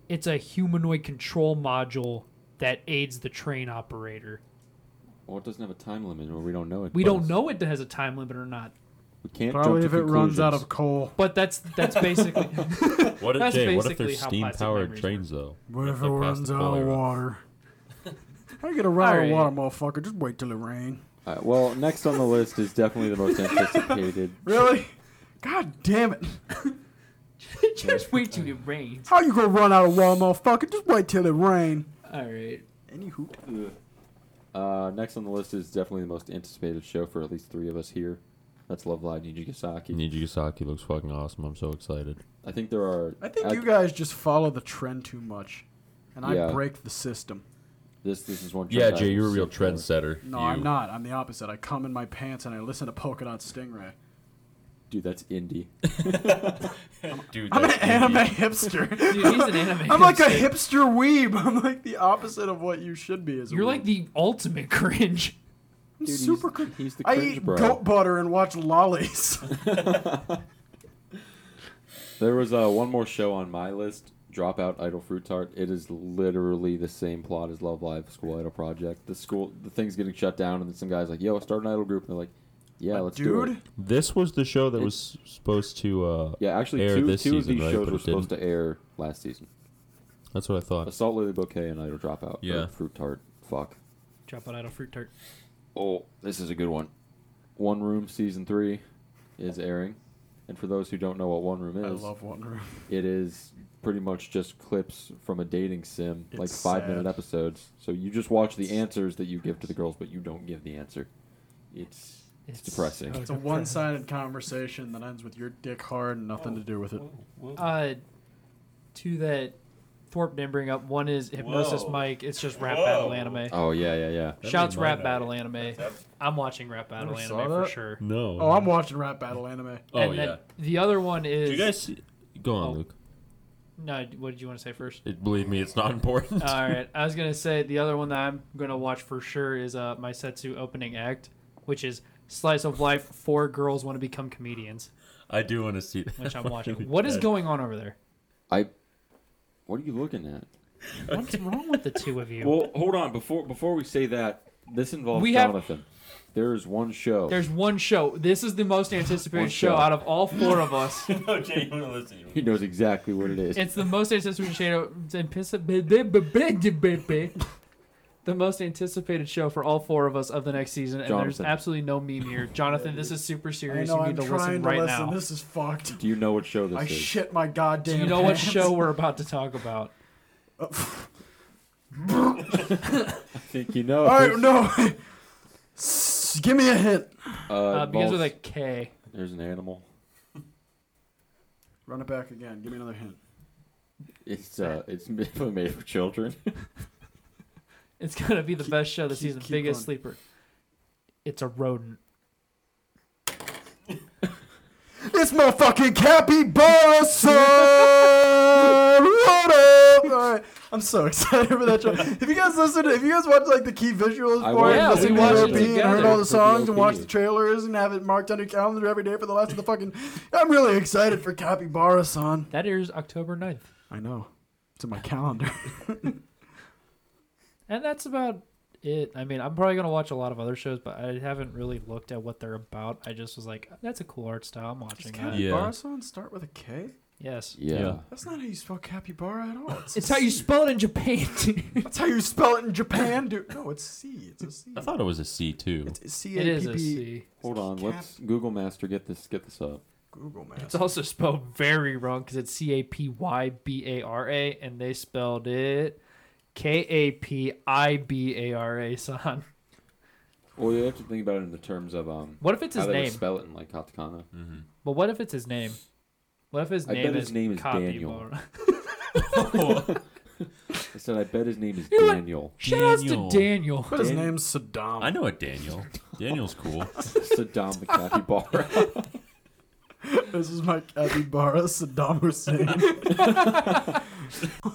[SPEAKER 3] It's a humanoid control module that aids the train operator.
[SPEAKER 4] Well, it doesn't have a time limit, or we don't know it.
[SPEAKER 3] We
[SPEAKER 4] but
[SPEAKER 3] don't
[SPEAKER 4] it's-
[SPEAKER 3] know it has a time limit or not,
[SPEAKER 4] We can't
[SPEAKER 2] Probably
[SPEAKER 4] jump
[SPEAKER 2] if
[SPEAKER 4] to
[SPEAKER 2] it runs out
[SPEAKER 4] conclusions.
[SPEAKER 2] of coal.
[SPEAKER 3] but that's that's basically
[SPEAKER 1] What if
[SPEAKER 3] That's
[SPEAKER 1] Jay? What if
[SPEAKER 3] basically
[SPEAKER 1] there's
[SPEAKER 3] how
[SPEAKER 1] steam powered
[SPEAKER 3] plastic memories
[SPEAKER 1] trains though?
[SPEAKER 2] What if
[SPEAKER 1] they
[SPEAKER 2] it
[SPEAKER 1] pass
[SPEAKER 2] runs
[SPEAKER 1] the
[SPEAKER 2] out of
[SPEAKER 1] boiler?
[SPEAKER 2] water? I get a ride of
[SPEAKER 3] Alright.
[SPEAKER 2] water, motherfucker. Just wait till it rain.
[SPEAKER 4] Uh, well, next on the list is definitely the most anticipated.
[SPEAKER 2] Really? God damn it.
[SPEAKER 3] Just wait till it rains.
[SPEAKER 2] How you gonna run out of water, motherfucker? Just wait till it rain.
[SPEAKER 3] All right.
[SPEAKER 2] Any hoot.
[SPEAKER 4] Uh, next on the list is definitely the most anticipated show for at least three of us here. That's Love Live Nijigasaki.
[SPEAKER 1] Nijigasaki looks fucking awesome. I'm so excited.
[SPEAKER 4] I think there are.
[SPEAKER 2] I think you guys just follow the trend too much, and I
[SPEAKER 4] Yeah.
[SPEAKER 2] break the system.
[SPEAKER 4] This this is one.
[SPEAKER 1] Yeah,
[SPEAKER 4] trend I
[SPEAKER 1] Jay,
[SPEAKER 4] will
[SPEAKER 1] you're a real
[SPEAKER 4] sit for.
[SPEAKER 1] trendsetter.
[SPEAKER 2] No,
[SPEAKER 1] you.
[SPEAKER 2] I'm not. I'm the opposite. I come in my pants and I listen to Polka Dot Stingray.
[SPEAKER 4] Dude, that's indie.
[SPEAKER 1] Dude,
[SPEAKER 2] I'm an
[SPEAKER 1] that's
[SPEAKER 2] anime
[SPEAKER 1] indie.
[SPEAKER 2] hipster.
[SPEAKER 3] Dude, he's an anime.
[SPEAKER 2] I'm like a
[SPEAKER 3] hipster.
[SPEAKER 2] hipster weeb. I'm like the opposite of what you should be. As a
[SPEAKER 3] You're
[SPEAKER 2] weeb.
[SPEAKER 3] like the ultimate cringe.
[SPEAKER 2] I'm
[SPEAKER 4] Dude, he's-
[SPEAKER 2] super. cr-
[SPEAKER 4] he's the
[SPEAKER 2] I
[SPEAKER 4] cringe
[SPEAKER 2] eat
[SPEAKER 4] bro.
[SPEAKER 2] goat butter and watch lollies.
[SPEAKER 4] There was uh, one more show on my list, Dropout Idol Fruit Tart. It is literally the same plot as Love Live School Idol Project. The school, the thing's getting shut down, and then some guy's like, "Yo, start an idol group," and they're like, "Yeah, let's do it."
[SPEAKER 2] Dude,
[SPEAKER 1] This was the show that was supposed to. Uh,
[SPEAKER 4] Yeah, actually,
[SPEAKER 1] air
[SPEAKER 4] two, two
[SPEAKER 1] this
[SPEAKER 4] of
[SPEAKER 1] season,
[SPEAKER 4] these
[SPEAKER 1] right?
[SPEAKER 4] shows
[SPEAKER 1] But
[SPEAKER 4] were
[SPEAKER 1] it didn't.
[SPEAKER 4] supposed to air last season:
[SPEAKER 1] That's what I thought.
[SPEAKER 4] Assault Lily Bouquet and Idol Dropout. or
[SPEAKER 1] Yeah.
[SPEAKER 4] Fruit Tart. Fuck.
[SPEAKER 6] Drop out idle fruit tart.
[SPEAKER 4] Oh, this is a good one. One Room season three is airing, and for those who don't know what One Room is,
[SPEAKER 2] I love One Room.
[SPEAKER 4] It is pretty much just clips from a dating sim,
[SPEAKER 2] It's
[SPEAKER 4] like five
[SPEAKER 2] sad.
[SPEAKER 4] minute episodes. So you just watch the answers that you give to the girls, but you don't give the answer. It's it's, depressing.
[SPEAKER 3] so
[SPEAKER 2] It's a one-sided conversation that ends with your dick hard and nothing to do with it.
[SPEAKER 4] Oh.
[SPEAKER 3] Uh, two that Thorpe didn't bring up. One is Hypnosis
[SPEAKER 1] Whoa.
[SPEAKER 3] Mike. It's just rap
[SPEAKER 1] Whoa.
[SPEAKER 3] battle anime.
[SPEAKER 4] oh yeah, yeah, yeah.
[SPEAKER 1] That
[SPEAKER 3] Shouts
[SPEAKER 1] made my
[SPEAKER 3] rap
[SPEAKER 1] night.
[SPEAKER 3] battle anime. I'm watching rap battle
[SPEAKER 2] Never
[SPEAKER 3] anime
[SPEAKER 2] saw
[SPEAKER 3] for
[SPEAKER 2] that.
[SPEAKER 3] sure.
[SPEAKER 1] No.
[SPEAKER 2] Oh, I'm watching rap battle anime.
[SPEAKER 1] Oh,
[SPEAKER 3] and
[SPEAKER 1] yeah.
[SPEAKER 3] then the other one is
[SPEAKER 1] Do you guys see- go on,
[SPEAKER 3] Oh.
[SPEAKER 1] Luke?
[SPEAKER 3] no. What did you want to say first?
[SPEAKER 1] It, believe me, it's not important.
[SPEAKER 3] All right, I was gonna say the other one that I'm gonna watch for sure is uh my Setsu opening act, which is slice of life. Four girls want to become comedians,
[SPEAKER 1] I do want to see that.
[SPEAKER 3] which I'm watching. What is going on over there?
[SPEAKER 4] I. What are you looking at?
[SPEAKER 3] What's wrong with the two of you?
[SPEAKER 4] Well, hold on. Before before we say that, this involves
[SPEAKER 3] We have-
[SPEAKER 4] Jonathan. There is one show.
[SPEAKER 3] There's one show. This is the most anticipated
[SPEAKER 4] One
[SPEAKER 3] show
[SPEAKER 4] show.
[SPEAKER 3] out of all four of us.
[SPEAKER 1] no, Jay, you want to listen?
[SPEAKER 4] he knows exactly what it is.
[SPEAKER 3] It's the most anticipated show. The most anticipated show for all four of us of the next season, and
[SPEAKER 4] Jonathan.
[SPEAKER 3] there's absolutely no meme here. Jonathan, this is super
[SPEAKER 2] I
[SPEAKER 3] serious.
[SPEAKER 2] know
[SPEAKER 3] you
[SPEAKER 2] I'm
[SPEAKER 3] need to
[SPEAKER 2] trying
[SPEAKER 3] listen
[SPEAKER 2] to
[SPEAKER 3] right
[SPEAKER 2] listen.
[SPEAKER 3] now.
[SPEAKER 2] This is fucked.
[SPEAKER 4] Do you know what show this
[SPEAKER 2] I
[SPEAKER 4] is?
[SPEAKER 2] shit my goddamn.
[SPEAKER 3] Do you know what
[SPEAKER 2] pants.
[SPEAKER 3] show we're about to talk about?
[SPEAKER 4] I think Uh, you know.
[SPEAKER 2] All right, no. S- Give me a hint.
[SPEAKER 4] Uh,
[SPEAKER 3] Uh, begins with a
[SPEAKER 4] involves-
[SPEAKER 3] K.
[SPEAKER 4] There's an animal.
[SPEAKER 2] Run it back again. Give me another hint.
[SPEAKER 4] It's uh, it's definitely made for children.
[SPEAKER 3] It's gonna be the best show this
[SPEAKER 2] keep-
[SPEAKER 3] season.
[SPEAKER 2] keep going.
[SPEAKER 3] Biggest sleeper. It's a rodent.
[SPEAKER 2] It's motherfucking capybara Sorority. All right, I'm so excited for that show. If you guys listen, to, if you guys watch like the key visuals
[SPEAKER 4] I
[SPEAKER 2] for it,
[SPEAKER 4] watched
[SPEAKER 3] it.
[SPEAKER 2] and listen to
[SPEAKER 3] Yeah, we watched it
[SPEAKER 2] OP and
[SPEAKER 3] together.
[SPEAKER 2] heard all the
[SPEAKER 4] It's pretty
[SPEAKER 2] songs and watch
[SPEAKER 4] OP.
[SPEAKER 2] the trailers and have it marked on your calendar every day for the last of the fucking. I'm really excited for capybara son.
[SPEAKER 3] That airs October 9th.
[SPEAKER 2] I know, it's in my calendar.
[SPEAKER 3] And that's about it. I mean, I'm probably gonna watch a lot of other shows, but I haven't really looked at what they're about. I just was like, that's a cool art style. I'm watching that.
[SPEAKER 1] Yeah.
[SPEAKER 2] capybara son start with a K?
[SPEAKER 3] Yes.
[SPEAKER 1] Yeah.
[SPEAKER 2] That's not how you spell capybara at all. It's,
[SPEAKER 3] It's how you spell it in Japan.
[SPEAKER 2] That's how you spell it in Japan, dude. No, it's C. It's a C.
[SPEAKER 1] I thought it was a C too.
[SPEAKER 2] It's C
[SPEAKER 3] it
[SPEAKER 2] A
[SPEAKER 3] is
[SPEAKER 2] P
[SPEAKER 3] a
[SPEAKER 2] P.
[SPEAKER 3] C.
[SPEAKER 4] Hold on,
[SPEAKER 2] Cap-
[SPEAKER 4] let's Google Master get this get this up.
[SPEAKER 2] Google man.
[SPEAKER 3] It's also spelled very wrong because it's C A P Y B A R A, and they spelled it K A P I B A R A. Son,
[SPEAKER 4] Well, you have to think about it in the terms of um
[SPEAKER 3] what if it's
[SPEAKER 4] how
[SPEAKER 3] his
[SPEAKER 4] they would
[SPEAKER 3] name?
[SPEAKER 4] spell it in like katakana.
[SPEAKER 3] But what if it's his name? What if his
[SPEAKER 4] I bet
[SPEAKER 3] name
[SPEAKER 4] his
[SPEAKER 3] is
[SPEAKER 4] name is
[SPEAKER 3] Copy
[SPEAKER 4] Daniel.
[SPEAKER 3] Bar-
[SPEAKER 4] I said I bet his name is
[SPEAKER 3] You know what?
[SPEAKER 4] Daniel.
[SPEAKER 3] Shout outs to
[SPEAKER 1] Daniel.
[SPEAKER 3] Daniel.
[SPEAKER 2] But his
[SPEAKER 4] Dan-
[SPEAKER 2] name's Saddam.
[SPEAKER 1] I know a Daniel. Daniel's cool.
[SPEAKER 4] Saddam the capybara.
[SPEAKER 2] This is my capybara, Saddam Hussein.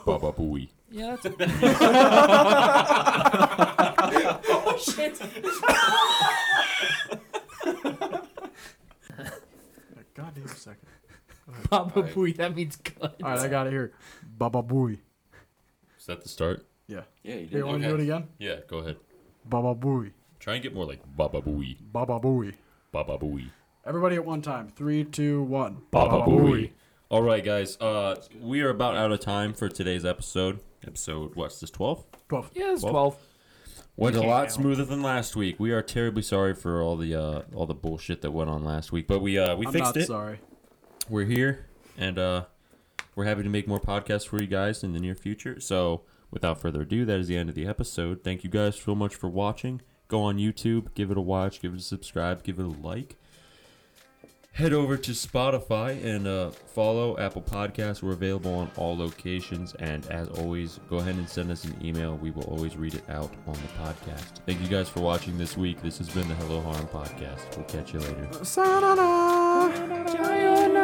[SPEAKER 1] Baba Booey.
[SPEAKER 3] Yeah, that's. oh shit!
[SPEAKER 2] Goddamn second.
[SPEAKER 3] Baba Booey, that means good.
[SPEAKER 2] All right, I got it here. Baba Booey.
[SPEAKER 1] Is that the start?
[SPEAKER 2] Yeah.
[SPEAKER 4] yeah,
[SPEAKER 2] Here,
[SPEAKER 4] you did.
[SPEAKER 2] you want to do it again?
[SPEAKER 1] Yeah, go ahead.
[SPEAKER 2] Baba Booey.
[SPEAKER 1] Try and get more like Baba Booey.
[SPEAKER 2] Baba Booey.
[SPEAKER 1] Baba Booey.
[SPEAKER 2] Everybody at one time. Three, two, one.
[SPEAKER 1] Baba Booey. All right, guys. Uh, we are about out of time for today's episode. Episode what's this? Twelve.
[SPEAKER 2] Twelve.
[SPEAKER 3] Yeah, it's
[SPEAKER 1] Well,
[SPEAKER 3] twelve.
[SPEAKER 1] Went a
[SPEAKER 3] can't
[SPEAKER 1] lot
[SPEAKER 3] count.
[SPEAKER 1] smoother than last week. We are terribly sorry for all the uh, all the bullshit that went on last week, but we uh, we
[SPEAKER 2] I'm
[SPEAKER 1] fixed
[SPEAKER 2] not
[SPEAKER 1] it.
[SPEAKER 2] sorry.
[SPEAKER 1] We're here, and uh, We're happy to make more podcasts for you guys in the near future. So, without further ado, that is the end of the episode. Thank you guys so much for watching. Go on YouTube, give it a watch, give it a subscribe, give it a like. Head over to Spotify and uh, follow Apple Podcasts. We're available on all locations. And as always, go ahead and send us an email. We will always read it out on the podcast. Thank you guys for watching this week. This has been the Hello Harm Podcast. We'll catch you later.
[SPEAKER 2] Sayonara.